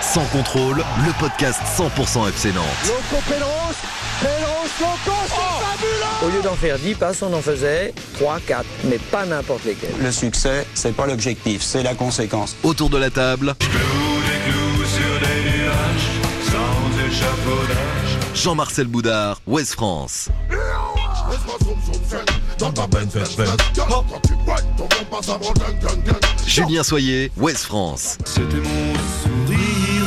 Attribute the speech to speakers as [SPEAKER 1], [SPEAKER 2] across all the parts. [SPEAKER 1] Sans contrôle, le podcast 100% FC Nantes.
[SPEAKER 2] Loco Pélos, Pélos, Loco, c'est fabuleux
[SPEAKER 3] Oh Au lieu d'en faire 10 passes, on en faisait 3, 4, mais pas n'importe lesquels.
[SPEAKER 4] Le succès, c'est pas l'objectif, c'est la conséquence.
[SPEAKER 1] Autour de la table, Jean-Marcel Boudard, Ouest France. Julien Soyer, Ouest France.
[SPEAKER 5] C'était mon sourire,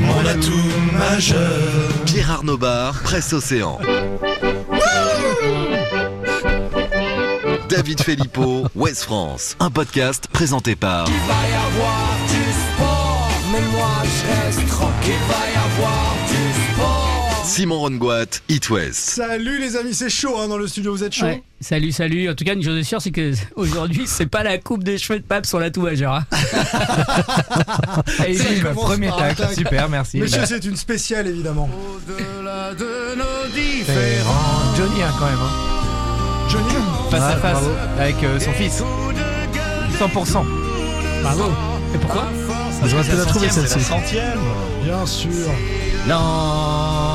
[SPEAKER 5] mon atout majeur.
[SPEAKER 1] Pierre Arnaud Bar, Presse Océan. David Filippo, Ouest France. Un podcast présenté par
[SPEAKER 2] Va y avoir du sport, mais moi je reste tranquille. Va y avoir du sport.
[SPEAKER 1] Simon Rongoat, It West.
[SPEAKER 6] Salut les amis, c'est chaud hein, dans le studio, vous êtes chaud
[SPEAKER 7] Ouais. Salut, salut. En tout cas, une chose est sûre, c'est que aujourd'hui, c'est pas la coupe des cheveux de pape sur la touvageur. Hein. Allez-y,
[SPEAKER 6] Ça
[SPEAKER 7] bah,
[SPEAKER 6] commence
[SPEAKER 7] premier
[SPEAKER 6] par un
[SPEAKER 7] tacle.
[SPEAKER 6] tacle.
[SPEAKER 7] Super, merci.
[SPEAKER 6] Monsieur, c'est une spéciale évidemment.
[SPEAKER 5] Au-delà de nos
[SPEAKER 8] C'est
[SPEAKER 5] différences,
[SPEAKER 8] vraiment Johnny hein, quand même. hein.
[SPEAKER 6] Johnny, Ah,
[SPEAKER 8] Face
[SPEAKER 7] Ouais,
[SPEAKER 8] à face
[SPEAKER 7] bravo.
[SPEAKER 8] avec euh, son fils. 100%.
[SPEAKER 7] Bravo. Et pourquoi
[SPEAKER 8] Ça doit la trouver celle-ci.
[SPEAKER 6] bien sûr. Ah,
[SPEAKER 7] Non.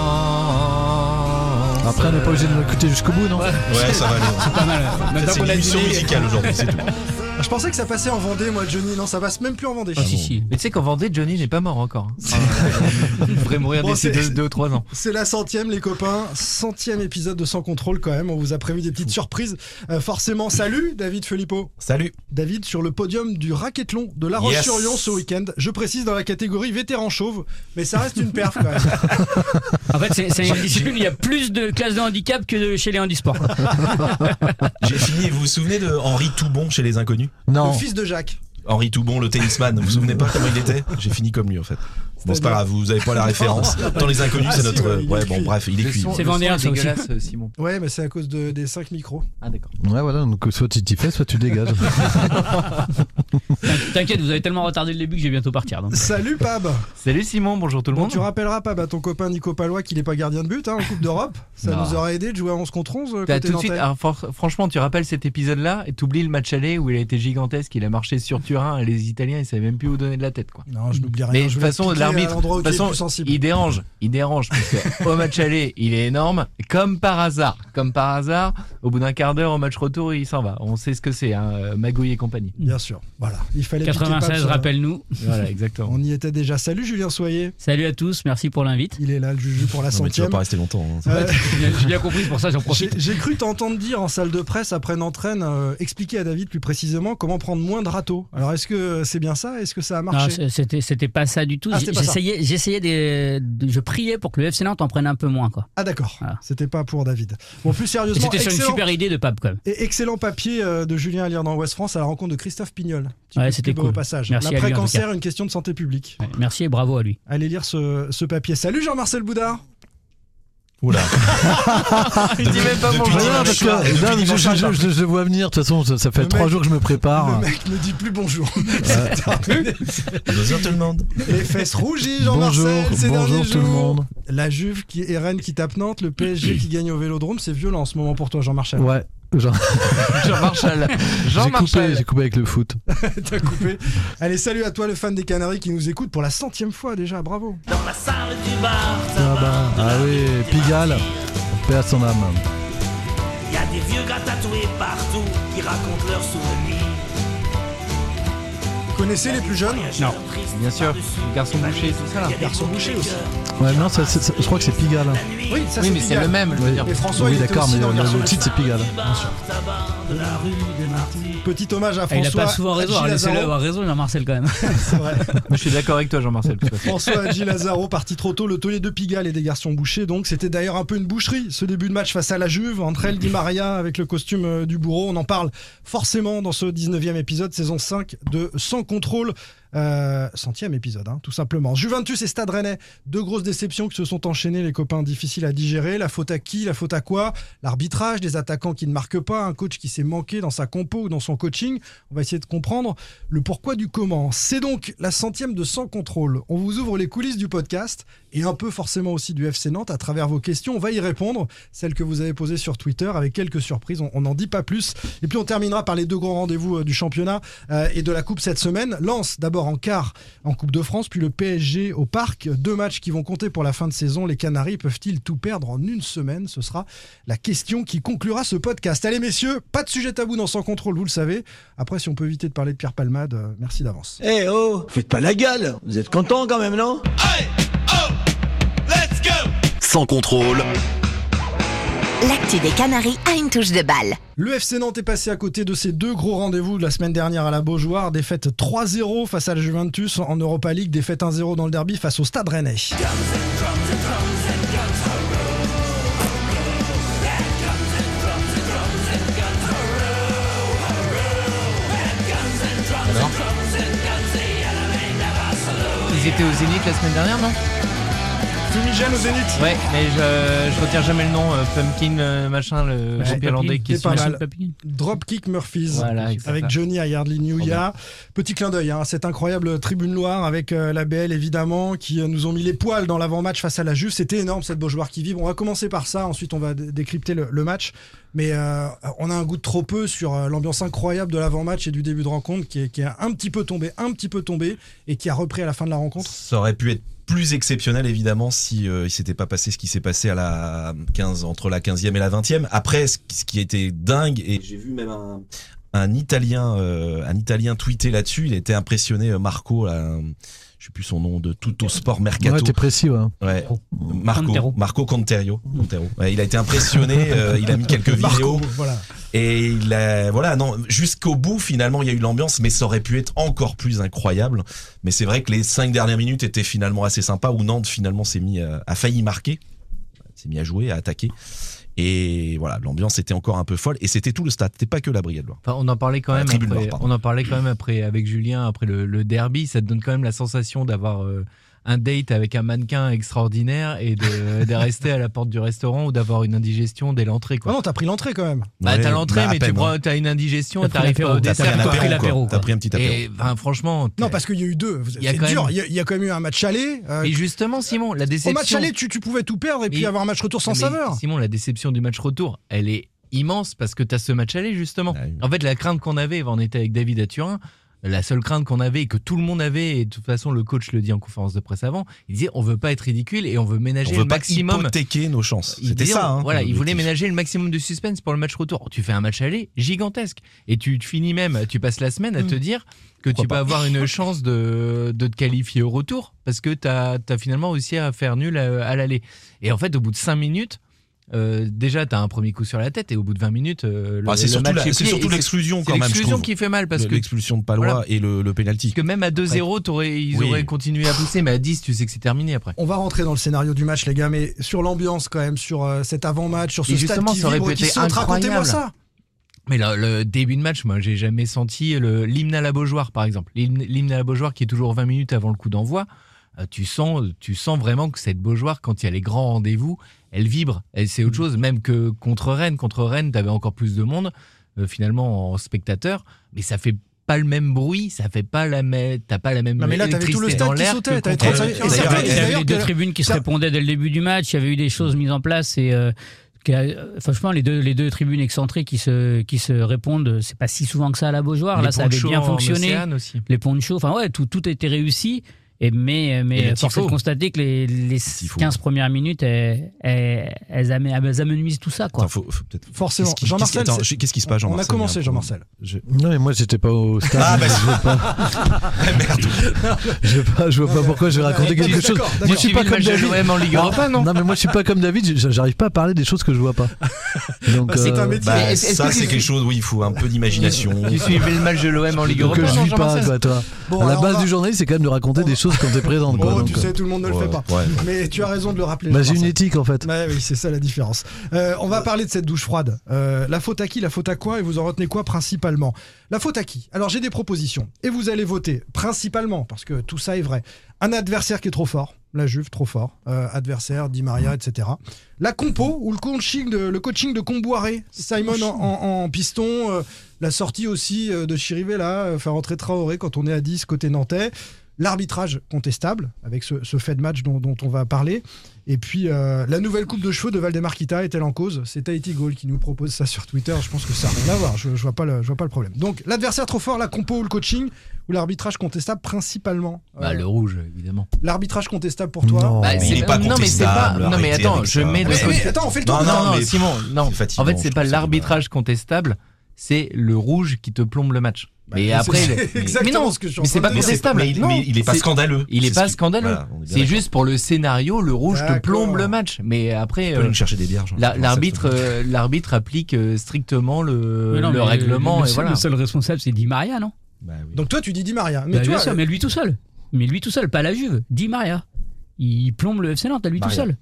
[SPEAKER 8] Après, on n'est pas obligé de l'écouter jusqu'au bout, non
[SPEAKER 9] Ouais, ça va aller. C'est pas mal.
[SPEAKER 7] Maintenant
[SPEAKER 9] C'est
[SPEAKER 7] qu'on
[SPEAKER 9] une
[SPEAKER 7] l'a
[SPEAKER 9] émission
[SPEAKER 7] deviné.
[SPEAKER 9] musicale aujourd'hui, c'est tout.
[SPEAKER 6] Je pensais que ça passait en Vendée, moi Johnny, non, ça passe même plus en Vendée.
[SPEAKER 7] Ah, si, si.
[SPEAKER 8] Mais tu sais qu'en Vendée, Johnny n'est pas mort encore. hein. Il devrait mourir
[SPEAKER 6] Bon,
[SPEAKER 8] d'ici
[SPEAKER 6] c'est-
[SPEAKER 8] 2 ou 3 ans.
[SPEAKER 6] C'est la centième, les copains. Centième épisode de Sans Contrôle, quand même. On vous a prévu des petites surprises. Euh, forcément, salut David Filippo.
[SPEAKER 9] Salut.
[SPEAKER 6] David sur le podium du raquethlon de La Roche-sur-Yon ce week-end. Je précise dans la catégorie vétéran chauve, mais ça reste une perf quand même.
[SPEAKER 7] En fait, c'est- c'est une discipline où il y a plus de classes de handicap que de chez les handisports.
[SPEAKER 9] J'ai fini. Vous vous souvenez de Henri Toubon chez Les Inconnus
[SPEAKER 6] Le
[SPEAKER 8] Non.
[SPEAKER 6] fils de Jacques.
[SPEAKER 9] Henri Toubon, le tennisman. Vous vous souvenez pas comment il était J'ai fini comme lui, en fait. Bon, c'est pas grave, vous avez pas la référence. Dans Les Inconnus,
[SPEAKER 6] Ah,
[SPEAKER 9] c'est
[SPEAKER 6] si,
[SPEAKER 9] notre.
[SPEAKER 6] ouais,
[SPEAKER 9] euh,
[SPEAKER 6] il est
[SPEAKER 9] Ouais, bon,
[SPEAKER 6] cuit.
[SPEAKER 9] bref, il est cuit.
[SPEAKER 7] C'est vendéen, ça aussi.
[SPEAKER 8] dégueulasse, Simon.
[SPEAKER 6] Ouais, mais c'est à cause de- des 5 micros.
[SPEAKER 8] Ah, d'accord.
[SPEAKER 10] Ouais, voilà, donc soit tu t'y fais, soit tu dégages.
[SPEAKER 7] T'inquiète, vous avez tellement retardé le début que je vais bientôt partir. donc.
[SPEAKER 6] Salut Pab.
[SPEAKER 8] Salut Simon, bonjour tout le
[SPEAKER 6] Bon,
[SPEAKER 8] monde.
[SPEAKER 6] tu rappelleras Pab à ton copain Nico Palois qu'il n'est pas gardien de but hein, en Coupe d'Europe. Ça
[SPEAKER 8] Non.
[SPEAKER 6] nous aurait aidé de jouer à 11 contre 11
[SPEAKER 7] Bah,
[SPEAKER 6] euh,
[SPEAKER 8] T'as
[SPEAKER 6] côté
[SPEAKER 8] tout de suite,
[SPEAKER 6] nantais.
[SPEAKER 7] ah.
[SPEAKER 8] alors, for- franchement, tu rappelles cet épisode-là et t'oublies le match aller où il a été gigantesque, il a marché sur Turin et les Italiens ils savaient même plus où donner de la tête quoi.
[SPEAKER 6] Non, je n'oublie rien.
[SPEAKER 8] Mais de
[SPEAKER 6] je
[SPEAKER 8] toute
[SPEAKER 6] vais
[SPEAKER 8] façon,
[SPEAKER 6] piquer à
[SPEAKER 8] l'arbitre,
[SPEAKER 6] l'endroit où
[SPEAKER 8] de
[SPEAKER 6] tu es
[SPEAKER 8] toute façon,
[SPEAKER 6] plus sensible.
[SPEAKER 8] il dérange, il dérange parce que au match aller, il est énorme, comme par hasard, comme par hasard, au bout d'un quart d'heure au match retour, il s'en va. On sait ce que c'est, hein, Magouille et compagnie.
[SPEAKER 6] Bien sûr. Voilà. Il fallait piquer Pab,
[SPEAKER 7] 96,
[SPEAKER 6] ça.
[SPEAKER 7] rappelle-nous.
[SPEAKER 8] Voilà, exactement.
[SPEAKER 6] On y était déjà. Salut Julien Soyer.
[SPEAKER 7] Salut à tous, merci pour l'invite.
[SPEAKER 6] Il est là, le Juju, pour la
[SPEAKER 9] Non, mais tu vas
[SPEAKER 6] centième.
[SPEAKER 9] pas rester longtemps. hein.
[SPEAKER 6] Euh,
[SPEAKER 7] J'ai bien compris, c'est pour ça que j'en
[SPEAKER 6] J'ai
[SPEAKER 7] profite.
[SPEAKER 6] j'ai cru t'entendre dire en salle de presse après une entraîne, euh, expliquer à David plus précisément comment prendre moins de râteaux. Alors est-ce que c'est bien ça Est-ce que ça a
[SPEAKER 7] Non,
[SPEAKER 6] marché
[SPEAKER 7] c'est- c'était c'était pas ça du tout.
[SPEAKER 6] Ah, c'était pas ça.
[SPEAKER 7] J'essayais, j'essayais des, de- je priais pour que le FC Nantes en prenne un peu moins quoi.
[SPEAKER 6] Ah d'accord,
[SPEAKER 7] Voilà.
[SPEAKER 6] c'était pas pour David. Bon plus
[SPEAKER 7] Et
[SPEAKER 6] sérieusement,
[SPEAKER 7] C'était sur une
[SPEAKER 6] excellent,
[SPEAKER 7] super idée de Pape quand même.
[SPEAKER 6] et excellent papier euh, de Julien à lire dans Ouest France à la rencontre de Christophe Pignol. Petit
[SPEAKER 7] Ouais,
[SPEAKER 6] coup de
[SPEAKER 7] c'était
[SPEAKER 6] pub Au
[SPEAKER 7] cool.
[SPEAKER 6] passage.
[SPEAKER 7] Merci à lui, en tout
[SPEAKER 6] L'après-cancer, une question de santé publique.
[SPEAKER 7] Ouais, Merci et bravo à lui.
[SPEAKER 6] Allez lire ce, ce papier. Salut Jean-Marcel Boudard
[SPEAKER 9] Oula.
[SPEAKER 8] Il dit même pas
[SPEAKER 9] Depuis
[SPEAKER 8] bonjour.
[SPEAKER 10] Ouais, non,
[SPEAKER 9] dimanche
[SPEAKER 10] parce que-
[SPEAKER 9] soir, depuis
[SPEAKER 10] non, mais je,
[SPEAKER 9] dimanche
[SPEAKER 10] je-
[SPEAKER 9] soir.
[SPEAKER 10] je- je vois venir, de toute façon, ça, ça fait
[SPEAKER 6] Le
[SPEAKER 10] trois
[SPEAKER 6] mec-
[SPEAKER 10] jours que je me prépare.
[SPEAKER 6] Le mec ne dit plus bonjour.
[SPEAKER 9] Bonjour tout le monde.
[SPEAKER 6] Les fesses rougies
[SPEAKER 10] Bonjour,
[SPEAKER 6] Jean-Marcel ces derniers
[SPEAKER 10] bonjour tout le
[SPEAKER 6] jours.
[SPEAKER 10] monde.
[SPEAKER 6] La Juve qui et Rennes qui tape Nantes, le PSG qui gagne au Vélodrome, c'est violent en ce moment pour toi Jean-Marcel.
[SPEAKER 10] Ouais, Jean-
[SPEAKER 8] Jean Marchal. Jean
[SPEAKER 10] j'ai coupé,
[SPEAKER 8] Marchal.
[SPEAKER 10] j'ai coupé avec le foot.
[SPEAKER 6] T'as coupé. Allez, salut à toi le fan des Canaries qui nous écoute pour la centième fois déjà, bravo.
[SPEAKER 10] Ah, bah, ah oui, Pigalle, paix à son âme.
[SPEAKER 2] Y a des vieux gars tatoués partout qui racontent leurs souvenirs.
[SPEAKER 6] Vous connaissez les plus jeunes
[SPEAKER 8] Non. Bien sûr, le garçon bouché, tout ça là.
[SPEAKER 6] Garçon bouché aussi.
[SPEAKER 10] Ouais, non, ça, c'est- ça- je crois que c'est Pigalle. hein.
[SPEAKER 6] Oui, ça
[SPEAKER 8] Oui,
[SPEAKER 6] c'est
[SPEAKER 8] mais c'est
[SPEAKER 6] Pigalle.
[SPEAKER 8] le même, je veux
[SPEAKER 10] Oui,
[SPEAKER 8] dire.
[SPEAKER 6] Et François,
[SPEAKER 10] oui,
[SPEAKER 6] il était
[SPEAKER 10] d'accord,
[SPEAKER 6] aussi
[SPEAKER 10] mais
[SPEAKER 6] dans
[SPEAKER 10] le,
[SPEAKER 6] Garçon
[SPEAKER 10] le titre c'est Pigalle.
[SPEAKER 6] Petit hommage à
[SPEAKER 7] Ah, il a
[SPEAKER 6] François.
[SPEAKER 7] pas souvent raison, alors
[SPEAKER 6] Hadji
[SPEAKER 7] laissez-le
[SPEAKER 6] Lazaro.
[SPEAKER 7] avoir raison Jean-Marcel quand même.
[SPEAKER 6] C'est vrai.
[SPEAKER 8] Je suis d'accord avec toi, Jean-Marcel. de toute façon.
[SPEAKER 6] François Adji Lazaro, parti trop tôt, le taulier de Pigalle et des garçons bouchés. Donc, c'était d'ailleurs un peu une boucherie, ce début de match face à la Juve, entre elle, Di Maria, avec le costume euh, du bourreau. On en parle forcément dans ce 19e épisode, saison 5 de Sans contrôle. Euh, centième épisode, hein, tout simplement. Juventus et Stade Rennais, deux grosses déceptions qui se sont enchaînées, les copains difficiles à digérer. La faute à qui La faute à quoi L'arbitrage, des attaquants qui ne marquent pas, un coach qui s'est manqué dans sa compo ou dans son coaching. On va essayer de comprendre le pourquoi du comment. C'est donc la centième de Sans Contrôle. On vous ouvre les coulisses du podcast et un peu forcément aussi du FC Nantes à travers vos questions. On va y répondre, celles que vous avez posées sur Twitter avec quelques surprises. On n'en dit pas plus. Et puis on terminera par les deux grands rendez-vous euh, du championnat euh, et de la Coupe cette semaine. Lance d'abord en quart en Coupe de France, puis le PSG au Parc. Deux matchs qui vont compter pour la fin de saison. Les Canaries peuvent-ils tout perdre en une semaine Ce sera la question qui conclura ce podcast. Allez messieurs, pas de sujet tabou dans Sans Contrôle, vous le savez. Après, si on peut éviter de parler de Pierre Palmade, euh, merci d'avance.
[SPEAKER 2] Eh oh, faites pas la gueule. Vous êtes contents quand même, non
[SPEAKER 1] Sans contrôle,
[SPEAKER 11] L'actu des Canaries a une touche de balle.
[SPEAKER 6] Le FC Nantes est passé à côté de ses deux gros rendez-vous de la semaine dernière à la Beaujoire. Défaite 3-0 face à la Juventus en Europa League, défaite 1-0 dans le derby face au Stade Rennais.
[SPEAKER 8] Ils étaient au Zénith la semaine dernière, non
[SPEAKER 6] Fumigène au Zénith
[SPEAKER 8] Ouais, mais je, je retiens jamais le nom. euh, Pumpkin, euh, machin, le groupe irlandais qui est
[SPEAKER 6] c'est pas
[SPEAKER 8] sur-
[SPEAKER 6] mal. Dropkick Murphys
[SPEAKER 8] Voilà, exact.
[SPEAKER 6] avec Johnny Ayardly Newya. Petit clin d'œil hein, à cette incroyable tribune Loire avec euh, la BL évidemment qui euh, nous ont mis les poils dans l'avant-match face à la Juve. C'était énorme cette Beaujoire qui vibre. On va commencer par ça, ensuite on va dé- décrypter le, le match. Mais euh, on a un goût de trop peu sur euh, l'ambiance incroyable de l'avant-match et du début de rencontre qui est, qui est un petit peu tombé, un petit peu tombé et qui a repris à la fin de la rencontre.
[SPEAKER 9] Ça aurait pu être plus exceptionnel évidemment si euh, il s'était pas passé ce qui s'est passé à la 15 entre la 15e et la 20e. Après ce qui- ce qui était dingue et j'ai vu même un un italien euh, un italien tweeter là-dessus, il était impressionné euh, Marco là, un- je sais plus son nom de tout au sport mercato.
[SPEAKER 10] Ouais, t'es précis, ouais.
[SPEAKER 9] Ouais. Marco
[SPEAKER 7] Montero.
[SPEAKER 9] Marco Conterio. Montero. Ouais, il a été impressionné, euh, il a mis quelques vidéos
[SPEAKER 6] Marco, voilà.
[SPEAKER 9] et il a- voilà, non, jusqu'au bout, finalement, il y a eu l'ambiance, mais ça aurait pu être encore plus incroyable. Mais c'est vrai que les cinq dernières minutes étaient finalement assez sympas, où Nantes, finalement, s'est mis, à- a failli marquer, s'est mis à jouer, à attaquer. Et voilà, l'ambiance était encore un peu folle, et c'était tout le stade, c'était pas que la Brigade Loire.
[SPEAKER 8] Enfin, on en parlait quand
[SPEAKER 9] La
[SPEAKER 8] même.
[SPEAKER 9] tribune
[SPEAKER 8] après-
[SPEAKER 9] noire, pardon.
[SPEAKER 8] on en parlait quand même après avec Julien après le, le derby. Ça te donne quand même la sensation d'avoir euh, un date avec un mannequin extraordinaire et de, de rester à la porte du restaurant ou d'avoir une indigestion dès l'entrée.
[SPEAKER 6] Ah
[SPEAKER 8] Quoi.
[SPEAKER 6] non, t'as pris l'entrée quand même.
[SPEAKER 8] Bah,
[SPEAKER 9] Ouais,
[SPEAKER 8] t'as l'entrée,
[SPEAKER 9] bah, à
[SPEAKER 8] mais tu
[SPEAKER 9] peine,
[SPEAKER 8] prends,
[SPEAKER 9] hein.
[SPEAKER 8] t'as une indigestion,
[SPEAKER 7] T'as pris
[SPEAKER 8] t'arrives pas au
[SPEAKER 7] l'apéro, t'as
[SPEAKER 8] dessert.
[SPEAKER 9] T'as pris un
[SPEAKER 8] quoi.
[SPEAKER 7] pris
[SPEAKER 9] apéro,
[SPEAKER 7] l'apéro,
[SPEAKER 9] quoi. T'as
[SPEAKER 7] quoi.
[SPEAKER 9] pris un petit apéro.
[SPEAKER 8] Et enfin, franchement, t'es-
[SPEAKER 6] Non, parce qu'il y a eu deux.
[SPEAKER 8] Il y a
[SPEAKER 6] C'est
[SPEAKER 8] quand
[SPEAKER 6] dur.
[SPEAKER 8] même-
[SPEAKER 6] Il y, a- il y a quand même eu un match aller. euh,
[SPEAKER 8] et justement, Simon, la
[SPEAKER 6] Au
[SPEAKER 8] déception.
[SPEAKER 6] match aller, tu, tu pouvais tout perdre et puis
[SPEAKER 8] Mais-
[SPEAKER 6] avoir un match retour sans
[SPEAKER 8] Mais
[SPEAKER 6] saveur.
[SPEAKER 8] Simon, la déception du match retour, elle est immense parce que tu as ce match aller justement.
[SPEAKER 9] Ah oui.
[SPEAKER 8] En fait, la crainte qu'on avait, on était avec David à Turin, la seule crainte qu'on avait et que tout le monde avait, et de toute façon le coach le dit en conférence de presse avant, il disait on veut pas être ridicule et on veut ménager
[SPEAKER 9] On veut
[SPEAKER 8] le
[SPEAKER 9] pas
[SPEAKER 8] maximum.
[SPEAKER 9] hypothéquer nos chances.
[SPEAKER 8] Il
[SPEAKER 9] C'était
[SPEAKER 8] disait,
[SPEAKER 9] ça,
[SPEAKER 8] on-
[SPEAKER 9] hein,
[SPEAKER 8] voilà, il voulait
[SPEAKER 9] l'objectif.
[SPEAKER 8] ménager le maximum de suspense pour le match retour. Tu fais un match aller gigantesque et tu te finis même, tu passes la semaine à te dire que tu
[SPEAKER 9] Hmm. pas.
[SPEAKER 8] vas avoir une chance de, de te qualifier au retour parce que tu as, finalement réussi à faire nul à, à l'aller. Et en fait, au bout de 5 minutes, euh, déjà, tu as un premier coup sur la tête et au bout de 20 minutes, euh, le,
[SPEAKER 9] Ah, c'est
[SPEAKER 8] le
[SPEAKER 9] surtout
[SPEAKER 8] match
[SPEAKER 9] la-
[SPEAKER 8] est
[SPEAKER 9] c'est
[SPEAKER 8] pris
[SPEAKER 9] surtout
[SPEAKER 8] et c'est-
[SPEAKER 9] l'exclusion,
[SPEAKER 8] c'est
[SPEAKER 9] quand même, je
[SPEAKER 8] L'exclusion
[SPEAKER 9] trouve.
[SPEAKER 8] qui fait mal parce
[SPEAKER 9] Le-
[SPEAKER 8] que
[SPEAKER 9] l'expulsion de Palois
[SPEAKER 8] Voilà.
[SPEAKER 9] et le, le
[SPEAKER 8] parce
[SPEAKER 9] penalty.
[SPEAKER 8] que même à 2-0, t'aurais- ils
[SPEAKER 9] Oui.
[SPEAKER 8] auraient continué à pousser, mais à 10, tu sais que c'est terminé après.
[SPEAKER 6] On va rentrer dans le scénario du match, les gars, mais sur l'ambiance quand même, sur euh, cet avant-match, sur ce
[SPEAKER 8] Et
[SPEAKER 6] stade
[SPEAKER 8] justement,
[SPEAKER 6] qui
[SPEAKER 8] ça aurait
[SPEAKER 6] vibre,
[SPEAKER 8] pu
[SPEAKER 6] qui
[SPEAKER 8] être
[SPEAKER 6] saute. Racontez-moi
[SPEAKER 8] incroyable.
[SPEAKER 6] ça.
[SPEAKER 8] Mais le, le début de match, moi, j'ai jamais senti le- l'hymne à la Beaujoire, par exemple. L'hymne l'hymne à la Beaujoire qui est toujours 20 minutes avant le coup d'envoi. euh, Tu sens, tu sens vraiment que cette Beaujoire, quand il y a les grands rendez-vous, elle vibre. Elle c'est
[SPEAKER 6] Mm.
[SPEAKER 8] autre chose, même que contre Rennes. Contre Rennes, t'avais encore plus de monde, euh, finalement, en spectateur. Mais ça fait pas le même bruit, ça fait pas la même, t'as pas la même
[SPEAKER 6] Non, mais là, t'avais tout le
[SPEAKER 8] électricité
[SPEAKER 6] stade
[SPEAKER 8] dans
[SPEAKER 6] qui
[SPEAKER 8] l'air
[SPEAKER 6] sautait,
[SPEAKER 8] que
[SPEAKER 6] t'avais
[SPEAKER 8] contre-
[SPEAKER 6] 35
[SPEAKER 8] Et
[SPEAKER 6] Et
[SPEAKER 7] Il y
[SPEAKER 6] ça
[SPEAKER 8] d'ailleurs,
[SPEAKER 6] fait-
[SPEAKER 7] avait- il y avait
[SPEAKER 6] d'ailleurs
[SPEAKER 7] les deux
[SPEAKER 6] que-
[SPEAKER 7] tribunes qui se
[SPEAKER 6] ça-
[SPEAKER 7] répondaient dès le début du match. Il y avait eu des choses mises en place et euh, qui a- franchement, les deux, les deux tribunes excentrées qui se, qui se répondent, c'est pas si souvent que ça à la Beaujoire.
[SPEAKER 8] les
[SPEAKER 7] Là, ça avait
[SPEAKER 8] ponchos
[SPEAKER 7] bien
[SPEAKER 8] en
[SPEAKER 7] fonctionné.
[SPEAKER 8] Océane aussi.
[SPEAKER 7] Les ponchos, enfin ouais, tout, tout était réussi. Et mais
[SPEAKER 8] Et
[SPEAKER 7] mais
[SPEAKER 8] les
[SPEAKER 7] force est de
[SPEAKER 8] tifos.
[SPEAKER 7] constater que les, les
[SPEAKER 9] tifos.
[SPEAKER 7] 15 premières minutes, elles, elles, elles amè- elles amenuisent tout ça. Quoi.
[SPEAKER 9] Attends, faut- faut peut-être-
[SPEAKER 6] Forcément.
[SPEAKER 9] Qu'est-ce qui-
[SPEAKER 6] Jean-Marcel,
[SPEAKER 9] qu'est-ce qui- attends,
[SPEAKER 6] c'est-
[SPEAKER 9] je- qu'est-ce qui se passe,
[SPEAKER 6] on
[SPEAKER 9] Jean-Marcel
[SPEAKER 6] a commencé,
[SPEAKER 9] Il y a un
[SPEAKER 6] Jean-Marcel.
[SPEAKER 10] Non, mais moi, j'étais pas au stade.
[SPEAKER 9] Ah, bah,
[SPEAKER 10] je vois pas,
[SPEAKER 6] Ah,
[SPEAKER 9] problème. Merde.
[SPEAKER 10] je vois pas, je vois pas pourquoi je vais raconter quelque chose.
[SPEAKER 6] D'accord,
[SPEAKER 10] Moi,
[SPEAKER 6] d'accord.
[SPEAKER 10] je suis
[SPEAKER 8] Tu
[SPEAKER 10] pas
[SPEAKER 8] vis le
[SPEAKER 10] comme
[SPEAKER 8] match de
[SPEAKER 10] David.
[SPEAKER 8] l'OM en Ligue
[SPEAKER 10] Non,
[SPEAKER 8] Europa, non
[SPEAKER 10] Non, mais moi, je suis pas comme David. je- J'arrive pas à parler des choses que je vois pas. Donc,
[SPEAKER 6] Bah, c'est
[SPEAKER 10] euh,
[SPEAKER 6] un métier.
[SPEAKER 9] Bah,
[SPEAKER 8] est-ce que
[SPEAKER 9] ça,
[SPEAKER 8] tu
[SPEAKER 9] c'est
[SPEAKER 8] suis-
[SPEAKER 9] quelque chose, oui, il faut un peu d'imagination.
[SPEAKER 8] Tu suivais le match de l'OM en Ligue
[SPEAKER 10] que
[SPEAKER 8] Europa
[SPEAKER 10] je
[SPEAKER 8] non,
[SPEAKER 10] vis pas,
[SPEAKER 8] Jean-Marcel
[SPEAKER 10] quoi, toi.
[SPEAKER 6] Bon,
[SPEAKER 10] à la
[SPEAKER 6] alors, on
[SPEAKER 10] base
[SPEAKER 6] va-
[SPEAKER 10] du journaliste, c'est quand même de raconter
[SPEAKER 6] on va-
[SPEAKER 10] des choses
[SPEAKER 12] chose quand t'es présente. quoi,
[SPEAKER 6] Bon,
[SPEAKER 12] donc,
[SPEAKER 6] Oh, tu
[SPEAKER 12] euh,
[SPEAKER 6] sais, tout le monde ne
[SPEAKER 12] ouais,
[SPEAKER 6] le fait pas.
[SPEAKER 12] ouais.
[SPEAKER 6] Mais tu as raison de le rappeler.
[SPEAKER 12] Bah,
[SPEAKER 6] je
[SPEAKER 12] j'ai
[SPEAKER 6] pense.
[SPEAKER 12] une éthique, en fait.
[SPEAKER 6] Ouais, oui, c'est ça la différence. Euh, on va parler de cette douche froide. Euh, la faute à qui La faute à quoi Et vous en retenez quoi principalement La faute à qui Alors j'ai des propositions. Et vous allez voter principalement, parce que tout ça est vrai. Un adversaire qui est trop fort. La Juve, trop fort. Euh, adversaire, Di
[SPEAKER 12] Mm.
[SPEAKER 6] Maria, etc. La compo ou le coaching de, le coaching de Comboiré. Simon en, en- en piston. euh, la sortie aussi euh, de Chirivella. euh, faire entrer Traoré quand on est à 10 côté nantais. L'arbitrage contestable, avec ce, ce fait de match dont, dont on va parler. Et puis, euh, la nouvelle coupe de cheveux de Valdemar Kita est-elle en cause C'est Tahiti Goal qui nous propose ça sur Twitter. Je pense que ça n'a rien à voir. Je, je vois pas le, je vois pas le problème. Donc, l'adversaire trop fort, la compo ou le coaching, ou l'arbitrage contestable principalement. Euh,
[SPEAKER 8] Bah, le rouge, évidemment.
[SPEAKER 6] l'arbitrage contestable pour toi
[SPEAKER 8] Bah, c'est
[SPEAKER 9] il est pas
[SPEAKER 8] non, mais c'est pas.
[SPEAKER 9] contestable,
[SPEAKER 8] Non, mais
[SPEAKER 9] arrêtez
[SPEAKER 8] attends,
[SPEAKER 9] avec
[SPEAKER 8] je
[SPEAKER 9] ça.
[SPEAKER 8] mets de
[SPEAKER 9] Mais-
[SPEAKER 8] côté.
[SPEAKER 9] mais attends, on fait le tour
[SPEAKER 8] Non,
[SPEAKER 9] de
[SPEAKER 8] non,
[SPEAKER 9] table.
[SPEAKER 8] mais Simon, non.
[SPEAKER 9] fatigant,
[SPEAKER 8] En fait,
[SPEAKER 9] je
[SPEAKER 8] c'est pas
[SPEAKER 9] trouve ça
[SPEAKER 8] l'arbitrage contestable, c'est le rouge qui te plombe le match. Mais
[SPEAKER 9] Bah, c'est-
[SPEAKER 8] après,
[SPEAKER 9] c'est
[SPEAKER 8] mais- mais
[SPEAKER 9] exactement
[SPEAKER 8] non,
[SPEAKER 9] ce que je suis en
[SPEAKER 8] mais
[SPEAKER 9] train
[SPEAKER 8] c'est
[SPEAKER 9] de
[SPEAKER 8] pas
[SPEAKER 9] dire.
[SPEAKER 8] contestable.
[SPEAKER 9] Mais il-
[SPEAKER 8] Non,
[SPEAKER 9] mais il est pas
[SPEAKER 8] c'est-
[SPEAKER 9] scandaleux.
[SPEAKER 8] Il est
[SPEAKER 9] C'est
[SPEAKER 8] pas
[SPEAKER 9] ce qui-
[SPEAKER 8] scandaleux.
[SPEAKER 9] voilà, on est bien
[SPEAKER 8] C'est juste pour le scénario, le rouge te
[SPEAKER 9] D'accord.
[SPEAKER 8] plombe le match. Mais après,
[SPEAKER 9] peux
[SPEAKER 8] euh,
[SPEAKER 9] nous chercher des hein. bières, Jean.
[SPEAKER 8] la- l'arbitre, euh, l'arbitre applique euh, strictement le,
[SPEAKER 7] Mais non,
[SPEAKER 8] Euh, le
[SPEAKER 7] mais
[SPEAKER 8] règlement
[SPEAKER 7] le
[SPEAKER 8] et
[SPEAKER 7] seul-
[SPEAKER 8] voilà.
[SPEAKER 7] Le seul responsable, c'est Di Maria, non
[SPEAKER 6] Donc, toi, euh, tu dis Di Maria. Mais
[SPEAKER 7] mais,
[SPEAKER 6] tu vois,
[SPEAKER 7] mais lui tout seul. Mais lui tout seul, pas la Juve. Di Maria. Il plombe le FC Nantes à lui
[SPEAKER 6] Maria.
[SPEAKER 7] tout seul.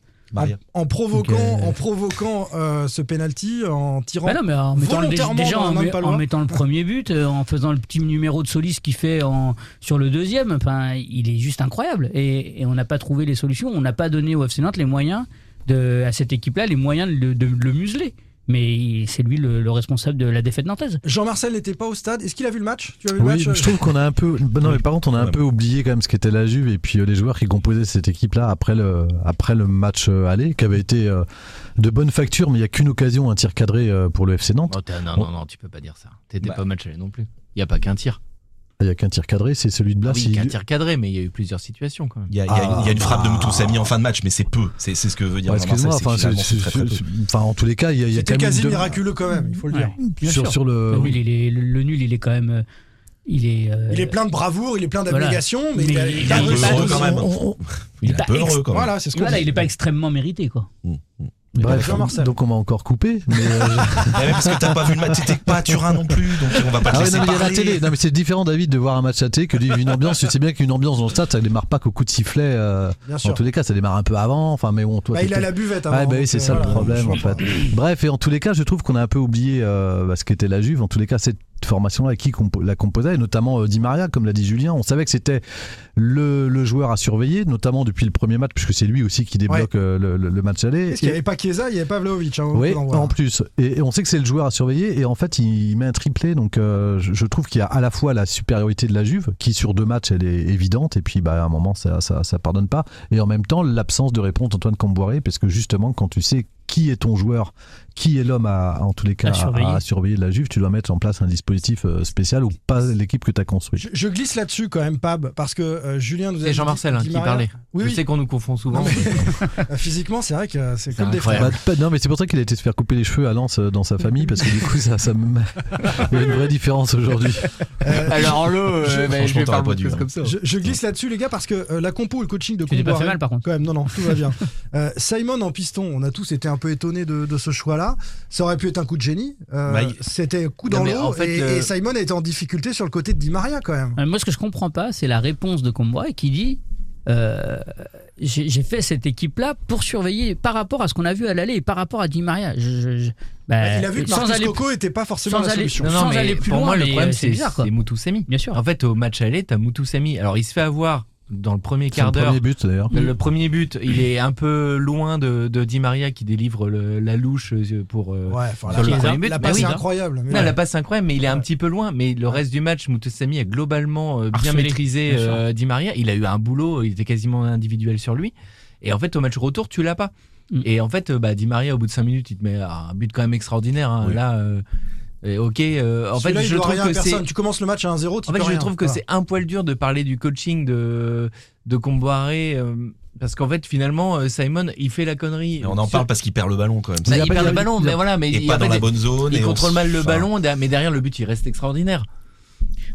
[SPEAKER 6] en provoquant, en provoquant euh, ce penalty, en tirant
[SPEAKER 7] Bah non, mais en mettant le,
[SPEAKER 6] volontairement
[SPEAKER 7] déjà
[SPEAKER 6] dans la
[SPEAKER 7] en,
[SPEAKER 6] main de
[SPEAKER 7] met-
[SPEAKER 6] Palois.
[SPEAKER 7] en mettant le premier but, euh, en faisant le petit numéro de Solis qu'il fait en, sur le deuxième, enfin, il est juste incroyable. Et, et on n'a pas trouvé les solutions, on n'a pas donné au FC Nantes les moyens, de, à cette équipe-là, les moyens de, le- de le museler. Mais il- c'est lui le, le responsable de la défaite nantaise.
[SPEAKER 6] Jean-Marcel n'était pas au stade. Est-ce qu'il a vu le match Tu as vu le
[SPEAKER 12] Oui,
[SPEAKER 6] match euh,
[SPEAKER 12] je trouve qu'on a un peu. bah non, mais par contre, on a un peu oublié quand même ce qu'était la Juve et puis euh, les joueurs qui composaient cette équipe-là après le, après le match euh, aller, qui avait été euh, de bonne facture, mais il n'y a qu'une occasion, un tir cadré euh, pour le FC Nantes.
[SPEAKER 8] Non, Oh, t'as- non, non, non, tu peux pas dire ça.
[SPEAKER 9] Bah.
[SPEAKER 8] T'étais pas match allé non plus. Il y a pas qu'un tir.
[SPEAKER 12] Ah, Il n'y a qu'un tir cadré, c'est celui de Blas.
[SPEAKER 8] Oui,
[SPEAKER 12] il-
[SPEAKER 8] qu'un tir cadré, mais il y a eu plusieurs situations quand même.
[SPEAKER 9] Il y a, il y a- il y a une frappe
[SPEAKER 8] Ah.
[SPEAKER 9] de Moutousami en fin de match, mais c'est peu. C'est c'est ce que veut dire
[SPEAKER 12] Ouais,
[SPEAKER 9] Jean-Marcel,
[SPEAKER 12] Excuse-moi,
[SPEAKER 9] c'est que
[SPEAKER 12] enfin, c'est-
[SPEAKER 9] finalement, c'est
[SPEAKER 12] c'est-
[SPEAKER 9] très, très peu.
[SPEAKER 12] c'est- enfin, en tous les cas, il y a, il y a
[SPEAKER 6] C'était
[SPEAKER 12] quand même.
[SPEAKER 6] quasi
[SPEAKER 12] deux-
[SPEAKER 6] miraculeux quand même, il faut le dire.
[SPEAKER 7] Bien
[SPEAKER 12] Sur-
[SPEAKER 7] sûr.
[SPEAKER 12] sur le-
[SPEAKER 7] Non, mais il est- le, le nul, il est quand même. euh, Il est, euh,
[SPEAKER 6] Il est plein de bravoure, il est plein d'abnégation,
[SPEAKER 7] Voilà.
[SPEAKER 6] mais, il a,
[SPEAKER 7] Mais
[SPEAKER 6] il a
[SPEAKER 7] il est
[SPEAKER 6] réussi
[SPEAKER 7] heureux
[SPEAKER 6] à
[SPEAKER 7] quand
[SPEAKER 6] nous-
[SPEAKER 7] même.
[SPEAKER 6] on- on-
[SPEAKER 9] Il est un
[SPEAKER 7] pas
[SPEAKER 9] peu
[SPEAKER 7] ex-
[SPEAKER 9] heureux quand même.
[SPEAKER 6] Voilà, c'est ce qu'on
[SPEAKER 7] voilà,
[SPEAKER 6] dit.
[SPEAKER 7] il n'est pas extrêmement mérité, quoi.
[SPEAKER 12] Bref,
[SPEAKER 6] Jean-Marcel.
[SPEAKER 12] donc on m'a encore coupé. Mais euh, je-
[SPEAKER 9] Ouais, mais parce que t'as pas vu le match, t'étais pas à Turin non plus, donc on va pas te
[SPEAKER 12] Ah ouais,
[SPEAKER 9] laisser
[SPEAKER 12] non, mais il y a la
[SPEAKER 9] parler.
[SPEAKER 12] télé. Non, mais c'est différent, David, de voir un match à télé que de vivre une ambiance. Tu sais bien qu'une ambiance dans le stade, ça démarre pas qu'au coup de sifflet. euh,
[SPEAKER 6] Bien
[SPEAKER 12] en
[SPEAKER 6] sûr.
[SPEAKER 12] tous les cas, ça démarre un peu avant. Enfin, mais bon, toi,
[SPEAKER 6] Bah, il
[SPEAKER 12] t'étais-
[SPEAKER 6] a la buvette
[SPEAKER 12] Ouais,
[SPEAKER 6] avant,
[SPEAKER 12] bah oui,
[SPEAKER 6] donc,
[SPEAKER 12] c'est
[SPEAKER 6] euh,
[SPEAKER 12] ça
[SPEAKER 6] voilà,
[SPEAKER 12] le problème,
[SPEAKER 6] je
[SPEAKER 12] en
[SPEAKER 6] comprends.
[SPEAKER 12] fait. Bref, et en tous les cas, je trouve qu'on a un peu oublié euh, bah, ce qu'était la Juve. En tous les cas, cette formation-là, qui compo- la composait, et notamment euh, Di Maria, comme l'a dit Julien. On savait que c'était le, le joueur à surveiller, notamment depuis le premier match, puisque c'est lui aussi qui débloque euh, le, le- le match aller.
[SPEAKER 6] Est-ce qu'il n'y
[SPEAKER 12] Et-
[SPEAKER 6] avait pas Chiesa, il n'y avait pas Vlaovic hein, au
[SPEAKER 12] oui,
[SPEAKER 6] coup d'envoi.
[SPEAKER 12] en plus. Et, et on sait que c'est le joueur à surveiller. Et en fait, il, il met un triplé. Donc, euh, je, je trouve qu'il y a à la fois la supériorité de la Juve, qui sur deux matchs, elle est évidente. Et puis, bah, à un moment, ça, ça, ça pardonne pas. Et en même temps, l'absence de réponse d'Antoine Camboiré, parce que justement, quand tu sais qui est ton joueur, qui est l'homme à, en tous les cas,
[SPEAKER 7] À surveiller.
[SPEAKER 12] à, surveiller de la Juve, tu dois mettre en place un dispositif euh, spécial ou pas l'équipe que tu as construite.
[SPEAKER 6] Je glisse là-dessus quand même, Pab, parce que euh, Julien nous a
[SPEAKER 8] C'est
[SPEAKER 6] dit-
[SPEAKER 8] Jean-Marcel hein,
[SPEAKER 6] dit
[SPEAKER 8] qui
[SPEAKER 6] Maria.
[SPEAKER 8] parlait.
[SPEAKER 6] Oui,
[SPEAKER 8] je
[SPEAKER 6] oui.
[SPEAKER 8] sais qu'on nous confond souvent.
[SPEAKER 6] Euh, Physiquement, c'est vrai que euh, c'est comme des frères.
[SPEAKER 12] Bah, pas- non, mais c'est pour ça qu'il a été se faire couper les cheveux à Lens euh, dans sa famille, parce que du coup, ça, ça me... il y a une vraie différence aujourd'hui.
[SPEAKER 8] Alors le,
[SPEAKER 6] je-
[SPEAKER 8] euh, bah, je
[SPEAKER 9] franchement,
[SPEAKER 8] vais
[SPEAKER 9] t'aurais
[SPEAKER 8] parler
[SPEAKER 9] pas
[SPEAKER 8] de
[SPEAKER 9] dû,
[SPEAKER 8] choses
[SPEAKER 9] hein.
[SPEAKER 8] comme ça.
[SPEAKER 6] Je, je glisse là-dessus, les gars, parce que euh, la compo et le coaching de
[SPEAKER 7] Tu t'es pas
[SPEAKER 6] Comboiré-
[SPEAKER 7] fait mal, par contre.
[SPEAKER 6] Quand même, non, non, tout va bien. Euh, Simon en piston, on a tous été un peu étonnés de, de ce choix-là. Ça aurait pu être un coup de génie. Euh,
[SPEAKER 9] Bah, il-
[SPEAKER 6] C'était coup
[SPEAKER 8] Non,
[SPEAKER 6] dans
[SPEAKER 8] mais
[SPEAKER 6] l'eau.
[SPEAKER 8] en fait,
[SPEAKER 6] et,
[SPEAKER 8] le-
[SPEAKER 6] et Simon était en difficulté sur le côté de Di Maria quand même.
[SPEAKER 7] Euh, Moi, ce que je comprends pas, c'est la réponse de Comboy qui dit euh, J'ai j'ai fait cette équipe-là pour surveiller par rapport à ce qu'on a vu à l'aller et par rapport à Di Maria. Je- je- je- bah,
[SPEAKER 9] Eh.
[SPEAKER 6] Il a vu que
[SPEAKER 7] sans
[SPEAKER 6] Marcus
[SPEAKER 7] aller,
[SPEAKER 6] Coco était pas forcément
[SPEAKER 7] sans
[SPEAKER 6] la
[SPEAKER 7] aller-
[SPEAKER 6] solution.
[SPEAKER 7] non, non,
[SPEAKER 8] Sans
[SPEAKER 7] mais
[SPEAKER 8] aller plus
[SPEAKER 7] pour
[SPEAKER 8] loin,
[SPEAKER 7] moi, le
[SPEAKER 8] mais,
[SPEAKER 7] problème,
[SPEAKER 8] euh,
[SPEAKER 7] c'est bizarre, quoi.
[SPEAKER 8] C'est Moutoussamy.
[SPEAKER 7] Bien sûr.
[SPEAKER 8] En fait, au match aller, t'as Moutoussamy. Alors, il se fait avoir dans le premier
[SPEAKER 12] C'est le
[SPEAKER 8] quart d'heure.
[SPEAKER 12] premier but, d'ailleurs.
[SPEAKER 8] Le premier but, il est un peu loin de, de Di Maria qui délivre le- la louche euh, pour. euh,
[SPEAKER 6] Ouais, enfin,
[SPEAKER 8] Sur
[SPEAKER 6] la,
[SPEAKER 8] le
[SPEAKER 6] la-
[SPEAKER 8] premier but,
[SPEAKER 6] la
[SPEAKER 8] bah
[SPEAKER 6] passe
[SPEAKER 8] oui,
[SPEAKER 6] est
[SPEAKER 8] hein.
[SPEAKER 6] incroyable. mais
[SPEAKER 8] Non,
[SPEAKER 6] ouais.
[SPEAKER 8] la passe incroyable, mais il est un petit peu loin. Mais le reste du match, Moutoussamy a globalement euh, bien
[SPEAKER 7] Harcelé,
[SPEAKER 8] maîtrisé
[SPEAKER 7] bien sûr.
[SPEAKER 8] euh, Di Maria. Il a eu un boulot, il était quasiment individuel sur lui. Et en fait, au match retour, tu l'as pas.
[SPEAKER 7] Mm.
[SPEAKER 8] Et en fait, euh, bah, Di Maria, au bout de 5 minutes, il te met un but quand même extraordinaire. hein.
[SPEAKER 9] Oui.
[SPEAKER 8] Là, euh, et ok. euh, en fait,
[SPEAKER 6] Celui-là, il
[SPEAKER 8] je
[SPEAKER 6] doit
[SPEAKER 8] trouve
[SPEAKER 6] rien à
[SPEAKER 8] que c'est.
[SPEAKER 6] personne. Tu commences le match à 1-0, tu
[SPEAKER 8] En fait,
[SPEAKER 6] peux
[SPEAKER 8] je
[SPEAKER 6] rien.
[SPEAKER 8] trouve que
[SPEAKER 6] Voilà.
[SPEAKER 8] c'est un poil dur de parler du coaching de de Comboiré euh, parce qu'en fait, finalement, euh, Simon, il fait la connerie.
[SPEAKER 9] Et on en
[SPEAKER 8] Sur-
[SPEAKER 9] parle parce qu'il perd le ballon quand même.
[SPEAKER 8] Bah,
[SPEAKER 12] Il a
[SPEAKER 8] il
[SPEAKER 12] pas-
[SPEAKER 8] perd
[SPEAKER 12] il a-
[SPEAKER 8] le ballon,
[SPEAKER 12] il a-
[SPEAKER 8] mais voilà, mais
[SPEAKER 9] Il est
[SPEAKER 8] il-
[SPEAKER 9] pas
[SPEAKER 8] en
[SPEAKER 9] dans
[SPEAKER 8] fait,
[SPEAKER 9] la bonne zone.
[SPEAKER 8] il
[SPEAKER 9] et on
[SPEAKER 8] contrôle
[SPEAKER 9] se-
[SPEAKER 8] mal le
[SPEAKER 9] enfin,
[SPEAKER 8] ballon, mais derrière le but, il reste extraordinaire.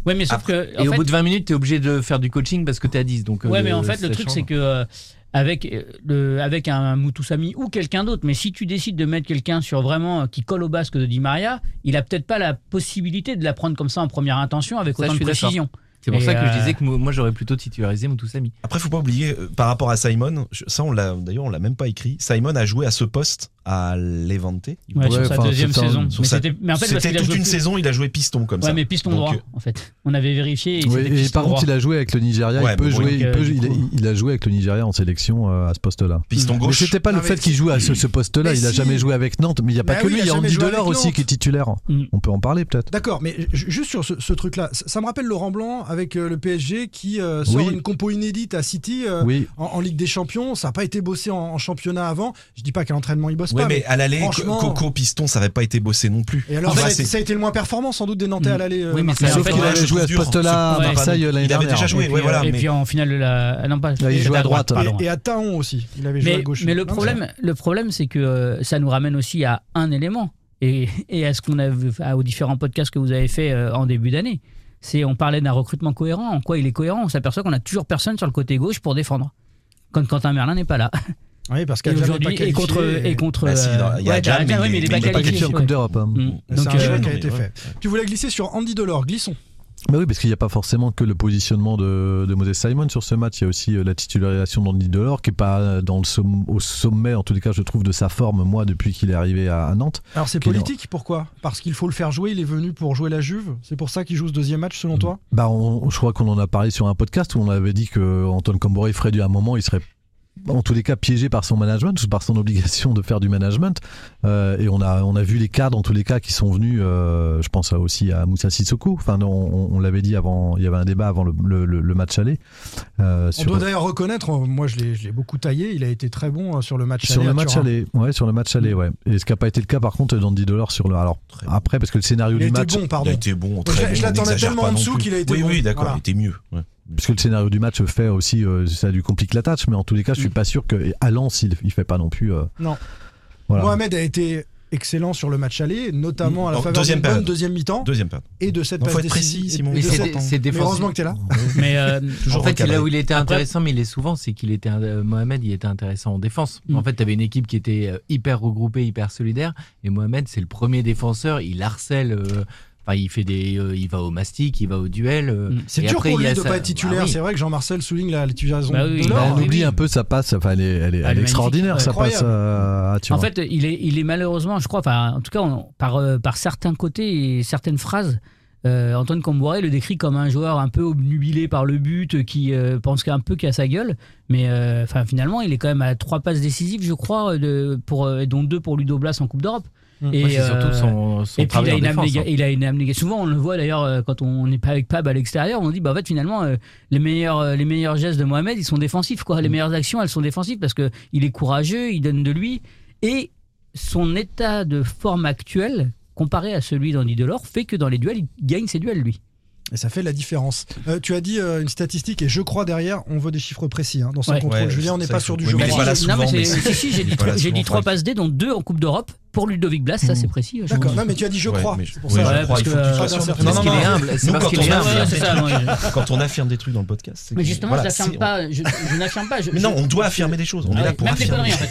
[SPEAKER 7] Ouais, mais sauf
[SPEAKER 9] Après-
[SPEAKER 7] que.
[SPEAKER 8] Et
[SPEAKER 7] en
[SPEAKER 8] au
[SPEAKER 7] fait-
[SPEAKER 8] bout de 20 minutes, t'es obligé de faire du coaching parce que t'es à 10. Donc,
[SPEAKER 7] Ouais,
[SPEAKER 8] euh,
[SPEAKER 7] mais en fait,
[SPEAKER 8] ça
[SPEAKER 7] le truc,
[SPEAKER 8] change.
[SPEAKER 7] c'est que euh, avec, euh, le, avec un Moutoussamy ou quelqu'un d'autre, mais si tu décides de mettre quelqu'un sur vraiment euh, qui colle au basque de Di Maria, il a peut-être pas la possibilité de la prendre comme ça en première intention avec
[SPEAKER 8] Ça,
[SPEAKER 7] autant
[SPEAKER 8] je
[SPEAKER 7] de
[SPEAKER 8] suis d'accord.
[SPEAKER 7] précision.
[SPEAKER 8] C'est pour
[SPEAKER 7] Et,
[SPEAKER 8] ça que je
[SPEAKER 7] euh,
[SPEAKER 8] disais que mo- moi j'aurais plutôt titularisé Moutoussamy.
[SPEAKER 9] Après, faut pas oublier, euh, par rapport à Simon, je- ça, on l'a, d'ailleurs, on l'a même pas écrit. Simon a joué à ce poste à Levante. il me
[SPEAKER 7] Ouais,
[SPEAKER 9] semble.
[SPEAKER 7] sur sa
[SPEAKER 9] enfin,
[SPEAKER 7] deuxième
[SPEAKER 9] c'est un-
[SPEAKER 7] saison.
[SPEAKER 9] sur
[SPEAKER 7] Mais
[SPEAKER 9] sa-
[SPEAKER 7] c'était- mais en fait, parce
[SPEAKER 9] c'était
[SPEAKER 7] qu'il a
[SPEAKER 9] toute
[SPEAKER 7] joué
[SPEAKER 9] une
[SPEAKER 7] plus-
[SPEAKER 9] saison, il a joué piston comme
[SPEAKER 7] ouais,
[SPEAKER 9] ça.
[SPEAKER 7] mais piston
[SPEAKER 9] Donc,
[SPEAKER 7] droit,
[SPEAKER 9] euh,
[SPEAKER 7] en fait. On avait vérifié. et
[SPEAKER 12] Oui,
[SPEAKER 7] c'était
[SPEAKER 12] et
[SPEAKER 7] piston
[SPEAKER 12] par contre,
[SPEAKER 7] droit.
[SPEAKER 12] il a joué avec le Nigeria.
[SPEAKER 9] Ouais,
[SPEAKER 12] il, peut
[SPEAKER 9] mais bon,
[SPEAKER 12] jouer,
[SPEAKER 9] donc,
[SPEAKER 12] il, peut-
[SPEAKER 7] euh, du
[SPEAKER 12] il a,
[SPEAKER 7] coup-
[SPEAKER 12] il a joué avec le Nigeria en sélection euh, à ce poste-là.
[SPEAKER 9] piston gauche.
[SPEAKER 12] Mais c'était pas
[SPEAKER 6] Non,
[SPEAKER 12] le
[SPEAKER 6] Ah, mais
[SPEAKER 12] fait qu'il joue à ce, ce poste-là.
[SPEAKER 6] Mais
[SPEAKER 12] Il a
[SPEAKER 6] si.
[SPEAKER 12] jamais joué avec Nantes, mais il n'y a pas
[SPEAKER 6] Bah
[SPEAKER 12] que
[SPEAKER 6] oui,
[SPEAKER 12] lui.
[SPEAKER 6] il a
[SPEAKER 12] Il y a
[SPEAKER 6] jamais
[SPEAKER 12] Andy
[SPEAKER 6] joué
[SPEAKER 12] Delors
[SPEAKER 6] avec
[SPEAKER 12] aussi
[SPEAKER 6] Nantes.
[SPEAKER 12] qui est titulaire.
[SPEAKER 7] Mm.
[SPEAKER 12] On peut en parler peut-être.
[SPEAKER 6] D'accord, mais ju- juste sur ce, ce truc-là, ça, ça me rappelle Laurent Blanc avec euh, le PSG qui euh, sort
[SPEAKER 12] Oui.
[SPEAKER 6] une compo inédite à City euh,
[SPEAKER 12] Oui.
[SPEAKER 6] en, en Ligue des Champions. Ça n'a pas été bossé en, en championnat avant. Je dis pas qu'à l'entraînement il bosse
[SPEAKER 9] Ouais,
[SPEAKER 6] pas.
[SPEAKER 9] mais, à l'aller,
[SPEAKER 6] franchement-
[SPEAKER 9] Co- Coco Piston, ça n'avait pas été bossé non plus.
[SPEAKER 6] Et alors
[SPEAKER 9] Enfin,
[SPEAKER 6] ça, a
[SPEAKER 9] c'est- Mm.
[SPEAKER 6] été- ça a été le moins performant sans doute des Nantais à l'aller. euh,
[SPEAKER 7] Oui, mais
[SPEAKER 6] Marseille.
[SPEAKER 7] c'est- en
[SPEAKER 12] Sauf
[SPEAKER 7] fait,
[SPEAKER 12] qu'il
[SPEAKER 7] ouais,
[SPEAKER 12] avait
[SPEAKER 9] je
[SPEAKER 12] joué à
[SPEAKER 9] trouve
[SPEAKER 12] ce
[SPEAKER 9] dur.
[SPEAKER 12] poste-là à
[SPEAKER 8] hein.
[SPEAKER 7] Ouais. euh,
[SPEAKER 12] Marseille l'année
[SPEAKER 9] Il
[SPEAKER 12] dernière.
[SPEAKER 9] avait déjà joué,
[SPEAKER 7] Et
[SPEAKER 9] ouais,
[SPEAKER 7] puis, euh,
[SPEAKER 9] voilà.
[SPEAKER 6] euh,
[SPEAKER 7] et
[SPEAKER 9] mais-
[SPEAKER 7] puis en finale de la. ah non, pas.
[SPEAKER 12] il
[SPEAKER 7] c'était
[SPEAKER 12] jouait à droite,
[SPEAKER 6] Et-
[SPEAKER 7] pardon.
[SPEAKER 6] Et, à Taon aussi, il avait joué à
[SPEAKER 7] Mais,
[SPEAKER 6] gauche.
[SPEAKER 7] mais le
[SPEAKER 6] Non,
[SPEAKER 7] problème, le problème, c'est que euh, ça nous ramène aussi à un élément et, et à ce qu'on a vu- à- aux différents podcasts que vous avez fait euh, en début d'année. C'est on parlait d'un recrutement cohérent. En quoi il est cohérent On s'aperçoit qu'on a toujours personne sur le côté gauche pour défendre. Quand Quentin Merlin n'est pas là.
[SPEAKER 6] Oui, parce
[SPEAKER 7] Et
[SPEAKER 6] qu'elle
[SPEAKER 7] aujourd'hui, et contre, et contre.
[SPEAKER 9] Bah si,
[SPEAKER 7] euh,
[SPEAKER 9] il y a
[SPEAKER 7] ouais,
[SPEAKER 9] Jam,
[SPEAKER 7] Jam,
[SPEAKER 9] mais
[SPEAKER 7] ouais, mais il est
[SPEAKER 9] il est
[SPEAKER 7] pas
[SPEAKER 9] pas
[SPEAKER 7] qualifié.
[SPEAKER 9] qualifié
[SPEAKER 12] en Coupe d'Europe. hein.
[SPEAKER 7] ouais. Mm.
[SPEAKER 6] C'est
[SPEAKER 7] Donc,
[SPEAKER 6] un choix
[SPEAKER 7] euh,
[SPEAKER 6] qui a
[SPEAKER 9] mais
[SPEAKER 6] été
[SPEAKER 9] ouais.
[SPEAKER 6] fait. Tu voulais glisser sur Andy Delors, glissons.
[SPEAKER 12] Bah oui, parce qu'il n'y a pas forcément que le positionnement de, de Moses Simon sur ce match. Il y a aussi euh, la titularisation d'Andy Delors, qui n'est pas euh, dans le somm- au sommet, en tous les cas, je trouve, de sa forme, moi, depuis qu'il est arrivé à, à Nantes.
[SPEAKER 6] Alors c'est
[SPEAKER 12] Quel-
[SPEAKER 6] politique, pourquoi Parce qu'il faut le faire jouer, il est venu pour jouer la Juve. C'est pour ça qu'il joue ce deuxième match,
[SPEAKER 7] Mm.
[SPEAKER 6] selon toi
[SPEAKER 12] Bah, on- je crois qu'on en a parlé sur un podcast où on avait dit que Antoine Camboré ferait du à un moment, il serait en tous les cas piégé par son management ou par son obligation de faire du management. Euh, et on a, on a vu les cadres en tous les cas qui sont venus, euh, je pense aussi à Moussa Sissoko. Enfin, on, on- on l'avait dit avant, il y avait un débat avant le, le- le- le match aller. euh,
[SPEAKER 6] On doit d'ailleurs reconnaître, euh, moi je l'ai je l'ai beaucoup taillé, il a été très bon euh, sur le match
[SPEAKER 12] Sur
[SPEAKER 6] aller
[SPEAKER 12] le
[SPEAKER 6] à
[SPEAKER 12] match
[SPEAKER 6] Turin.
[SPEAKER 12] aller, ouais, sur le match aller, ouais. Et ce qui n'a pas été le cas par contre d'Andy Delors sur le. Alors
[SPEAKER 9] Très bon.
[SPEAKER 12] après, parce que le scénario
[SPEAKER 6] Il a
[SPEAKER 12] du
[SPEAKER 6] été
[SPEAKER 12] match,
[SPEAKER 6] bon,
[SPEAKER 9] Il a
[SPEAKER 6] pardon.
[SPEAKER 9] été bon,
[SPEAKER 6] je-
[SPEAKER 9] très
[SPEAKER 6] je
[SPEAKER 9] bon.
[SPEAKER 6] l'attendais
[SPEAKER 9] n'exagère
[SPEAKER 6] tellement
[SPEAKER 9] pas
[SPEAKER 6] en
[SPEAKER 9] non
[SPEAKER 6] dessous
[SPEAKER 9] plus.
[SPEAKER 6] qu'il a été
[SPEAKER 9] Oui,
[SPEAKER 6] bon,
[SPEAKER 9] oui, d'accord,
[SPEAKER 6] voilà.
[SPEAKER 9] il était mieux. ouais.
[SPEAKER 12] parce que le scénario du match fait aussi, euh, ça lui complique la tâche. Mais en tous les cas, je suis
[SPEAKER 6] Mm.
[SPEAKER 12] pas sûr que et à Lens il, il fait pas non plus. euh,
[SPEAKER 6] Non.
[SPEAKER 12] Voilà.
[SPEAKER 6] Mohamed a été excellent sur le match aller, notamment à la
[SPEAKER 9] En
[SPEAKER 6] faveur
[SPEAKER 9] Mm. deuxième
[SPEAKER 6] d'une bonne
[SPEAKER 9] période.
[SPEAKER 6] deuxième mi-temps
[SPEAKER 9] Deuxième période.
[SPEAKER 6] et de cette
[SPEAKER 9] Non, faut
[SPEAKER 6] passe
[SPEAKER 9] être précis,
[SPEAKER 6] décisive.
[SPEAKER 9] Simon.
[SPEAKER 6] et
[SPEAKER 8] Mais
[SPEAKER 6] de
[SPEAKER 8] c'est
[SPEAKER 6] cette-
[SPEAKER 8] dé- c'est
[SPEAKER 6] Mais heureusement
[SPEAKER 8] défensif.
[SPEAKER 6] que t'es là.
[SPEAKER 7] Mais euh,
[SPEAKER 9] Toujours
[SPEAKER 8] en fait,
[SPEAKER 9] recadré.
[SPEAKER 8] là où il était
[SPEAKER 7] Après-
[SPEAKER 8] intéressant, mais il est souvent, c'est qu'il était euh, Mohamed, il était intéressant en défense.
[SPEAKER 7] Mm.
[SPEAKER 8] En fait, tu avais une équipe qui était euh, hyper regroupée, hyper solidaire, et Mohamed, c'est le premier défenseur. Il harcèle, euh, enfin, il fait des, euh, il va au mastic, il va au duel. euh,
[SPEAKER 7] Mm.
[SPEAKER 6] C'est
[SPEAKER 8] et
[SPEAKER 6] dur
[SPEAKER 8] après,
[SPEAKER 6] pour
[SPEAKER 8] il y
[SPEAKER 6] lui
[SPEAKER 8] a
[SPEAKER 6] de
[SPEAKER 8] sa-
[SPEAKER 6] pas être titulaire.
[SPEAKER 8] Bah oui.
[SPEAKER 6] C'est vrai que Jean-Marcel souligne la titularisation
[SPEAKER 7] Bah oui,
[SPEAKER 6] de
[SPEAKER 7] bah
[SPEAKER 12] Bah,
[SPEAKER 6] Delors.
[SPEAKER 12] on
[SPEAKER 7] oui,
[SPEAKER 12] oublie
[SPEAKER 7] oui.
[SPEAKER 12] un peu sa passe, enfin elle est, elle est,
[SPEAKER 7] Ah, elle
[SPEAKER 12] elle
[SPEAKER 7] est
[SPEAKER 12] est extraordinaire, sa
[SPEAKER 6] magnifique.
[SPEAKER 12] passe euh, à Turin.
[SPEAKER 7] En fait, il est, il est malheureusement, je crois, enfin, en tout cas, on- par, euh, par certains côtés et certaines phrases, euh, Antoine Camboire le décrit comme un joueur un peu obnubilé par le but, euh, qui euh, pense qu'un peu qu'à sa gueule. Mais euh, enfin, finalement, il est quand même à trois passes décisives, je crois, euh, de, pour, euh, dont deux pour Ludo Blas en Coupe d'Europe.
[SPEAKER 6] Mm.
[SPEAKER 8] Mmh. Ouais, c'est surtout
[SPEAKER 7] euh,
[SPEAKER 8] son, son
[SPEAKER 7] et puis il
[SPEAKER 8] travail
[SPEAKER 7] a,
[SPEAKER 8] en
[SPEAKER 7] une
[SPEAKER 8] défense.
[SPEAKER 7] abnéga-
[SPEAKER 8] hein.
[SPEAKER 7] il a une abnégation. Souvent, on le voit d'ailleurs euh, quand on n'est pas avec Pab à l'extérieur, on dit bah en fait finalement euh, les meilleurs euh, les meilleurs gestes de Mohamed ils sont défensifs quoi.
[SPEAKER 6] Mm.
[SPEAKER 7] Les meilleures actions elles sont défensives parce que il est courageux, il donne de lui et son état de forme actuel comparé à celui d'Andy Delors fait que dans les duels il gagne ses duels lui.
[SPEAKER 6] Et ça fait la différence. Euh, tu as dit euh, une statistique et je crois derrière, on veut des chiffres précis. hein, dans son
[SPEAKER 7] Ouais.
[SPEAKER 6] contrôle,
[SPEAKER 9] Ouais,
[SPEAKER 6] Julien, on n'est
[SPEAKER 9] ça,
[SPEAKER 6] pas
[SPEAKER 9] il faut-
[SPEAKER 6] sur du
[SPEAKER 9] oui,
[SPEAKER 6] jeu.
[SPEAKER 9] mais il est pas là
[SPEAKER 7] non
[SPEAKER 9] souvent,
[SPEAKER 7] mais c'est- si,
[SPEAKER 9] mais-
[SPEAKER 7] si, j'ai
[SPEAKER 9] Il
[SPEAKER 7] dit
[SPEAKER 9] est pas là
[SPEAKER 7] trois- j'ai
[SPEAKER 9] souvent,
[SPEAKER 7] dit trois
[SPEAKER 9] Franck.
[SPEAKER 7] passes D dont deux en Coupe d'Europe pour Ludovic Blas, ça c'est précis. je
[SPEAKER 6] D'accord.
[SPEAKER 7] pense.
[SPEAKER 6] Non, mais tu as dit je
[SPEAKER 9] Ouais,
[SPEAKER 6] crois.
[SPEAKER 9] mais je-
[SPEAKER 6] C'est pour ça,
[SPEAKER 9] ouais, je
[SPEAKER 6] ouais,
[SPEAKER 9] crois,
[SPEAKER 6] parce
[SPEAKER 9] il faut
[SPEAKER 6] que,
[SPEAKER 9] que tu
[SPEAKER 6] euh,
[SPEAKER 9] sois
[SPEAKER 6] pas
[SPEAKER 9] sûr.
[SPEAKER 6] d'incertitude.
[SPEAKER 9] Non, non,
[SPEAKER 8] Parce qu'il est
[SPEAKER 9] non.
[SPEAKER 8] humble, c'est
[SPEAKER 9] Nous,
[SPEAKER 8] parce
[SPEAKER 9] quand
[SPEAKER 8] qu'il
[SPEAKER 9] on
[SPEAKER 8] est
[SPEAKER 9] a-
[SPEAKER 8] humble.
[SPEAKER 7] Ouais, c'est ça, moi, je-
[SPEAKER 9] Quand on affirme des trucs dans le podcast, c'est
[SPEAKER 7] Mais
[SPEAKER 9] que-
[SPEAKER 7] justement,
[SPEAKER 9] voilà,
[SPEAKER 7] je
[SPEAKER 9] c'est-
[SPEAKER 7] n'affirme
[SPEAKER 9] on-
[SPEAKER 7] pas. Je, je n'affirme pas. je-
[SPEAKER 9] Mais
[SPEAKER 7] je-
[SPEAKER 9] non, on doit affirmer des choses. On
[SPEAKER 7] Ah
[SPEAKER 9] est
[SPEAKER 7] ouais,
[SPEAKER 9] là pour
[SPEAKER 7] même des
[SPEAKER 9] affirmer.
[SPEAKER 7] conneries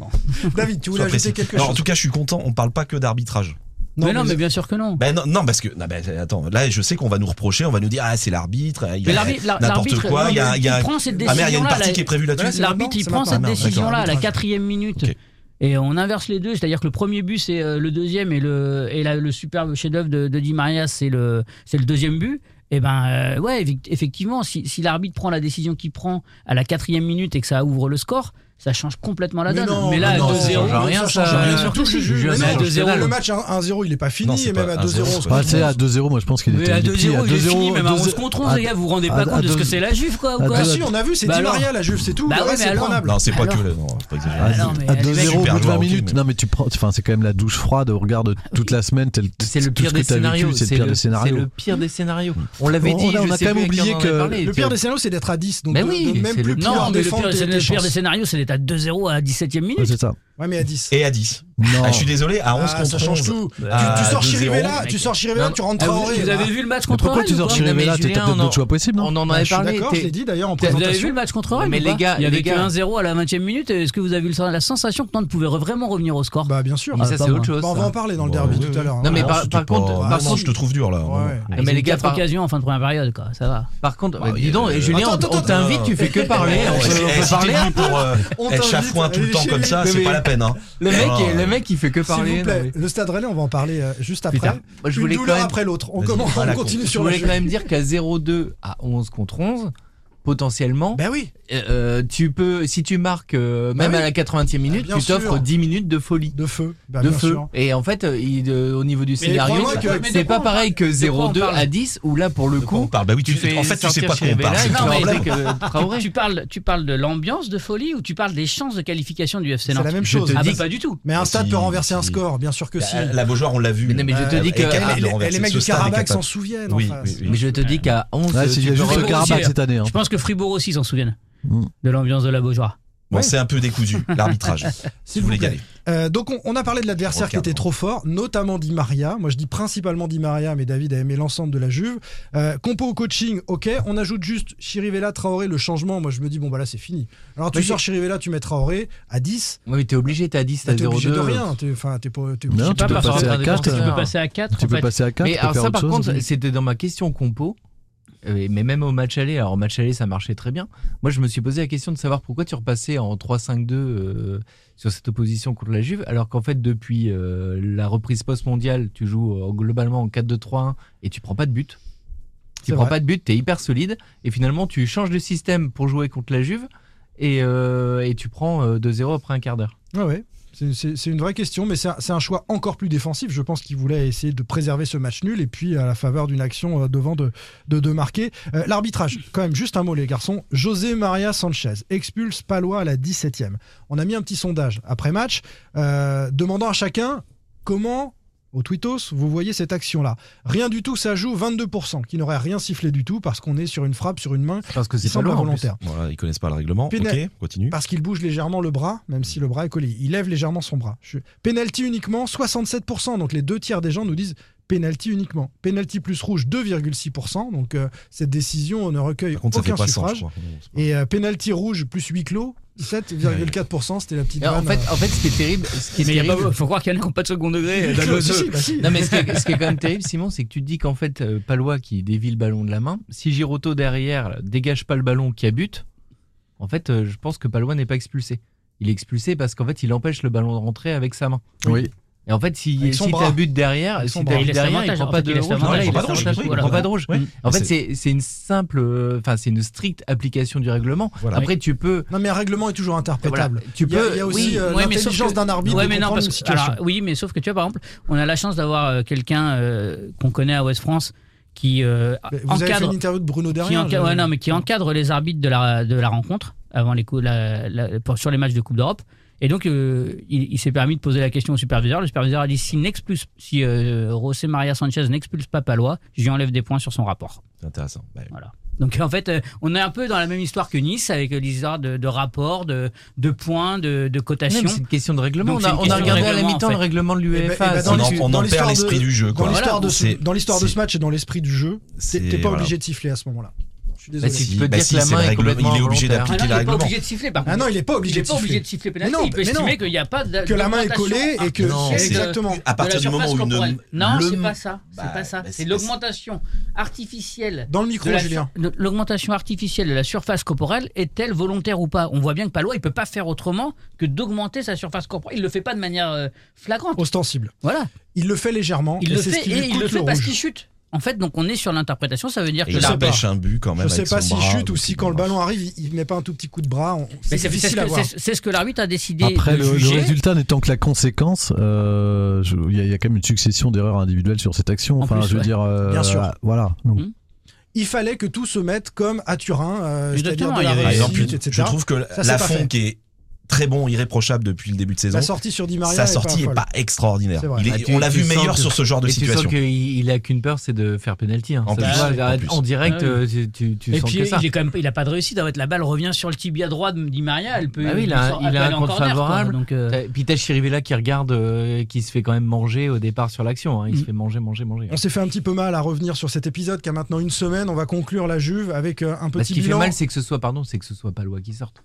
[SPEAKER 7] en fait.
[SPEAKER 9] des
[SPEAKER 6] David, tu voulais
[SPEAKER 9] Sois
[SPEAKER 6] ajouter
[SPEAKER 9] précis.
[SPEAKER 6] quelque
[SPEAKER 9] Alors, en
[SPEAKER 6] chose
[SPEAKER 9] tout cas, je suis content. On parle pas que d'arbitrage.
[SPEAKER 7] Mais non, mais bien sûr que non.
[SPEAKER 9] Ben non, non, parce que non, ben, attends, là, je sais qu'on va nous reprocher. On va nous dire ah c'est l'arbitre, il
[SPEAKER 7] Mais
[SPEAKER 9] a
[SPEAKER 7] l'arbitre, la-
[SPEAKER 9] n'importe
[SPEAKER 7] l'arbitre,
[SPEAKER 9] quoi. Il y a, il y a-
[SPEAKER 7] prend cette
[SPEAKER 9] ah merde, il y a une
[SPEAKER 7] décision-là.
[SPEAKER 9] partie qui est
[SPEAKER 7] la-
[SPEAKER 9] prévue là-dessus.
[SPEAKER 6] Voilà, c'est
[SPEAKER 7] L'arbitre,
[SPEAKER 6] maintenant,
[SPEAKER 7] il
[SPEAKER 6] c'est
[SPEAKER 7] prend
[SPEAKER 6] maintenant.
[SPEAKER 9] Ah,
[SPEAKER 7] cette
[SPEAKER 9] merde, d'accord,
[SPEAKER 7] décision-là à la
[SPEAKER 6] arbitrage.
[SPEAKER 7] quatrième minute.
[SPEAKER 9] Ok.
[SPEAKER 7] Et on inverse les deux, c'est-à-dire que le premier but c'est euh, le deuxième et le et la- le superbe chef-d'œuvre de, de Di Maria c'est le c'est le deuxième but. Et ben euh, ouais, évi- effectivement, si, si l'arbitre prend la décision qu'il prend à la quatrième minute et que ça ouvre le score, ça change complètement la
[SPEAKER 6] Mais
[SPEAKER 7] donne.
[SPEAKER 6] non,
[SPEAKER 7] mais
[SPEAKER 6] mais
[SPEAKER 7] là,
[SPEAKER 6] non,
[SPEAKER 7] à 2-0,
[SPEAKER 8] ça change rien,
[SPEAKER 7] ça
[SPEAKER 8] ça.
[SPEAKER 7] change
[SPEAKER 8] Bien
[SPEAKER 7] rien.
[SPEAKER 8] sûr que si,
[SPEAKER 7] Mais
[SPEAKER 8] Julien, ça
[SPEAKER 7] à
[SPEAKER 8] change
[SPEAKER 7] 2-0,
[SPEAKER 8] rien.
[SPEAKER 6] le
[SPEAKER 7] le-
[SPEAKER 6] match à 1-0, il n'est pas
[SPEAKER 9] Non,
[SPEAKER 6] fini.
[SPEAKER 9] c'est
[SPEAKER 6] Et même
[SPEAKER 9] pas
[SPEAKER 6] à 2-0, on se
[SPEAKER 12] Ah,
[SPEAKER 6] fait-
[SPEAKER 12] tu sais, à 2-0, moi je pense qu'il
[SPEAKER 7] Mais
[SPEAKER 12] était
[SPEAKER 7] à 2-0, il est fini, même à
[SPEAKER 12] 2-0,
[SPEAKER 7] 11 contre 11, les gars, vous vous rendez
[SPEAKER 12] à-
[SPEAKER 7] pas
[SPEAKER 12] à
[SPEAKER 7] compte de ce
[SPEAKER 12] deux-
[SPEAKER 7] que c'est la Juve, quoi, ou
[SPEAKER 12] à
[SPEAKER 7] quoi
[SPEAKER 6] Ah si, on a vu, c'est
[SPEAKER 7] Bah
[SPEAKER 6] Di
[SPEAKER 7] alors.
[SPEAKER 6] Maria, la Juve, c'est tout.
[SPEAKER 7] Bah
[SPEAKER 6] le
[SPEAKER 7] ouais,
[SPEAKER 6] reste,
[SPEAKER 7] mais
[SPEAKER 6] c'est
[SPEAKER 7] alors.
[SPEAKER 6] prenable.
[SPEAKER 9] Non, c'est pas
[SPEAKER 7] Alors-
[SPEAKER 9] que. Non, faut pas exagérer.
[SPEAKER 12] à,
[SPEAKER 7] Ah, non, mais
[SPEAKER 12] à
[SPEAKER 7] les mecs-
[SPEAKER 12] 2-0 au bout
[SPEAKER 9] Super
[SPEAKER 12] de
[SPEAKER 9] joueur,
[SPEAKER 12] 20
[SPEAKER 9] ok,
[SPEAKER 12] minutes.
[SPEAKER 9] mais-
[SPEAKER 12] Non, mais tu prends, enfin, c'est quand même la douche froide au regard de toute la semaine. tel-
[SPEAKER 8] C'est le
[SPEAKER 12] tout
[SPEAKER 8] pire
[SPEAKER 12] ce que
[SPEAKER 8] des
[SPEAKER 12] t'as vécu,
[SPEAKER 8] scénarios.
[SPEAKER 12] C'est le pire des scénarios.
[SPEAKER 8] le pire des scénarios. On l'avait
[SPEAKER 12] On-
[SPEAKER 8] dit.
[SPEAKER 12] on a- on
[SPEAKER 8] je
[SPEAKER 12] a
[SPEAKER 8] sais
[SPEAKER 12] quand même
[SPEAKER 8] plus à qui
[SPEAKER 12] oublié
[SPEAKER 8] on en avait
[SPEAKER 12] que
[SPEAKER 8] parlé.
[SPEAKER 6] Le pire des scénarios, c'est d'être à 10. Donc,
[SPEAKER 8] Bah
[SPEAKER 6] de-
[SPEAKER 8] oui,
[SPEAKER 6] de même
[SPEAKER 8] c'est
[SPEAKER 6] plus
[SPEAKER 8] le-
[SPEAKER 6] pire
[SPEAKER 7] Non,
[SPEAKER 6] en
[SPEAKER 7] mais le pire,
[SPEAKER 6] défendre tes-
[SPEAKER 7] le
[SPEAKER 6] tes
[SPEAKER 7] pire
[SPEAKER 6] chances.
[SPEAKER 7] des scénarios, c'est d'être à 2-0 à la 17 e
[SPEAKER 12] Ouais,
[SPEAKER 7] minute.
[SPEAKER 12] C'est ça.
[SPEAKER 6] Ouais, mais à 10.
[SPEAKER 9] Et à 10. Ah, je suis désolé, à 11
[SPEAKER 6] Ah,
[SPEAKER 9] contre
[SPEAKER 6] ça change
[SPEAKER 9] 11,
[SPEAKER 6] tout. Tu-
[SPEAKER 8] Bah,
[SPEAKER 9] à
[SPEAKER 6] tu sors
[SPEAKER 9] 2-0,
[SPEAKER 6] Chirivella, tu sors Chirivella, tu rentres Traoré.
[SPEAKER 7] Vous avez vu le match
[SPEAKER 12] Mais
[SPEAKER 7] contre
[SPEAKER 12] pourquoi
[SPEAKER 7] Rennes
[SPEAKER 12] tu
[SPEAKER 7] ou
[SPEAKER 12] sors
[SPEAKER 7] pas
[SPEAKER 12] Chirivella
[SPEAKER 7] Non, mais
[SPEAKER 12] T'as
[SPEAKER 7] Julien,
[SPEAKER 12] peut-être
[SPEAKER 7] on en-
[SPEAKER 12] d'autres choix possibles, non
[SPEAKER 7] On en
[SPEAKER 12] Ouais,
[SPEAKER 7] avait
[SPEAKER 12] je suis
[SPEAKER 7] parlé.
[SPEAKER 6] d'accord,
[SPEAKER 7] t'es-
[SPEAKER 6] Bah, je l'ai dit, d'ailleurs, en
[SPEAKER 7] t'as- Vous avez
[SPEAKER 6] présentation.
[SPEAKER 7] vu le match contre Rennes
[SPEAKER 8] Mais
[SPEAKER 7] ou
[SPEAKER 8] les
[SPEAKER 7] pas
[SPEAKER 8] gars-
[SPEAKER 7] il y
[SPEAKER 8] les
[SPEAKER 7] avait que
[SPEAKER 8] gars-
[SPEAKER 7] 1-0 à la 20e minute. Est-ce que vous avez eu le- la sensation que Nantes pouvait vraiment revenir au score
[SPEAKER 6] Bah, bien sûr.
[SPEAKER 7] Ah,
[SPEAKER 8] ça,
[SPEAKER 7] pas
[SPEAKER 8] c'est
[SPEAKER 7] moi.
[SPEAKER 8] autre chose.
[SPEAKER 6] Bah, on va
[SPEAKER 8] ça.
[SPEAKER 6] en parler dans le derby
[SPEAKER 8] Ouais,
[SPEAKER 6] tout à l'heure. hein.
[SPEAKER 8] Non, mais
[SPEAKER 9] Ah,
[SPEAKER 8] par,
[SPEAKER 9] c'était
[SPEAKER 8] par
[SPEAKER 9] pas-
[SPEAKER 8] contre,
[SPEAKER 9] ah,
[SPEAKER 8] par
[SPEAKER 9] non,
[SPEAKER 8] contre-
[SPEAKER 9] je te trouve dur là.
[SPEAKER 6] Ouais.
[SPEAKER 7] Ah,
[SPEAKER 8] Mais
[SPEAKER 7] ils
[SPEAKER 8] les
[SPEAKER 7] ont eu
[SPEAKER 8] gars,
[SPEAKER 7] quatre
[SPEAKER 8] par-
[SPEAKER 7] occasions en fin de première période, quoi. Ça va.
[SPEAKER 8] par contre,
[SPEAKER 9] Bah,
[SPEAKER 8] dis donc,
[SPEAKER 9] euh,
[SPEAKER 8] Julien,
[SPEAKER 6] attends,
[SPEAKER 8] on, on
[SPEAKER 6] attends,
[SPEAKER 8] t'invite, tu fais que parler. on peut-
[SPEAKER 9] Eh,
[SPEAKER 8] on peut
[SPEAKER 9] eh, si
[SPEAKER 8] parler.
[SPEAKER 9] t'es venu pour euh,
[SPEAKER 6] On
[SPEAKER 9] être
[SPEAKER 6] t'invite
[SPEAKER 9] chafouin
[SPEAKER 6] à
[SPEAKER 9] tout le
[SPEAKER 6] aller
[SPEAKER 9] temps
[SPEAKER 6] chez
[SPEAKER 9] comme
[SPEAKER 6] lui.
[SPEAKER 9] ça,
[SPEAKER 8] Mais
[SPEAKER 9] c'est
[SPEAKER 8] oui.
[SPEAKER 9] pas la peine. hein.
[SPEAKER 8] Le mec,
[SPEAKER 9] Ah.
[SPEAKER 8] est- le mec, il fait que
[SPEAKER 6] S'il
[SPEAKER 8] parler.
[SPEAKER 6] vous plaît,
[SPEAKER 8] non, mais-
[SPEAKER 6] le stade Rennais, on va en parler euh, juste après.
[SPEAKER 8] Putain, moi, je
[SPEAKER 6] Une
[SPEAKER 8] voulais
[SPEAKER 6] douleur
[SPEAKER 8] quand même-
[SPEAKER 6] après l'autre. On
[SPEAKER 9] Vas-y,
[SPEAKER 6] commence,
[SPEAKER 9] pas la
[SPEAKER 6] on continue
[SPEAKER 9] con.
[SPEAKER 6] sur
[SPEAKER 8] je
[SPEAKER 6] la
[SPEAKER 8] voulais quand même dire qu'à 0-2 à 11 contre 11, potentiellement,
[SPEAKER 6] Ben oui,
[SPEAKER 8] euh, tu peux, si tu marques euh, même
[SPEAKER 6] Bah oui.
[SPEAKER 8] à la 80e minute,
[SPEAKER 6] bien
[SPEAKER 8] tu t'offres
[SPEAKER 6] sûr.
[SPEAKER 8] 10 minutes de folie.
[SPEAKER 6] de feu. Bah,
[SPEAKER 8] de
[SPEAKER 6] bien
[SPEAKER 8] feu.
[SPEAKER 6] sûr.
[SPEAKER 8] Et en fait, euh, il- euh, au niveau du scénario,
[SPEAKER 6] crois-moi que-
[SPEAKER 8] c'est pas pareil que
[SPEAKER 7] de quoi on
[SPEAKER 8] 0-2
[SPEAKER 7] parle
[SPEAKER 8] à 10, où là, pour le
[SPEAKER 9] De quoi on
[SPEAKER 8] coup,
[SPEAKER 9] parle Bah oui, tu- en fait, tu sais
[SPEAKER 8] sortir
[SPEAKER 9] pas de quoi on parle.
[SPEAKER 8] Chirivella
[SPEAKER 9] c'est
[SPEAKER 8] et
[SPEAKER 9] le
[SPEAKER 8] tu
[SPEAKER 7] mais-
[SPEAKER 9] problème.
[SPEAKER 8] fais rentrer que Traoré.
[SPEAKER 7] Tu parles, tu parles de l'ambiance de folie ou tu parles des chances de qualification du FC
[SPEAKER 6] C'est
[SPEAKER 7] Nantes
[SPEAKER 6] la même
[SPEAKER 8] je
[SPEAKER 6] chose.
[SPEAKER 8] te
[SPEAKER 7] Ah bah,
[SPEAKER 8] dis-
[SPEAKER 7] pas du tout.
[SPEAKER 6] Mais un
[SPEAKER 9] Ah,
[SPEAKER 6] stade
[SPEAKER 9] si,
[SPEAKER 6] peut renverser un
[SPEAKER 9] si.
[SPEAKER 6] score, bien sûr que si.
[SPEAKER 9] La- La Beaujoire, on l'a vu.
[SPEAKER 8] Mais non, mais je te dis que-
[SPEAKER 9] est capable
[SPEAKER 8] ah,
[SPEAKER 9] de
[SPEAKER 6] Et les- et
[SPEAKER 9] renverser
[SPEAKER 6] les mecs
[SPEAKER 9] ce
[SPEAKER 6] du
[SPEAKER 9] stade est
[SPEAKER 6] Karabakh s'en
[SPEAKER 9] capable.
[SPEAKER 6] souviennent
[SPEAKER 9] Oui,
[SPEAKER 6] en face.
[SPEAKER 9] oui, oui.
[SPEAKER 8] Mais je te dis qu'à 11,
[SPEAKER 12] Ouais, s'il y
[SPEAKER 8] tu
[SPEAKER 12] a
[SPEAKER 8] peux
[SPEAKER 12] juste le
[SPEAKER 8] revenir.
[SPEAKER 12] Karabakh cette année. hein.
[SPEAKER 7] Je pense que Fribourg aussi s'en souviennent
[SPEAKER 12] Mm.
[SPEAKER 7] de l'ambiance de la Beaujoire.
[SPEAKER 9] Bon,
[SPEAKER 6] Ouais.
[SPEAKER 9] c'est un peu décousu, l'arbitrage. si
[SPEAKER 6] S'il
[SPEAKER 9] vous
[SPEAKER 6] vous
[SPEAKER 9] voulez y
[SPEAKER 6] plaît.
[SPEAKER 9] aller.
[SPEAKER 6] Euh, donc on, on a parlé de l'adversaire qui
[SPEAKER 9] Regarde,
[SPEAKER 6] était
[SPEAKER 9] hein.
[SPEAKER 6] trop fort, notamment Di Maria. Moi je dis principalement Di Maria, mais David a aimé l'ensemble de la Juve. Euh, compo au coaching, ok. On ajoute juste Chirivella, Traoré, le changement. Moi je me dis bon bah là c'est fini. Alors tu
[SPEAKER 8] Mais
[SPEAKER 6] sors Chirivella, tu mets Traoré à 10.
[SPEAKER 8] Oui, mais t'es obligé, t'as 10,
[SPEAKER 6] Bah,
[SPEAKER 8] t'as
[SPEAKER 6] t'es obligé de
[SPEAKER 8] 0-2.
[SPEAKER 6] rien. T'es- Enfin t'es pas. t'es
[SPEAKER 12] Non,
[SPEAKER 6] obligé-
[SPEAKER 12] tu
[SPEAKER 7] pas
[SPEAKER 12] peux
[SPEAKER 7] par
[SPEAKER 12] passer
[SPEAKER 7] rapport
[SPEAKER 12] à
[SPEAKER 7] à des
[SPEAKER 12] quatre,
[SPEAKER 7] Tu peux
[SPEAKER 8] défenseurs.
[SPEAKER 7] passer à 4.
[SPEAKER 12] tu peux passer à 4, tu
[SPEAKER 8] Mais
[SPEAKER 12] peux
[SPEAKER 8] alors
[SPEAKER 12] faire
[SPEAKER 8] ça, par
[SPEAKER 12] autre chose.
[SPEAKER 8] contre, c'était dans ma question compo. euh, Mais même au match aller, alors au match aller ça marchait très bien. Moi je me suis posé la question de savoir pourquoi tu repassais en 3-5-2 euh, sur cette opposition contre la Juve, alors qu'en fait depuis euh, la reprise post-mondiale, tu joues euh, globalement en 4-2-3-1 et tu prends pas de but. Tu
[SPEAKER 6] C'est
[SPEAKER 8] prends
[SPEAKER 6] vrai.
[SPEAKER 8] pas de but, t'es hyper solide et finalement tu changes de système pour jouer contre la Juve et, euh, et tu prends euh, 2-0 après un quart d'heure.
[SPEAKER 6] Ouais, ouais. C'est- C'est c'est une vraie question, mais c'est un, c'est un choix encore plus défensif. Je pense qu'il voulait essayer de préserver ce match nul et puis à la faveur d'une action euh, devant de, de, de marquer. Euh, L'arbitrage, quand même, juste un mot les garçons. José Maria Sanchez, expulse Palois à la 17e. On a mis un petit sondage après match, euh, demandant à chacun comment, au Twitos, vous voyez cette action-là. Rien du tout, ça joue 22%, qui n'aurait rien sifflé du tout parce qu'on est sur une frappe, sur une main,
[SPEAKER 8] Parce que
[SPEAKER 6] qui semble volontaire.
[SPEAKER 9] Voilà, ils connaissent pas le règlement.
[SPEAKER 6] Pénal-
[SPEAKER 9] Ok, continue.
[SPEAKER 6] Parce qu'il bouge légèrement le bras, même si le bras est collé. Il lève légèrement son bras. Je... Penalty uniquement, 67%. Donc les deux tiers des gens nous disent penalty uniquement. Penalty plus rouge, 2,6%. Donc euh, cette décision ne recueille
[SPEAKER 9] Par contre, ça fait
[SPEAKER 6] aucun
[SPEAKER 9] pas 100, je
[SPEAKER 6] suffrage.
[SPEAKER 9] crois. Non, c'est pas-
[SPEAKER 6] Et euh, penalty rouge plus huis clos, 7,4%. C'était la petite.
[SPEAKER 8] Alors, en
[SPEAKER 6] vanne,
[SPEAKER 8] fait, en fait, ce qui est terrible, ce qui est
[SPEAKER 7] Mais il
[SPEAKER 8] terrible,
[SPEAKER 7] faut croire qu'il y en a qui n'ont pas de second degré.
[SPEAKER 6] euh,
[SPEAKER 7] dans le
[SPEAKER 6] si,
[SPEAKER 7] jeu.
[SPEAKER 6] si, bah si.
[SPEAKER 8] Non, mais ce qui, est, ce qui est quand même terrible, Simon, c'est que tu te dis qu'en fait, euh, Palois qui dévie le ballon de la main, si Giroto derrière là, dégage pas le ballon qui a but, en fait, euh, je pense que Palois n'est pas expulsé. Il est expulsé parce qu'en fait, il empêche le ballon de rentrer avec sa main.
[SPEAKER 12] Oui.
[SPEAKER 8] Et en fait, si,
[SPEAKER 6] Avec son
[SPEAKER 8] si
[SPEAKER 6] bras.
[SPEAKER 8] t'as but derrière,
[SPEAKER 6] Avec son
[SPEAKER 8] si
[SPEAKER 6] bras.
[SPEAKER 8] t'as
[SPEAKER 7] Il
[SPEAKER 8] but
[SPEAKER 7] laisse
[SPEAKER 8] derrière, il
[SPEAKER 7] l'avantage,
[SPEAKER 8] prend
[SPEAKER 7] en
[SPEAKER 8] pas
[SPEAKER 7] fait,
[SPEAKER 8] de
[SPEAKER 7] il laisse
[SPEAKER 8] rouge.
[SPEAKER 7] l'avantage.
[SPEAKER 8] Non, il
[SPEAKER 9] Il
[SPEAKER 8] prend
[SPEAKER 9] prend
[SPEAKER 8] l'avantage,
[SPEAKER 9] pas de rouge,
[SPEAKER 8] voilà. Il prend pas de rouge.
[SPEAKER 9] Oui.
[SPEAKER 8] En
[SPEAKER 6] Ah,
[SPEAKER 8] fait,
[SPEAKER 9] C'est-
[SPEAKER 8] c'est c'est une simple, euh, enfin, c'est une stricte application du règlement.
[SPEAKER 9] Voilà.
[SPEAKER 8] Après, tu peux,
[SPEAKER 6] Non, mais un règlement est toujours interprétable.
[SPEAKER 8] Voilà. Tu
[SPEAKER 6] Il y a-
[SPEAKER 8] peux-
[SPEAKER 6] il y a aussi
[SPEAKER 7] oui,
[SPEAKER 6] euh,
[SPEAKER 7] ouais, mais sauf
[SPEAKER 6] l'intelligence
[SPEAKER 7] que-
[SPEAKER 6] d'un arbitre.
[SPEAKER 7] Ouais,
[SPEAKER 6] de
[SPEAKER 7] mais non,
[SPEAKER 6] comprendre
[SPEAKER 7] parce
[SPEAKER 6] une
[SPEAKER 7] que,
[SPEAKER 6] situation.
[SPEAKER 7] alors, oui, mais sauf que tu vois, par exemple, on a la chance d'avoir euh, quelqu'un euh, qu'on connaît à West France qui euh,
[SPEAKER 6] Mais Vous avez fait
[SPEAKER 7] encadre
[SPEAKER 6] une interview de Bruno
[SPEAKER 7] qui,
[SPEAKER 6] derrière.
[SPEAKER 7] enca- ouais, non, mais qui encadre les arbitres de la, de la rencontre avant les coups, la- la- pour- sur les matchs de Coupe d'Europe. Et donc, euh, il, il s'est permis de poser la question au superviseur. Le superviseur a dit si, n'expulse- si euh, José Maria Sanchez n'expulse pas Palois, je lui enlève des points sur son rapport.
[SPEAKER 9] C'est intéressant. Bah,
[SPEAKER 7] Donc, en fait, euh, on est un peu dans la même histoire que Nice, avec euh, l'histoire de, de rapport, de, de points, de, de
[SPEAKER 8] Non, mais
[SPEAKER 7] cotation.
[SPEAKER 8] c'est une question de règlement.
[SPEAKER 7] Donc,
[SPEAKER 8] on
[SPEAKER 7] c'est
[SPEAKER 8] a,
[SPEAKER 7] une
[SPEAKER 8] on a
[SPEAKER 7] question de
[SPEAKER 8] regardé à la
[SPEAKER 7] règlement,
[SPEAKER 8] mi-temps
[SPEAKER 7] en fait.
[SPEAKER 8] le règlement de
[SPEAKER 6] Eh ben, eh
[SPEAKER 8] l'UEFA.
[SPEAKER 6] ben,
[SPEAKER 8] c'est-
[SPEAKER 6] dans
[SPEAKER 9] on en,
[SPEAKER 6] l'histoire-
[SPEAKER 9] on en
[SPEAKER 6] dans l'histoire
[SPEAKER 9] perd
[SPEAKER 6] de-
[SPEAKER 9] l'esprit du jeu.
[SPEAKER 6] Dans
[SPEAKER 9] Quoi.
[SPEAKER 6] l'histoire de,
[SPEAKER 9] C'est-
[SPEAKER 6] ce- dans l'histoire de
[SPEAKER 9] c'est-
[SPEAKER 6] ce match et dans l'esprit du jeu, t'es
[SPEAKER 9] c'est-
[SPEAKER 6] t'es pas
[SPEAKER 9] voilà.
[SPEAKER 6] obligé de siffler à ce moment-là. Je suis
[SPEAKER 8] Bah,
[SPEAKER 6] désolé.
[SPEAKER 8] si tu
[SPEAKER 9] Si,
[SPEAKER 8] peux
[SPEAKER 9] bah,
[SPEAKER 8] dire
[SPEAKER 9] si,
[SPEAKER 8] que la
[SPEAKER 9] c'est
[SPEAKER 8] main
[SPEAKER 9] le
[SPEAKER 8] est
[SPEAKER 9] règlement,
[SPEAKER 8] complètement
[SPEAKER 9] il est obligé
[SPEAKER 8] volontaire.
[SPEAKER 9] d'appliquer.
[SPEAKER 7] Ah non,
[SPEAKER 9] Quel
[SPEAKER 7] il n'est pas
[SPEAKER 9] règlement
[SPEAKER 7] obligé de siffler, par
[SPEAKER 6] Ah
[SPEAKER 7] contre.
[SPEAKER 6] non, il est pas
[SPEAKER 7] Il
[SPEAKER 6] obligé
[SPEAKER 7] n'est
[SPEAKER 6] de
[SPEAKER 7] pas obligé
[SPEAKER 6] siffler.
[SPEAKER 7] de siffler pénalty.
[SPEAKER 6] Mais non,
[SPEAKER 7] il peut
[SPEAKER 6] mais non.
[SPEAKER 7] estimer qu'il n'y a pas de. Ah,
[SPEAKER 6] Que la main est
[SPEAKER 7] d'augmentation
[SPEAKER 6] collée
[SPEAKER 7] à-
[SPEAKER 6] et que-
[SPEAKER 9] Non,
[SPEAKER 7] de-
[SPEAKER 9] c'est-
[SPEAKER 7] de
[SPEAKER 6] exactement.
[SPEAKER 7] la
[SPEAKER 9] À partir du
[SPEAKER 7] surface
[SPEAKER 9] moment où une-
[SPEAKER 7] corporelle. Non,
[SPEAKER 9] le-
[SPEAKER 7] c'est pas ça.
[SPEAKER 9] Bah,
[SPEAKER 7] C'est pas ça.
[SPEAKER 9] bah,
[SPEAKER 7] C'est
[SPEAKER 9] c'est-
[SPEAKER 7] l'augmentation artificielle.
[SPEAKER 6] Dans le micro,
[SPEAKER 7] de la
[SPEAKER 6] Julien.
[SPEAKER 7] sur- de- L'augmentation artificielle de la surface corporelle est-elle volontaire ou pas On voit bien que Palois, il peut pas faire autrement que d'augmenter sa surface corporelle. Il le fait pas de manière euh, flagrante.
[SPEAKER 6] Ostensible.
[SPEAKER 7] Voilà.
[SPEAKER 6] Il le fait légèrement.
[SPEAKER 7] Il
[SPEAKER 6] et
[SPEAKER 7] le
[SPEAKER 6] c'est ce
[SPEAKER 7] fait
[SPEAKER 6] qui lui
[SPEAKER 7] et il
[SPEAKER 6] coûte
[SPEAKER 7] le fait
[SPEAKER 6] le
[SPEAKER 7] parce
[SPEAKER 6] rouge.
[SPEAKER 7] qu'il chute. En fait, donc on est sur l'interprétation. Ça veut dire
[SPEAKER 9] Et
[SPEAKER 7] que
[SPEAKER 9] il
[SPEAKER 6] sais
[SPEAKER 7] l'arbitre-
[SPEAKER 6] pas.
[SPEAKER 9] empêche un but quand même.
[SPEAKER 6] Je sais
[SPEAKER 9] avec
[SPEAKER 6] pas s'il
[SPEAKER 9] son bras,
[SPEAKER 6] chute ou
[SPEAKER 9] donc
[SPEAKER 6] si
[SPEAKER 9] il-
[SPEAKER 6] quand le ballon arrive, il- il met pas un tout petit coup de bras. on-
[SPEAKER 7] Mais
[SPEAKER 6] C'est
[SPEAKER 7] c'est- c'est ce
[SPEAKER 6] difficile à
[SPEAKER 7] que-
[SPEAKER 6] voir.
[SPEAKER 7] c'est- c'est ce que l'arbitre a décidé.
[SPEAKER 12] Après,
[SPEAKER 7] de
[SPEAKER 12] le, le
[SPEAKER 7] juger.
[SPEAKER 12] résultat n'étant que la conséquence, euh, je- il y, a- il y a quand même une succession d'erreurs individuelles sur cette action.
[SPEAKER 7] En
[SPEAKER 12] Enfin,
[SPEAKER 7] plus,
[SPEAKER 12] je veux
[SPEAKER 7] ouais.
[SPEAKER 12] dire, euh,
[SPEAKER 6] Bien sûr.
[SPEAKER 12] ah, voilà. Donc,
[SPEAKER 7] Mm.
[SPEAKER 6] Il fallait que tout se mette comme à Turin, euh, c'est-à-dire
[SPEAKER 7] Exactement,
[SPEAKER 6] de
[SPEAKER 7] il y
[SPEAKER 6] la
[SPEAKER 7] avait-
[SPEAKER 9] Par
[SPEAKER 7] Ah,
[SPEAKER 6] réussite,
[SPEAKER 9] exemple,
[SPEAKER 6] etc.
[SPEAKER 9] je trouve que
[SPEAKER 6] Ça, c'est pas
[SPEAKER 9] Lafont
[SPEAKER 6] fait.
[SPEAKER 9] qui est très bon, irréprochable depuis le début de saison.
[SPEAKER 6] La sortie sur Di Maria
[SPEAKER 9] Sa
[SPEAKER 6] est
[SPEAKER 9] sortie
[SPEAKER 6] pas
[SPEAKER 9] est
[SPEAKER 6] folle.
[SPEAKER 9] pas extraordinaire.
[SPEAKER 6] C'est vrai.
[SPEAKER 9] Il est-
[SPEAKER 6] Ah,
[SPEAKER 9] on l'a vu
[SPEAKER 8] tu sens
[SPEAKER 9] meilleur
[SPEAKER 8] que-
[SPEAKER 9] sur ce genre de
[SPEAKER 8] et tu sens
[SPEAKER 9] situation.
[SPEAKER 8] qu'il il a qu'une peur, c'est de faire penalty. hein.
[SPEAKER 9] En
[SPEAKER 8] Ça se
[SPEAKER 9] plus,
[SPEAKER 8] voit,
[SPEAKER 9] en
[SPEAKER 8] là,
[SPEAKER 9] plus.
[SPEAKER 8] en direct,
[SPEAKER 7] Ah oui.
[SPEAKER 8] euh, tu, tu- tu
[SPEAKER 7] et
[SPEAKER 8] sens
[SPEAKER 7] puis
[SPEAKER 8] que ça.
[SPEAKER 7] il est quand même, il a pas de réussite. En fait, la balle revient sur le tibia droit de Di Maria. Elle peut.
[SPEAKER 8] Bah oui, il
[SPEAKER 7] elle
[SPEAKER 8] a,
[SPEAKER 7] sort-
[SPEAKER 8] il
[SPEAKER 7] elle peut
[SPEAKER 8] a
[SPEAKER 7] aller
[SPEAKER 8] un
[SPEAKER 7] en
[SPEAKER 8] compte
[SPEAKER 7] corner, quoi.
[SPEAKER 8] favorable.
[SPEAKER 7] Donc, euh,
[SPEAKER 8] T'as- Puis t'as Chirivella qui regarde, euh, qui se fait quand même manger au départ sur l'action. hein. Il se
[SPEAKER 6] Mm.
[SPEAKER 8] fait manger, manger, manger.
[SPEAKER 6] On s'est fait un petit peu mal à revenir sur cet épisode qui a maintenant une semaine. On va conclure la Juve avec euh, un
[SPEAKER 8] Bah, ce
[SPEAKER 6] petit
[SPEAKER 8] qui fait
[SPEAKER 6] bilan.
[SPEAKER 8] mal, c'est que ce soit, pardon, c'est que ce soit Palois qui sorte.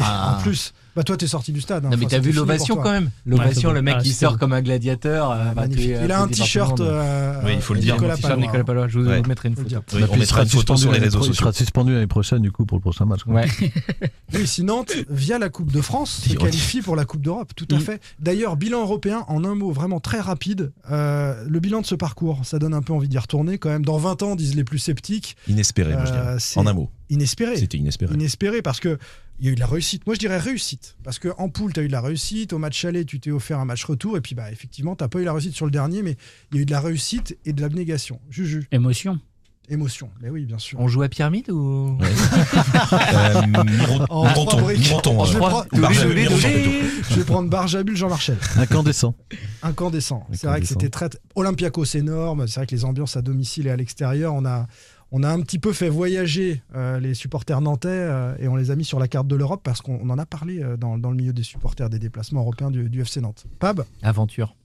[SPEAKER 8] Ah.
[SPEAKER 6] En plus, bah toi t'es sorti du stade. hein.
[SPEAKER 8] Non, mais
[SPEAKER 6] Enfin,
[SPEAKER 8] t'as vu
[SPEAKER 6] c'était fini
[SPEAKER 8] l'ovation
[SPEAKER 6] pour
[SPEAKER 8] quand
[SPEAKER 6] toi.
[SPEAKER 8] même. L'ovation,
[SPEAKER 6] Ouais,
[SPEAKER 8] le mec
[SPEAKER 9] Ah,
[SPEAKER 6] c'est
[SPEAKER 8] qui
[SPEAKER 6] bon.
[SPEAKER 8] sort comme un gladiateur. euh, bah, tu- euh,
[SPEAKER 6] Magnifique. Il a
[SPEAKER 8] tu
[SPEAKER 6] un
[SPEAKER 8] débarques
[SPEAKER 6] t-shirt.
[SPEAKER 8] tout le monde.
[SPEAKER 6] euh,
[SPEAKER 9] Oui, il faut le dire.
[SPEAKER 6] Nicolas
[SPEAKER 8] T-shirt
[SPEAKER 6] Palois.
[SPEAKER 8] Nicolas Palois, je vous,
[SPEAKER 9] Ouais.
[SPEAKER 8] vous mettrai une
[SPEAKER 6] Faut le
[SPEAKER 8] photo.
[SPEAKER 9] Oui,
[SPEAKER 12] Et
[SPEAKER 9] on
[SPEAKER 12] puis, il
[SPEAKER 9] mettra
[SPEAKER 12] sera
[SPEAKER 9] une photo
[SPEAKER 12] suspendu
[SPEAKER 9] sur les
[SPEAKER 12] l'année-
[SPEAKER 9] réseaux
[SPEAKER 12] Il
[SPEAKER 9] sociaux.
[SPEAKER 12] sera suspendu l'année prochaine, du coup, pour le prochain match. quoi.
[SPEAKER 8] Ouais.
[SPEAKER 6] Oui, si Nantes, via la Coupe de France, se
[SPEAKER 9] Dis-
[SPEAKER 6] qualifie pour la Coupe d'Europe, tout
[SPEAKER 8] Mm.
[SPEAKER 6] à fait. D'ailleurs, bilan européen, en un mot, vraiment très rapide. euh, le bilan de ce parcours, ça donne un peu envie d'y retourner quand même. Dans 20 ans, disent les plus sceptiques,
[SPEAKER 9] Inespéré, moi je
[SPEAKER 6] Euh,
[SPEAKER 9] dirais.
[SPEAKER 6] c'est-
[SPEAKER 9] En un mot,
[SPEAKER 6] inespéré.
[SPEAKER 9] c'était inespéré.
[SPEAKER 6] Inespéré parce que il y a eu de la réussite. Moi, je dirais réussite. Parce que en poule, tu as eu de la réussite. Au match aller, tu t'es offert un match retour. Et puis, bah, effectivement, tu pas eu la réussite sur le dernier, mais il y a eu de la réussite et de l'abnégation. Juju,
[SPEAKER 7] émotion.
[SPEAKER 6] émotion. Mais oui, bien sûr.
[SPEAKER 8] On joue à pyramide ou
[SPEAKER 9] Euh, Miron-
[SPEAKER 6] En trois
[SPEAKER 9] Mironton,
[SPEAKER 6] briques.
[SPEAKER 9] Mironton,
[SPEAKER 6] Je
[SPEAKER 9] euh,
[SPEAKER 6] vais
[SPEAKER 8] trois-
[SPEAKER 6] prendre-
[SPEAKER 9] Barjabul,
[SPEAKER 8] Doulé, doulé,
[SPEAKER 9] Mironton plutôt.
[SPEAKER 6] je vais prendre Barjabul, Jean-Marchel.
[SPEAKER 12] Incandescent.
[SPEAKER 6] incandescent. C'est vrai que
[SPEAKER 12] Incandescent.
[SPEAKER 6] c'était très Olympiakos énorme. C'est vrai que les ambiances à domicile et à l'extérieur, on a on a un petit peu fait voyager euh, les supporters nantais euh, et on les a mis sur la carte de l'Europe parce qu'on on en a parlé euh, dans, dans le milieu des supporters des déplacements européens du, du FC Nantes. Pab
[SPEAKER 8] aventure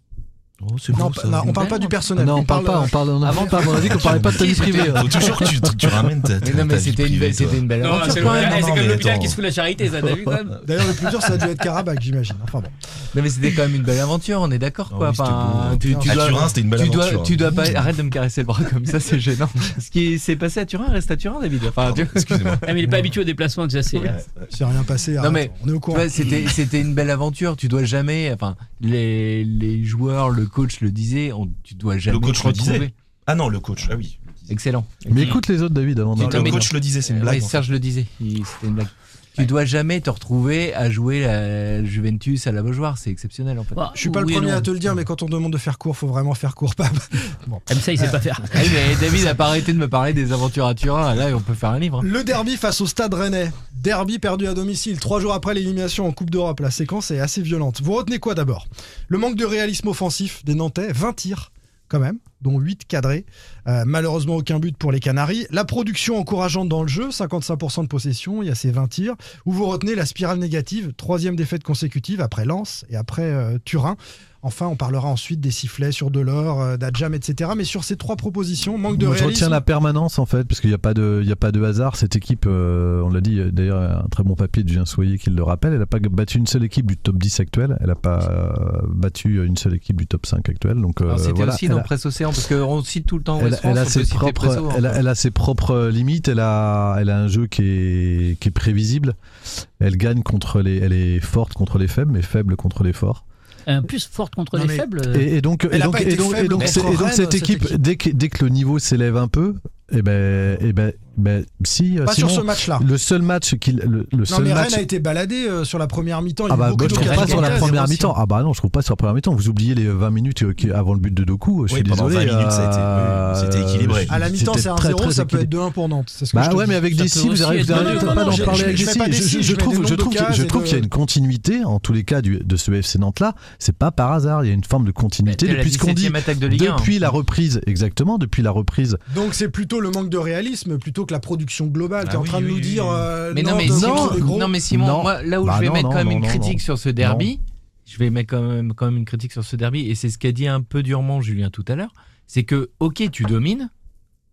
[SPEAKER 9] Oh, c'est
[SPEAKER 6] Non,
[SPEAKER 9] bon,
[SPEAKER 6] pa-
[SPEAKER 9] ça.
[SPEAKER 6] non, on
[SPEAKER 8] une belle
[SPEAKER 6] parle pas du
[SPEAKER 8] rencontre.
[SPEAKER 6] personnel.
[SPEAKER 12] non, on parle pas. On parle. On a,
[SPEAKER 8] euh, Avant-
[SPEAKER 12] pas- on a dit qu'on parlait pas de ta vie privée.
[SPEAKER 9] Faut toujours que tu, tu ramènes ta.
[SPEAKER 8] Mais non, mais c'était une, belle- c'était une belle
[SPEAKER 7] Non,
[SPEAKER 8] aventure
[SPEAKER 7] c'est
[SPEAKER 8] quand même.
[SPEAKER 9] non,
[SPEAKER 7] eh, c'est
[SPEAKER 9] non, mais
[SPEAKER 7] comme l'hôpital
[SPEAKER 9] attends.
[SPEAKER 7] qui se fout de la charité, ça t'as vu quand même.
[SPEAKER 6] hein. D'ailleurs, le plus dur, ça a dû être Karabakh, j'imagine. Enfin bon.
[SPEAKER 8] Non, mais c'était quand même une belle aventure, on est d'accord
[SPEAKER 9] Oh
[SPEAKER 8] quoi.
[SPEAKER 9] oui, c'était
[SPEAKER 8] Enfin,
[SPEAKER 9] beau.
[SPEAKER 8] tu, tu
[SPEAKER 9] À
[SPEAKER 8] dois,
[SPEAKER 9] Turin, c'était une belle
[SPEAKER 8] tu dois-
[SPEAKER 9] aventure.
[SPEAKER 8] tu dois pas. Arrête de me caresser le bras comme ça, c'est gênant. Ce qui s'est passé à Turin reste à Turin, David. Enfin, tu-
[SPEAKER 9] Excusez-moi.
[SPEAKER 7] Ah, mais il est pas habitué au déplacement que ça c'est. euh,
[SPEAKER 6] C'est rien passé. arrête,
[SPEAKER 8] mais-
[SPEAKER 6] on est au
[SPEAKER 8] Tu
[SPEAKER 6] courant.
[SPEAKER 8] vois, c'était c'était une belle aventure. Tu dois jamais. Enfin, les, les joueurs, le coach le disait. On, tu dois jamais.
[SPEAKER 9] coach
[SPEAKER 8] te
[SPEAKER 9] le disait.
[SPEAKER 8] retrouver.
[SPEAKER 9] Ah non, le coach. Ah oui.
[SPEAKER 8] Excellent.
[SPEAKER 12] Mais écoute les autres, David, avant.
[SPEAKER 9] Non,
[SPEAKER 12] d'aller-
[SPEAKER 9] le coach le disait, c'est une
[SPEAKER 8] Euh, ouais,
[SPEAKER 9] blague.
[SPEAKER 8] Serge le disait. Il- C'était une blague. Tu dois jamais te retrouver à jouer la Juventus à la Beaujoire. C'est exceptionnel en fait.
[SPEAKER 7] bah,
[SPEAKER 6] Je suis pas
[SPEAKER 7] oui
[SPEAKER 6] le
[SPEAKER 7] et
[SPEAKER 6] premier
[SPEAKER 7] non.
[SPEAKER 6] à te le dire, mais quand on demande de faire court, faut vraiment faire court, Pab. Euh,
[SPEAKER 7] Comme ça, il sait pas faire.
[SPEAKER 8] Ah oui, mais David a pas arrêté de me parler des aventures à Turin. Là, on peut faire un livre. hein.
[SPEAKER 6] Le derby face au Stade Rennais. Derby perdu à domicile trois jours après l'élimination en Coupe d'Europe. La séquence est assez violente. Vous retenez quoi d'abord Le manque de réalisme offensif des Nantais, 20 tirs quand même, dont 8 cadrés. Euh, malheureusement, aucun but pour les Canaries. La production encourageante dans le jeu, 55% de possession, il y a ces 20 tirs. Ou vous retenez la spirale négative, troisième défaite consécutive après Lens et après euh, Turin. Enfin, on parlera ensuite des sifflets sur Delors, euh, d'Adjam, etc. Mais sur ces trois propositions, manque de
[SPEAKER 12] Moi, je
[SPEAKER 6] réalisme.
[SPEAKER 12] retiens la permanence en fait, parce qu'il n'y a pas de, il y a pas de hasard. Cette équipe, euh, on l'a dit euh, d'ailleurs, un très bon papier de Julien Soyer qui le rappelle. Elle n'a pas battu une seule équipe du top 10 actuel. Elle n'a pas euh, battu une seule équipe du top 5 actuel. Donc euh,
[SPEAKER 8] Alors, C'était
[SPEAKER 12] voilà.
[SPEAKER 8] aussi
[SPEAKER 12] Elle
[SPEAKER 8] dans
[SPEAKER 12] a-
[SPEAKER 8] Presse Océan parce qu'on cite tout le temps
[SPEAKER 12] elle,
[SPEAKER 8] West France.
[SPEAKER 12] elle a
[SPEAKER 8] on peut
[SPEAKER 12] ses
[SPEAKER 8] citer
[SPEAKER 12] propres,
[SPEAKER 8] Presso, hein.
[SPEAKER 12] elle, a, elle a ses propres limites. Elle a, elle a un jeu qui est, qui est prévisible. Elle gagne contre les, elle est forte contre les faibles, mais faible contre les forts.
[SPEAKER 7] Euh, plus forte contre
[SPEAKER 6] Non,
[SPEAKER 7] les
[SPEAKER 6] mais-
[SPEAKER 7] faibles. euh,
[SPEAKER 12] Et, et donc, et
[SPEAKER 6] Elle a
[SPEAKER 12] donc,
[SPEAKER 6] pas été
[SPEAKER 12] et donc, et
[SPEAKER 6] faible
[SPEAKER 12] donc,
[SPEAKER 6] contre
[SPEAKER 12] c'est- et donc
[SPEAKER 6] Rennes,
[SPEAKER 12] cette
[SPEAKER 6] cette
[SPEAKER 12] équipe,
[SPEAKER 6] équipe.
[SPEAKER 12] dès que, dès que le niveau s'élève un peu, et ben, et ben, ben, si. euh,
[SPEAKER 6] Pas
[SPEAKER 12] Simon,
[SPEAKER 6] sur ce match-là.
[SPEAKER 12] le seul match qu'il, le, le
[SPEAKER 6] Non,
[SPEAKER 12] seul
[SPEAKER 6] mais
[SPEAKER 12] match.
[SPEAKER 6] Rennes a été baladé euh, sur la première mi-temps. Il y a
[SPEAKER 12] Ah
[SPEAKER 6] eu
[SPEAKER 12] bah,
[SPEAKER 6] beaucoup
[SPEAKER 12] moi, je
[SPEAKER 6] de
[SPEAKER 12] trouve
[SPEAKER 6] occasions
[SPEAKER 12] pas sur la
[SPEAKER 6] claires.
[SPEAKER 12] première mi-temps. Ah bah non, je trouve pas sur la première mi-temps. Vous oubliez les 20 minutes euh, qui- avant le but de Doku. euh, Je
[SPEAKER 9] Oui,
[SPEAKER 12] suis
[SPEAKER 9] pendant
[SPEAKER 12] désolé.
[SPEAKER 9] 20 minutes, ça a été-
[SPEAKER 12] euh,
[SPEAKER 9] oui, c'était équilibré.
[SPEAKER 6] À la mi-temps,
[SPEAKER 12] c'était
[SPEAKER 6] c'est
[SPEAKER 12] très,
[SPEAKER 6] 1-0,
[SPEAKER 12] très
[SPEAKER 6] ça peut
[SPEAKER 12] équilibré.
[SPEAKER 6] être 2-1 pour Nantes. C'est ce que
[SPEAKER 12] Bah
[SPEAKER 6] je te
[SPEAKER 12] ouais,
[SPEAKER 6] dis.
[SPEAKER 12] mais avec
[SPEAKER 7] Ça peut
[SPEAKER 12] des si, vous
[SPEAKER 7] aussi
[SPEAKER 12] arrivez
[SPEAKER 7] être-
[SPEAKER 12] vous
[SPEAKER 7] Non, non,
[SPEAKER 12] arrivez
[SPEAKER 7] non,
[SPEAKER 12] pas
[SPEAKER 7] non,
[SPEAKER 12] d'en
[SPEAKER 7] je-
[SPEAKER 12] parler
[SPEAKER 6] je-
[SPEAKER 12] avec
[SPEAKER 6] je
[SPEAKER 12] des
[SPEAKER 6] mets
[SPEAKER 12] si.
[SPEAKER 6] pas des
[SPEAKER 12] Je-
[SPEAKER 6] si,
[SPEAKER 12] je-
[SPEAKER 6] je
[SPEAKER 12] Je
[SPEAKER 6] mets
[SPEAKER 12] trouve,
[SPEAKER 6] des
[SPEAKER 12] je
[SPEAKER 6] noms
[SPEAKER 12] trouve,
[SPEAKER 6] d'occasions
[SPEAKER 12] je
[SPEAKER 6] et
[SPEAKER 12] trouve
[SPEAKER 6] de-
[SPEAKER 12] qu'il y a une continuité en tous les cas du- de ce FC Nantes là. C'est pas par hasard. Il y a une forme de continuité
[SPEAKER 8] C'était la
[SPEAKER 12] depuis ce qu'on dit.
[SPEAKER 8] 17e attaque de Ligue hein. 1.
[SPEAKER 12] Depuis la reprise, exactement, depuis la reprise.
[SPEAKER 6] Donc c'est plutôt le manque de réalisme plutôt que la production globale.
[SPEAKER 9] Ah
[SPEAKER 6] T'es en
[SPEAKER 9] oui,
[SPEAKER 6] train de
[SPEAKER 9] oui,
[SPEAKER 6] nous
[SPEAKER 9] oui,
[SPEAKER 6] dire.
[SPEAKER 9] oui.
[SPEAKER 6] euh,
[SPEAKER 8] Mais non, mais
[SPEAKER 6] Nantes,
[SPEAKER 8] Simon,
[SPEAKER 6] c'est des gros.
[SPEAKER 8] non, mais Simon,
[SPEAKER 12] Non.
[SPEAKER 8] moi, là où
[SPEAKER 12] Bah
[SPEAKER 8] je vais
[SPEAKER 12] non,
[SPEAKER 8] mettre
[SPEAKER 12] non,
[SPEAKER 8] quand même
[SPEAKER 12] non,
[SPEAKER 8] une
[SPEAKER 12] non,
[SPEAKER 8] critique
[SPEAKER 12] non.
[SPEAKER 8] sur ce derby, je vais mettre quand même, quand même une critique sur ce derby, et c'est ce qu'a dit un peu durement Julien tout à l'heure, c'est que, ok, tu domines,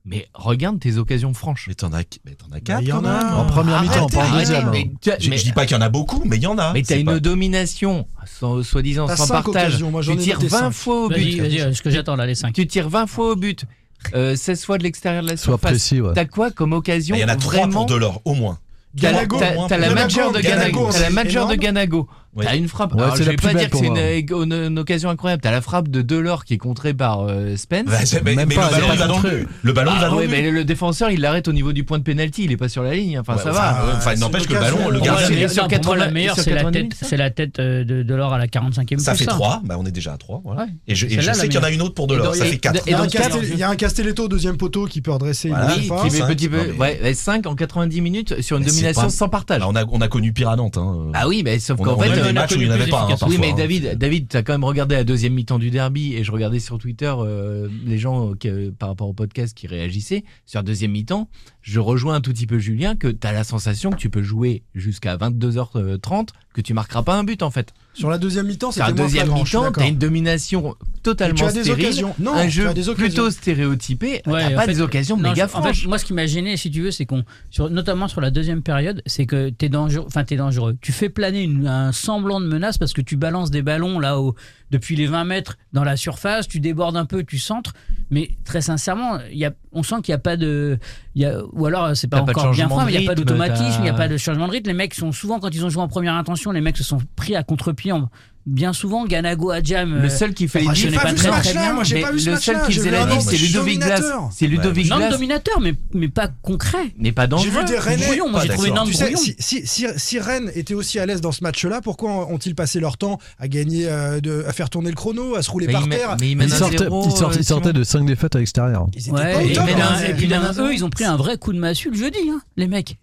[SPEAKER 8] mais regarde tes occasions franches.
[SPEAKER 9] Mais t'en as, mais t'en as quatre.
[SPEAKER 6] il y
[SPEAKER 9] quand
[SPEAKER 6] en a
[SPEAKER 9] même.
[SPEAKER 6] un.
[SPEAKER 12] Bah, En première mi-temps, pas en
[SPEAKER 8] Arrêtez,
[SPEAKER 12] deuxième.
[SPEAKER 8] mais tu as-
[SPEAKER 9] Je,
[SPEAKER 8] mais-
[SPEAKER 9] je dis pas qu'il y en a beaucoup, mais il y en a.
[SPEAKER 8] mais
[SPEAKER 9] C'est
[SPEAKER 8] t'as une
[SPEAKER 9] pas-
[SPEAKER 8] domination, sans- soi-disant
[SPEAKER 6] T'as
[SPEAKER 8] sans
[SPEAKER 6] cinq
[SPEAKER 8] partage.
[SPEAKER 6] occasions, moi, j'en
[SPEAKER 8] Tu
[SPEAKER 6] ai
[SPEAKER 8] tires
[SPEAKER 6] noté
[SPEAKER 8] 20
[SPEAKER 6] cinq.
[SPEAKER 8] fois au
[SPEAKER 7] Vas-y,
[SPEAKER 8] but.
[SPEAKER 7] vas-y, euh, ce que j'attends là, les 5.
[SPEAKER 8] Tu tires 20 fois au but, euh, 16 fois de l'extérieur de la
[SPEAKER 12] Sois
[SPEAKER 8] surface.
[SPEAKER 12] précis, ouais.
[SPEAKER 8] T'as quoi comme occasion
[SPEAKER 9] Bah, Il y en a trois
[SPEAKER 8] vraiment
[SPEAKER 9] pour Delors, au moins.
[SPEAKER 8] T'as la,
[SPEAKER 6] Ganago,
[SPEAKER 8] t'as-
[SPEAKER 6] au moins,
[SPEAKER 8] t'as la
[SPEAKER 6] Ganago,
[SPEAKER 8] majeure de
[SPEAKER 6] Ganago,
[SPEAKER 8] Ganago. T'as la
[SPEAKER 6] c'est
[SPEAKER 8] majeure de
[SPEAKER 6] énorme.
[SPEAKER 8] Ganago. T'as une frappe.
[SPEAKER 12] Ouais,
[SPEAKER 8] Alors,
[SPEAKER 12] c'est
[SPEAKER 8] je
[SPEAKER 12] la
[SPEAKER 8] vais
[SPEAKER 12] plus
[SPEAKER 8] pas
[SPEAKER 12] belle
[SPEAKER 8] dire que
[SPEAKER 12] pour
[SPEAKER 8] c'est
[SPEAKER 12] moi.
[SPEAKER 8] une, une- une occasion incroyable. T'as la frappe de Delors qui est contrée par euh, Spence. Ah
[SPEAKER 9] Ouais, c'est- mais- Même mais pas, le ballon, elle est il va pas dans le contrée. but. Le ballon, il va dans le
[SPEAKER 8] ouais,
[SPEAKER 9] but.
[SPEAKER 8] mais le défenseur, il l'arrête au niveau du point de pénalty. Il est pas sur la ligne. Enfin,
[SPEAKER 9] Ouais,
[SPEAKER 8] ça
[SPEAKER 9] enfin, ouais,
[SPEAKER 8] va.
[SPEAKER 9] enfin, il n'empêche que le ballon, le
[SPEAKER 8] Pour
[SPEAKER 9] gardien-
[SPEAKER 8] moi,
[SPEAKER 9] Il est
[SPEAKER 8] la-
[SPEAKER 9] sur
[SPEAKER 7] Non, pour moi,
[SPEAKER 9] 80,
[SPEAKER 7] la meilleure,
[SPEAKER 9] sur
[SPEAKER 7] c'est la
[SPEAKER 9] 88,
[SPEAKER 7] tête, c'est la tête euh, de, de l'or à la hein. 45e.
[SPEAKER 9] Ça
[SPEAKER 7] c'est
[SPEAKER 9] fait 3, bah on est déjà à 3. Voilà.
[SPEAKER 7] Ouais.
[SPEAKER 9] Et je, et
[SPEAKER 7] Celle-là,
[SPEAKER 9] je
[SPEAKER 7] la
[SPEAKER 9] sais qu'il y en a
[SPEAKER 7] meilleure.
[SPEAKER 9] une autre pour
[SPEAKER 8] Et dans-
[SPEAKER 9] Delors, ça
[SPEAKER 8] et-
[SPEAKER 9] fait 4.
[SPEAKER 6] Il y, a
[SPEAKER 8] dans
[SPEAKER 6] un
[SPEAKER 8] ce cas-
[SPEAKER 6] Castel- il y a un Castelletto au deuxième poteau qui peut redresser.
[SPEAKER 9] Voilà.
[SPEAKER 6] il
[SPEAKER 8] Oui, qui
[SPEAKER 6] ne le fait pas.
[SPEAKER 8] met
[SPEAKER 9] cinq,
[SPEAKER 8] petit peu,
[SPEAKER 9] non, mais-
[SPEAKER 8] ouais, ouais, 5 en 90 minutes sur une
[SPEAKER 9] Mais c'est
[SPEAKER 8] domination
[SPEAKER 9] pas-
[SPEAKER 8] sans partage.
[SPEAKER 9] Bah, on, a, on a connu Pire à Nantes. Hein.
[SPEAKER 8] Ah oui, mais sauf
[SPEAKER 9] On a-
[SPEAKER 8] qu'en
[SPEAKER 9] on a
[SPEAKER 8] fait,
[SPEAKER 9] eu des
[SPEAKER 8] euh,
[SPEAKER 9] matchs où il n'y en avait pas. hein,
[SPEAKER 8] oui,
[SPEAKER 9] parfois,
[SPEAKER 8] mais
[SPEAKER 9] hein.
[SPEAKER 8] David, David, t'as quand même regardé la deuxième mi-temps du derby et je regardais sur Twitter euh, les gens euh, qui, euh, par rapport au podcast qui réagissaient sur la deuxième mi-temps. Je rejoins un tout petit peu Julien que t'as la sensation que tu peux jouer jusqu'à 22h30 que tu marqueras pas un but en fait.
[SPEAKER 6] Sur la deuxième mi-temps,
[SPEAKER 8] Sur la
[SPEAKER 6] c'était moins
[SPEAKER 8] deuxième
[SPEAKER 6] flagrant, je suis
[SPEAKER 8] mi-temps,
[SPEAKER 6] d'accord.
[SPEAKER 8] t'as une domination
[SPEAKER 6] Et tu
[SPEAKER 8] totalement
[SPEAKER 6] as des
[SPEAKER 8] stérile,
[SPEAKER 6] occasions. Non,
[SPEAKER 8] un
[SPEAKER 6] tu
[SPEAKER 8] jeu
[SPEAKER 6] as des occasions.
[SPEAKER 8] plutôt stéréotypé.
[SPEAKER 7] Ouais,
[SPEAKER 8] t'as
[SPEAKER 7] en
[SPEAKER 8] pas
[SPEAKER 7] fait,
[SPEAKER 8] des occasions
[SPEAKER 7] non,
[SPEAKER 8] méga
[SPEAKER 7] je- en fait,
[SPEAKER 8] franches.
[SPEAKER 7] moi, ce qui m'a gêné, si tu veux, c'est qu'on, sur- notamment sur la deuxième période, c'est que t'es dangereux. Enfin, t'es dangereux. Tu fais planer une- un semblant de menace parce que tu balances des ballons là haut depuis les 20 mètres dans la surface. Tu débordes un peu, tu centres. Mais très sincèrement, il y a, on sent qu'il n'y a pas de, il y a- ou alors euh, c'est pas
[SPEAKER 8] T'as pas de
[SPEAKER 7] encore bien
[SPEAKER 8] changement
[SPEAKER 7] franc,
[SPEAKER 8] de
[SPEAKER 7] mais il n'y a pas
[SPEAKER 8] rythme,
[SPEAKER 7] d'automatisme,
[SPEAKER 8] t'as-
[SPEAKER 7] il n'y a pas de changement de rythme. Les mecs sont souvent quand ils ont joué en première intention, les mecs se sont pris à contre-pied. en- Bien souvent, Ganago Adjam. euh,
[SPEAKER 8] Le seul qui fait les
[SPEAKER 7] enfin,
[SPEAKER 8] diffs,
[SPEAKER 7] je
[SPEAKER 6] J'ai
[SPEAKER 7] n'ai
[SPEAKER 6] pas
[SPEAKER 7] pas
[SPEAKER 6] vu
[SPEAKER 7] très,
[SPEAKER 6] ce
[SPEAKER 7] très
[SPEAKER 6] match-là,
[SPEAKER 7] bien,
[SPEAKER 6] moi j'ai
[SPEAKER 8] mais
[SPEAKER 6] pas vu ce
[SPEAKER 8] le
[SPEAKER 6] match-là.
[SPEAKER 8] seul qui
[SPEAKER 6] j'ai
[SPEAKER 8] faisait
[SPEAKER 6] vu
[SPEAKER 8] la
[SPEAKER 6] un
[SPEAKER 8] diff,
[SPEAKER 6] homme
[SPEAKER 8] c'est Ludovic Glas.
[SPEAKER 6] dominateur.
[SPEAKER 8] C'est Ludovic
[SPEAKER 7] Non,
[SPEAKER 8] Glas,
[SPEAKER 7] dominateur, mais, mais pas concret.
[SPEAKER 8] mais pas
[SPEAKER 6] J'ai vu
[SPEAKER 8] dangereux.
[SPEAKER 6] des Rennais.
[SPEAKER 7] Brouillon, moi
[SPEAKER 9] Pas
[SPEAKER 8] Ah,
[SPEAKER 7] j'ai trouvé
[SPEAKER 9] d'accord.
[SPEAKER 7] énorme
[SPEAKER 6] Tu sais,
[SPEAKER 7] brouillon.
[SPEAKER 6] si, si, si- si Rennes était aussi à l'aise dans ce match-là, pourquoi ont-ils passé leur temps à gagner, euh, de, à faire tourner le chrono, à se rouler
[SPEAKER 8] Mais
[SPEAKER 6] par
[SPEAKER 8] il met-
[SPEAKER 6] terre
[SPEAKER 8] mais il
[SPEAKER 12] Ils
[SPEAKER 8] mène un
[SPEAKER 12] sortaient,
[SPEAKER 8] zéro,
[SPEAKER 12] ils sortaient-
[SPEAKER 8] euh,
[SPEAKER 12] ils sortaient de 5 défaites à l'extérieur.
[SPEAKER 6] Ils étaient pas
[SPEAKER 7] Ouais,
[SPEAKER 6] au
[SPEAKER 7] et,
[SPEAKER 6] top.
[SPEAKER 7] puis
[SPEAKER 6] hein.
[SPEAKER 7] d'un- et puis d'un-
[SPEAKER 8] Ils ont-
[SPEAKER 7] eux, ils ont pris un vrai coup de massue le jeudi, hein, les mecs.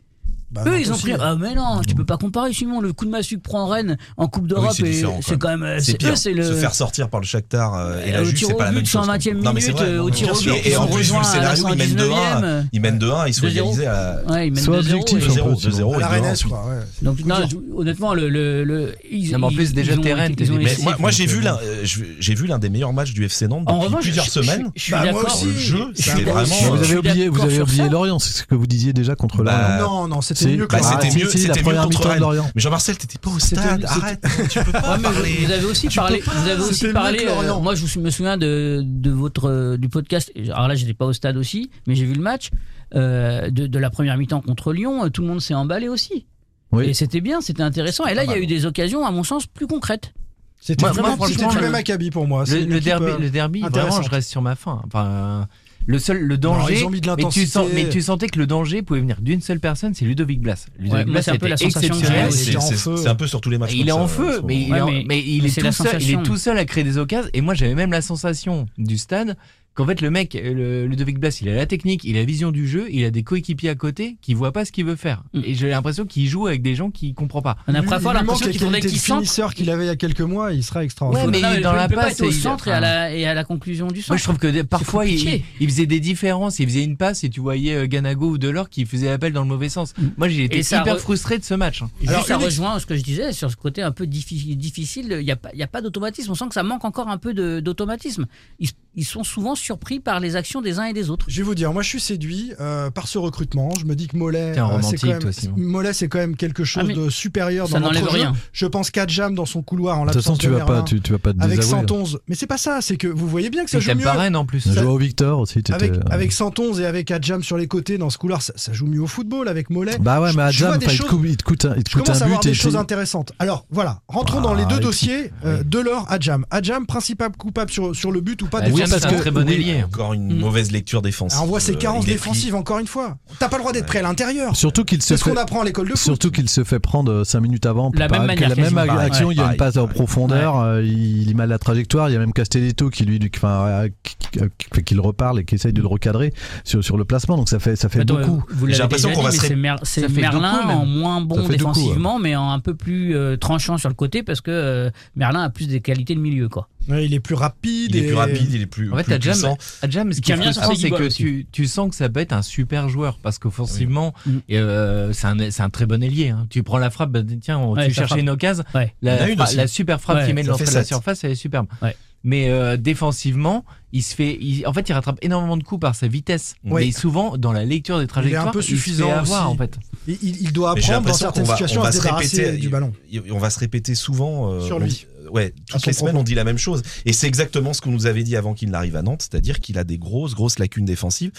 [SPEAKER 6] Bah,
[SPEAKER 7] eux,
[SPEAKER 6] non,
[SPEAKER 7] ils ont
[SPEAKER 6] aussi.
[SPEAKER 7] pris. Ah, mais non, tu peux pas comparer, Simon. Le coup de massue que prend Rennes en Coupe d'Europe,
[SPEAKER 9] Ah c'est
[SPEAKER 7] et
[SPEAKER 9] différent,
[SPEAKER 7] c'est
[SPEAKER 9] quand
[SPEAKER 7] quand même. euh,
[SPEAKER 9] C'est
[SPEAKER 7] C'est
[SPEAKER 9] pire.
[SPEAKER 7] eux, c'est le.
[SPEAKER 9] Se faire sortir par le Shakhtar euh, et
[SPEAKER 7] Euh,
[SPEAKER 9] la
[SPEAKER 7] au
[SPEAKER 9] Juve,
[SPEAKER 7] tir
[SPEAKER 9] c'est
[SPEAKER 7] au
[SPEAKER 9] pas la
[SPEAKER 7] but,
[SPEAKER 9] même chose.
[SPEAKER 7] 120e
[SPEAKER 9] Non, mais c'est
[SPEAKER 7] minute,
[SPEAKER 9] vrai.
[SPEAKER 7] euh, au tir au
[SPEAKER 9] Bien
[SPEAKER 7] but,
[SPEAKER 9] sûr. Et
[SPEAKER 7] ils sont
[SPEAKER 9] en plus, vu le
[SPEAKER 7] rejoints à la
[SPEAKER 9] scénario, ils mènent 2-1.
[SPEAKER 7] 119e.
[SPEAKER 9] Ils mènent 2-1, ils sont
[SPEAKER 7] 2-0.
[SPEAKER 9] égalisés à
[SPEAKER 7] Ouais, ils mènent
[SPEAKER 12] Sois
[SPEAKER 7] 2-0,
[SPEAKER 12] objectif,
[SPEAKER 7] et-
[SPEAKER 12] un peu,
[SPEAKER 9] 2-0.
[SPEAKER 12] sinon.
[SPEAKER 9] 2-0
[SPEAKER 6] À la
[SPEAKER 9] et 2-1
[SPEAKER 6] Rennes,
[SPEAKER 9] ensuite.
[SPEAKER 6] quoi. ouais.
[SPEAKER 7] Donc, non,
[SPEAKER 6] Dur.
[SPEAKER 7] je- honnêtement, le. le, le- ils,
[SPEAKER 8] Non, mais en
[SPEAKER 7] ils-
[SPEAKER 8] plus, déjà,
[SPEAKER 7] ils ont
[SPEAKER 8] Terrain,
[SPEAKER 7] été-
[SPEAKER 8] t'es
[SPEAKER 7] ils ont
[SPEAKER 8] des
[SPEAKER 9] Mais
[SPEAKER 7] essayé-
[SPEAKER 9] moi, moi, j'ai vu l'un euh, je- j'ai vu l'un des meilleurs matchs du FC Nantes
[SPEAKER 7] En
[SPEAKER 9] depuis
[SPEAKER 7] revanche,
[SPEAKER 9] plusieurs
[SPEAKER 7] je- je-
[SPEAKER 9] semaines.
[SPEAKER 7] Je suis
[SPEAKER 6] Bah, moi
[SPEAKER 7] d'accord.
[SPEAKER 6] aussi,
[SPEAKER 9] Le jeu,
[SPEAKER 7] je suis
[SPEAKER 9] c'était
[SPEAKER 7] d'accord.
[SPEAKER 9] vraiment.
[SPEAKER 7] Je
[SPEAKER 12] vous
[SPEAKER 7] suis
[SPEAKER 12] avez oublié, vous
[SPEAKER 7] d'accord
[SPEAKER 12] avez
[SPEAKER 7] sur
[SPEAKER 12] oublié
[SPEAKER 7] ça.
[SPEAKER 12] Lorient, c'est ce que vous disiez déjà contre
[SPEAKER 9] Bah,
[SPEAKER 12] Lorient.
[SPEAKER 6] Non, non,
[SPEAKER 12] C'est-
[SPEAKER 6] c'était mieux que
[SPEAKER 9] Bah,
[SPEAKER 6] ça.
[SPEAKER 9] c'était
[SPEAKER 12] si,
[SPEAKER 9] mieux,
[SPEAKER 12] si, la
[SPEAKER 9] c'était mieux
[SPEAKER 12] première
[SPEAKER 9] contre
[SPEAKER 12] mi-temps de
[SPEAKER 9] Rennes.
[SPEAKER 12] Lorient.
[SPEAKER 9] Mais Jean-Marcel, t'étais pas au
[SPEAKER 6] C'était-
[SPEAKER 9] stade,
[SPEAKER 6] c'était-
[SPEAKER 9] arrête, tu peux pas
[SPEAKER 7] Ouais, mais
[SPEAKER 9] parler.
[SPEAKER 7] vous, vous avez aussi parlé. vous avez
[SPEAKER 6] C'était
[SPEAKER 7] aussi
[SPEAKER 6] mieux
[SPEAKER 7] parlé.
[SPEAKER 6] que Lorient.
[SPEAKER 7] euh, moi, je vous- me souviens de, de votre euh, du podcast. Alors là, j'étais pas au stade aussi, mais j'ai vu le match euh, de, de la première mi-temps contre Lyon. Euh, Tout le monde s'est emballé aussi.
[SPEAKER 12] Oui.
[SPEAKER 7] Et c'était bien, c'était intéressant. Et là, il y a eu des occasions, à mon sens, plus concrètes.
[SPEAKER 6] C'était
[SPEAKER 8] Moi,
[SPEAKER 6] vraiment
[SPEAKER 8] moi,
[SPEAKER 6] c'était
[SPEAKER 8] franchement,
[SPEAKER 6] du même
[SPEAKER 8] le-
[SPEAKER 6] acabit pour moi. C'est
[SPEAKER 8] Le,
[SPEAKER 6] une
[SPEAKER 8] le
[SPEAKER 6] équipe,
[SPEAKER 8] derby,
[SPEAKER 6] euh,
[SPEAKER 8] le derby vraiment,
[SPEAKER 6] intéressante.
[SPEAKER 8] je reste sur ma fin. Enfin, le seul, le danger.
[SPEAKER 6] ils ont mis de
[SPEAKER 8] mais, tu sens-
[SPEAKER 6] l'intensité.
[SPEAKER 8] mais tu sentais que le danger pouvait venir d'une seule personne, c'est Ludovic Blas. Ludovic
[SPEAKER 7] Ouais, moi,
[SPEAKER 8] Blas,
[SPEAKER 7] c'est un peu
[SPEAKER 8] était
[SPEAKER 7] la sensation que j'ai
[SPEAKER 8] exceptionnel.
[SPEAKER 9] Ouais,
[SPEAKER 6] il est
[SPEAKER 9] c'est-
[SPEAKER 6] en
[SPEAKER 9] C'est
[SPEAKER 6] feu.
[SPEAKER 9] c'est un peu sur tous les matchs.
[SPEAKER 8] Il est
[SPEAKER 9] comme
[SPEAKER 8] en
[SPEAKER 9] ça,
[SPEAKER 8] feu,
[SPEAKER 9] en ce
[SPEAKER 8] mais il
[SPEAKER 9] moment.
[SPEAKER 8] est, en-
[SPEAKER 7] Ouais, mais-
[SPEAKER 8] mais il
[SPEAKER 7] mais
[SPEAKER 8] est
[SPEAKER 7] c'est
[SPEAKER 8] tout
[SPEAKER 7] la
[SPEAKER 8] seul, il
[SPEAKER 7] sensation.
[SPEAKER 8] est tout seul à créer des occasions. Et moi, j'avais même la sensation du stade qu'en fait, le mec, euh, le, Ludovic Blas, il a la technique, il a la vision du jeu, il a des coéquipiers à côté qui voient pas ce qu'il veut faire.
[SPEAKER 7] Mm.
[SPEAKER 8] Et j'ai l'impression qu'il joue avec des gens qui comprend pas.
[SPEAKER 7] On a
[SPEAKER 6] Il lui-
[SPEAKER 7] parfois
[SPEAKER 6] il lui manque
[SPEAKER 7] l'impression
[SPEAKER 6] les
[SPEAKER 7] qu'il faudrait
[SPEAKER 6] qualités
[SPEAKER 7] qu'il
[SPEAKER 6] de
[SPEAKER 7] centre.
[SPEAKER 6] finisseur qu'il avait il y a quelques mois, il sera
[SPEAKER 8] Ouais,
[SPEAKER 6] extraordinaire.
[SPEAKER 8] mais
[SPEAKER 7] Non,
[SPEAKER 8] dans
[SPEAKER 7] il
[SPEAKER 8] la
[SPEAKER 7] peut pas
[SPEAKER 8] passe,
[SPEAKER 7] être au
[SPEAKER 8] il-
[SPEAKER 7] centre et à la et à la conclusion du
[SPEAKER 8] Ah. Moi,
[SPEAKER 7] centre.
[SPEAKER 8] je trouve que des- parfois, il,
[SPEAKER 7] compliqué.
[SPEAKER 8] il faisait des différences. Il faisait une passe et tu voyais euh, Ganago ou Delors qui faisaient l'appel dans le mauvais sens. Moi, j'ai été
[SPEAKER 7] Et ça
[SPEAKER 8] hyper
[SPEAKER 7] re-
[SPEAKER 8] frustré de ce match. hein.
[SPEAKER 7] Juste,
[SPEAKER 6] Alors,
[SPEAKER 7] ça
[SPEAKER 6] une ex-
[SPEAKER 7] rejoint ce que je disais sur ce côté un peu diffi- difficile. Il n'y a pas, il y a pas d'automatisme. On sent que ça manque encore un peu de- d'automatisme. Ils, ils sont souvent surpris par les actions des uns et des autres.
[SPEAKER 6] Je vais vous dire, moi je suis séduit euh, par ce recrutement. Je me dis que Mollet,
[SPEAKER 8] T'es un
[SPEAKER 6] euh, c'est
[SPEAKER 8] romantique,
[SPEAKER 6] quand même,
[SPEAKER 8] toi, Simon.
[SPEAKER 6] Mollet, c'est quand même quelque chose
[SPEAKER 7] Ah, mais
[SPEAKER 6] de supérieur
[SPEAKER 7] ça
[SPEAKER 6] dans
[SPEAKER 7] n'enlève
[SPEAKER 6] notre
[SPEAKER 7] rien.
[SPEAKER 6] Je pense qu'Adjam dans son couloir en
[SPEAKER 12] De toute façon,
[SPEAKER 6] l'absence
[SPEAKER 12] tu
[SPEAKER 6] de
[SPEAKER 12] vas pas,
[SPEAKER 6] Merlin,
[SPEAKER 12] tu, tu vas pas te
[SPEAKER 6] avec
[SPEAKER 12] désavouer.
[SPEAKER 6] 111. Mais c'est pas ça, c'est que vous voyez bien que ça
[SPEAKER 8] Et
[SPEAKER 6] joue
[SPEAKER 8] hein. T'aimes
[SPEAKER 6] mieux.
[SPEAKER 8] pas Rennes en plus.
[SPEAKER 12] On jouait au Victor aussi. t'étais- euh,
[SPEAKER 6] Avec, avec 111 et avec Adjam sur les côtés dans ce couloir, ça, ça joue mieux au football avec Mollet.
[SPEAKER 12] Bah ouais,
[SPEAKER 6] je-
[SPEAKER 12] mais
[SPEAKER 6] je vois
[SPEAKER 12] Adjam,
[SPEAKER 6] des
[SPEAKER 12] enfin, il te
[SPEAKER 6] choses-
[SPEAKER 12] coupe- il te coûte un, il te
[SPEAKER 6] Je
[SPEAKER 12] coûte
[SPEAKER 6] commence à
[SPEAKER 12] un
[SPEAKER 6] voir
[SPEAKER 12] but.
[SPEAKER 6] des
[SPEAKER 12] et
[SPEAKER 6] choses
[SPEAKER 12] t'es-
[SPEAKER 6] intéressantes. Alors voilà, rentrons
[SPEAKER 12] Ah,
[SPEAKER 6] dans les deux
[SPEAKER 12] et puis-
[SPEAKER 6] dossiers. Euh, Delors, Adjam. Adjam, principal coupable sur, sur le but ou pas
[SPEAKER 8] Adjam,
[SPEAKER 6] défensivement.
[SPEAKER 8] c'est un très bon
[SPEAKER 12] oui,
[SPEAKER 8] ailier.
[SPEAKER 9] Encore une
[SPEAKER 7] Mm.
[SPEAKER 9] mauvaise lecture défensive.
[SPEAKER 6] Alors, on voit
[SPEAKER 9] hein. Euh,
[SPEAKER 6] ses carences
[SPEAKER 9] il est pris-
[SPEAKER 6] défensives encore une fois. T'as pas le droit d'être prêt à l'intérieur.
[SPEAKER 12] Surtout qu'il se
[SPEAKER 6] C'est ce
[SPEAKER 12] fait.
[SPEAKER 6] qu'on apprend à l'école de foot.
[SPEAKER 12] Surtout qu'il se fait prendre 5 minutes avant.
[SPEAKER 7] La
[SPEAKER 12] par-
[SPEAKER 7] même
[SPEAKER 12] que
[SPEAKER 7] manière
[SPEAKER 12] la même
[SPEAKER 7] quasiment.
[SPEAKER 12] ag-
[SPEAKER 7] Pareil,
[SPEAKER 12] action, il y a une
[SPEAKER 9] pareil,
[SPEAKER 12] passe en
[SPEAKER 9] pareil.
[SPEAKER 12] profondeur, euh, il, il met la trajectoire. Il y a même Castelletto qui lui, enfin, euh, qui, qui- qui le reparle et qui essaye de le recadrer sur, sur le placement. Donc ça fait, ça fait
[SPEAKER 7] Attends,
[SPEAKER 12] beaucoup.
[SPEAKER 7] Euh, vous
[SPEAKER 9] J'ai
[SPEAKER 7] l'avez
[SPEAKER 9] l'impression
[SPEAKER 7] déjà
[SPEAKER 9] qu'on
[SPEAKER 7] dit,
[SPEAKER 9] va se
[SPEAKER 7] mais
[SPEAKER 9] ré-
[SPEAKER 7] c'est Mer- c'est
[SPEAKER 8] fait deux
[SPEAKER 7] Merlin
[SPEAKER 8] coups, même.
[SPEAKER 7] en moins bon
[SPEAKER 12] fait deux coups,
[SPEAKER 7] défensivement, mais en un peu plus euh, tranchant sur le côté parce que euh, Merlin a plus des qualités de milieu. Quoi.
[SPEAKER 6] Ouais, il est plus rapide.
[SPEAKER 9] Il est
[SPEAKER 6] et-
[SPEAKER 9] plus rapide, il est plus,
[SPEAKER 8] En fait,
[SPEAKER 9] plus
[SPEAKER 8] Adjam,
[SPEAKER 9] puissant.
[SPEAKER 8] Adjam, ce qui
[SPEAKER 7] Tiens,
[SPEAKER 8] est
[SPEAKER 7] bien,
[SPEAKER 8] frustrant,
[SPEAKER 7] c'est
[SPEAKER 8] c'est que
[SPEAKER 7] Guibault
[SPEAKER 8] tu, tu sens que ça peut être un super joueur parce qu'offensivement,
[SPEAKER 7] Mm.
[SPEAKER 8] et, euh, c'est un, c'est un très bon ailier. hein. Tu prends la frappe, bah, tiens, on-
[SPEAKER 7] Ouais,
[SPEAKER 8] tu
[SPEAKER 7] sa
[SPEAKER 8] cherchais
[SPEAKER 7] frappe.
[SPEAKER 8] une occasion.
[SPEAKER 7] Ouais.
[SPEAKER 9] Il y en a
[SPEAKER 8] La,
[SPEAKER 9] une
[SPEAKER 8] fra-
[SPEAKER 9] aussi.
[SPEAKER 8] la super frappe
[SPEAKER 7] Ouais,
[SPEAKER 8] qui met de
[SPEAKER 9] ça fait
[SPEAKER 8] l'entrée de la
[SPEAKER 9] sept.
[SPEAKER 8] surface, elle est superbe.
[SPEAKER 7] Ouais.
[SPEAKER 8] Mais euh, défensivement, il se fait, il- en fait, il rattrape énormément de coups par sa vitesse.
[SPEAKER 6] Ouais.
[SPEAKER 8] Mais souvent, dans la lecture des
[SPEAKER 6] Il est
[SPEAKER 8] trajectoires,
[SPEAKER 6] un peu
[SPEAKER 8] se fait
[SPEAKER 6] suffisant
[SPEAKER 8] avoir,
[SPEAKER 6] aussi.
[SPEAKER 8] en fait.
[SPEAKER 6] Il, il- il doit
[SPEAKER 9] Mais j'ai
[SPEAKER 6] apprendre dans
[SPEAKER 9] l'impression qu'on
[SPEAKER 6] certaines
[SPEAKER 9] va, on
[SPEAKER 6] situations
[SPEAKER 9] va
[SPEAKER 6] à se
[SPEAKER 9] se
[SPEAKER 6] débarrasser
[SPEAKER 9] répéter
[SPEAKER 6] du ballon.
[SPEAKER 9] il- On va se répéter souvent. euh,
[SPEAKER 6] Sur
[SPEAKER 9] on
[SPEAKER 6] lui.
[SPEAKER 9] dit- ouais,
[SPEAKER 6] À
[SPEAKER 9] toutes
[SPEAKER 6] son
[SPEAKER 9] les semaines,
[SPEAKER 6] propos.
[SPEAKER 9] on dit la même chose. Et c'est exactement ce qu'on nous avait dit avant qu'il n'arrive à Nantes, c'est-à-dire qu'il a des grosses, grosses lacunes défensives.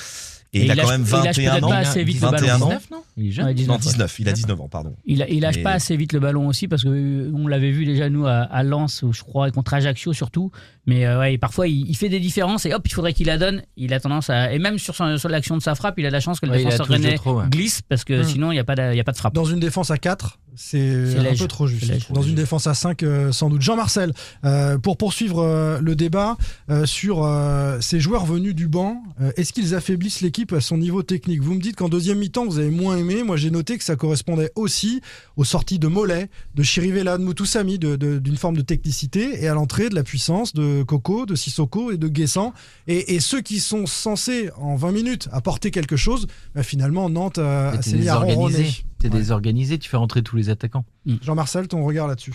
[SPEAKER 9] Et, il, a
[SPEAKER 7] lâche-
[SPEAKER 9] quand même
[SPEAKER 7] il lâche
[SPEAKER 9] 21
[SPEAKER 7] peut-être
[SPEAKER 9] ans.
[SPEAKER 7] pas assez vite le
[SPEAKER 9] 21
[SPEAKER 7] ballon.
[SPEAKER 9] ans.
[SPEAKER 8] non
[SPEAKER 7] Il est jeune. Ouais, 19,
[SPEAKER 9] non, 19. Il a 19 ans, pardon.
[SPEAKER 7] Il, il lâche
[SPEAKER 9] Mais-
[SPEAKER 7] pas assez vite le ballon aussi parce que euh, on l'avait vu déjà nous à, à Lens ou je crois contre Ajaccio surtout. Mais euh, ouais, et parfois il, il fait des différences et hop il faudrait qu'il la donne. Il a tendance à et même sur, son- sur l'action de sa frappe il a de Hmm. la chance que le
[SPEAKER 8] Ouais, il la
[SPEAKER 7] défenseur
[SPEAKER 8] touche de
[SPEAKER 7] rennais
[SPEAKER 8] trop, ouais.
[SPEAKER 7] glisse parce que
[SPEAKER 6] Mm.
[SPEAKER 7] sinon il n'y a pas de, il y a pas de frappe.
[SPEAKER 6] Dans une défense à 4, c'est
[SPEAKER 7] C'est
[SPEAKER 6] un
[SPEAKER 7] léger.
[SPEAKER 6] peu trop juste.
[SPEAKER 7] C'est léger.
[SPEAKER 6] Dans une défense à 5, euh, sans doute. Jean-Marcel, euh, pour poursuivre euh, le débat euh, sur euh, ces joueurs venus du banc, euh, est-ce qu'ils affaiblissent l'équipe à son niveau technique Vous me dites qu'en deuxième mi-temps, vous avez moins aimé. Moi, j'ai noté que ça correspondait aussi aux sorties de Mollet, de Chirivella, de Moutoussamy, de- de- d'une forme de technicité, et à l'entrée de la puissance de Coco, de Sissoko et de Guessant. Et, et ceux qui sont censés, en 20 minutes, apporter quelque chose, bah, finalement, Nantes euh,
[SPEAKER 9] Ah,
[SPEAKER 8] Mais
[SPEAKER 6] a
[SPEAKER 8] T'es
[SPEAKER 6] s'est mis à ronronner.
[SPEAKER 8] désorganisé. T'es désorganisé, tu fais rentrer tous les attaquants.
[SPEAKER 6] Mm. Jean-Marcel, ton regard là-dessus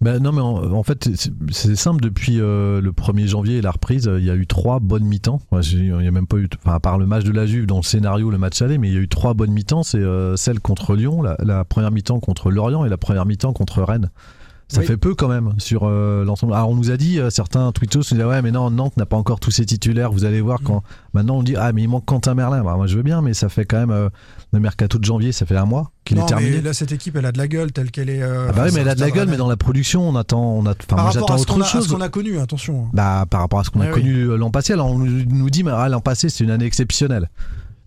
[SPEAKER 12] Ben non, mais en, en fait, c'est- c'est simple. Depuis euh, le 1er janvier et la reprise, euh, il y a eu trois bonnes mi-temps. Ouais, j'ai- Il n'y a même pas eu, enfin, à part le match de la Juve, dans le scénario, le match aller, mais il y a eu trois bonnes mi-temps. C'est euh, celle contre Lyon, la, la première mi-temps contre Lorient et la première mi-temps contre Rennes. Ça
[SPEAKER 6] Oui.
[SPEAKER 12] fait peu quand même sur euh, l'ensemble. Alors on nous a dit, euh, certains tweetos nous disaient, ouais, mais non, Nantes n'a pas encore tous ses titulaires. Vous allez
[SPEAKER 6] Mm.
[SPEAKER 12] voir quand. Maintenant on dit, ah, mais il manque Quentin Merlin. Bah, moi je veux bien, mais ça fait quand même euh, le mercato de janvier, ça fait un mois qu'il
[SPEAKER 6] Non,
[SPEAKER 12] est terminé.
[SPEAKER 6] Mais là, cette équipe, elle a de la gueule telle qu'elle est. euh,
[SPEAKER 12] Ah bah oui, mais elle a de la
[SPEAKER 6] Stade
[SPEAKER 12] gueule,
[SPEAKER 6] Rennais.
[SPEAKER 12] mais dans la production, on attend, on a, enfin,
[SPEAKER 6] par
[SPEAKER 12] moi,
[SPEAKER 6] rapport
[SPEAKER 12] j'attends
[SPEAKER 6] à ce qu'on
[SPEAKER 12] autre
[SPEAKER 6] a, à ce
[SPEAKER 12] chose.
[SPEAKER 6] qu'on a connu, hein, attention.
[SPEAKER 12] Bah, par rapport à ce qu'on a
[SPEAKER 6] Ah oui.
[SPEAKER 12] connu euh, l'an passé, alors on nous nous dit, mais ah, l'an passé, c'est une année exceptionnelle.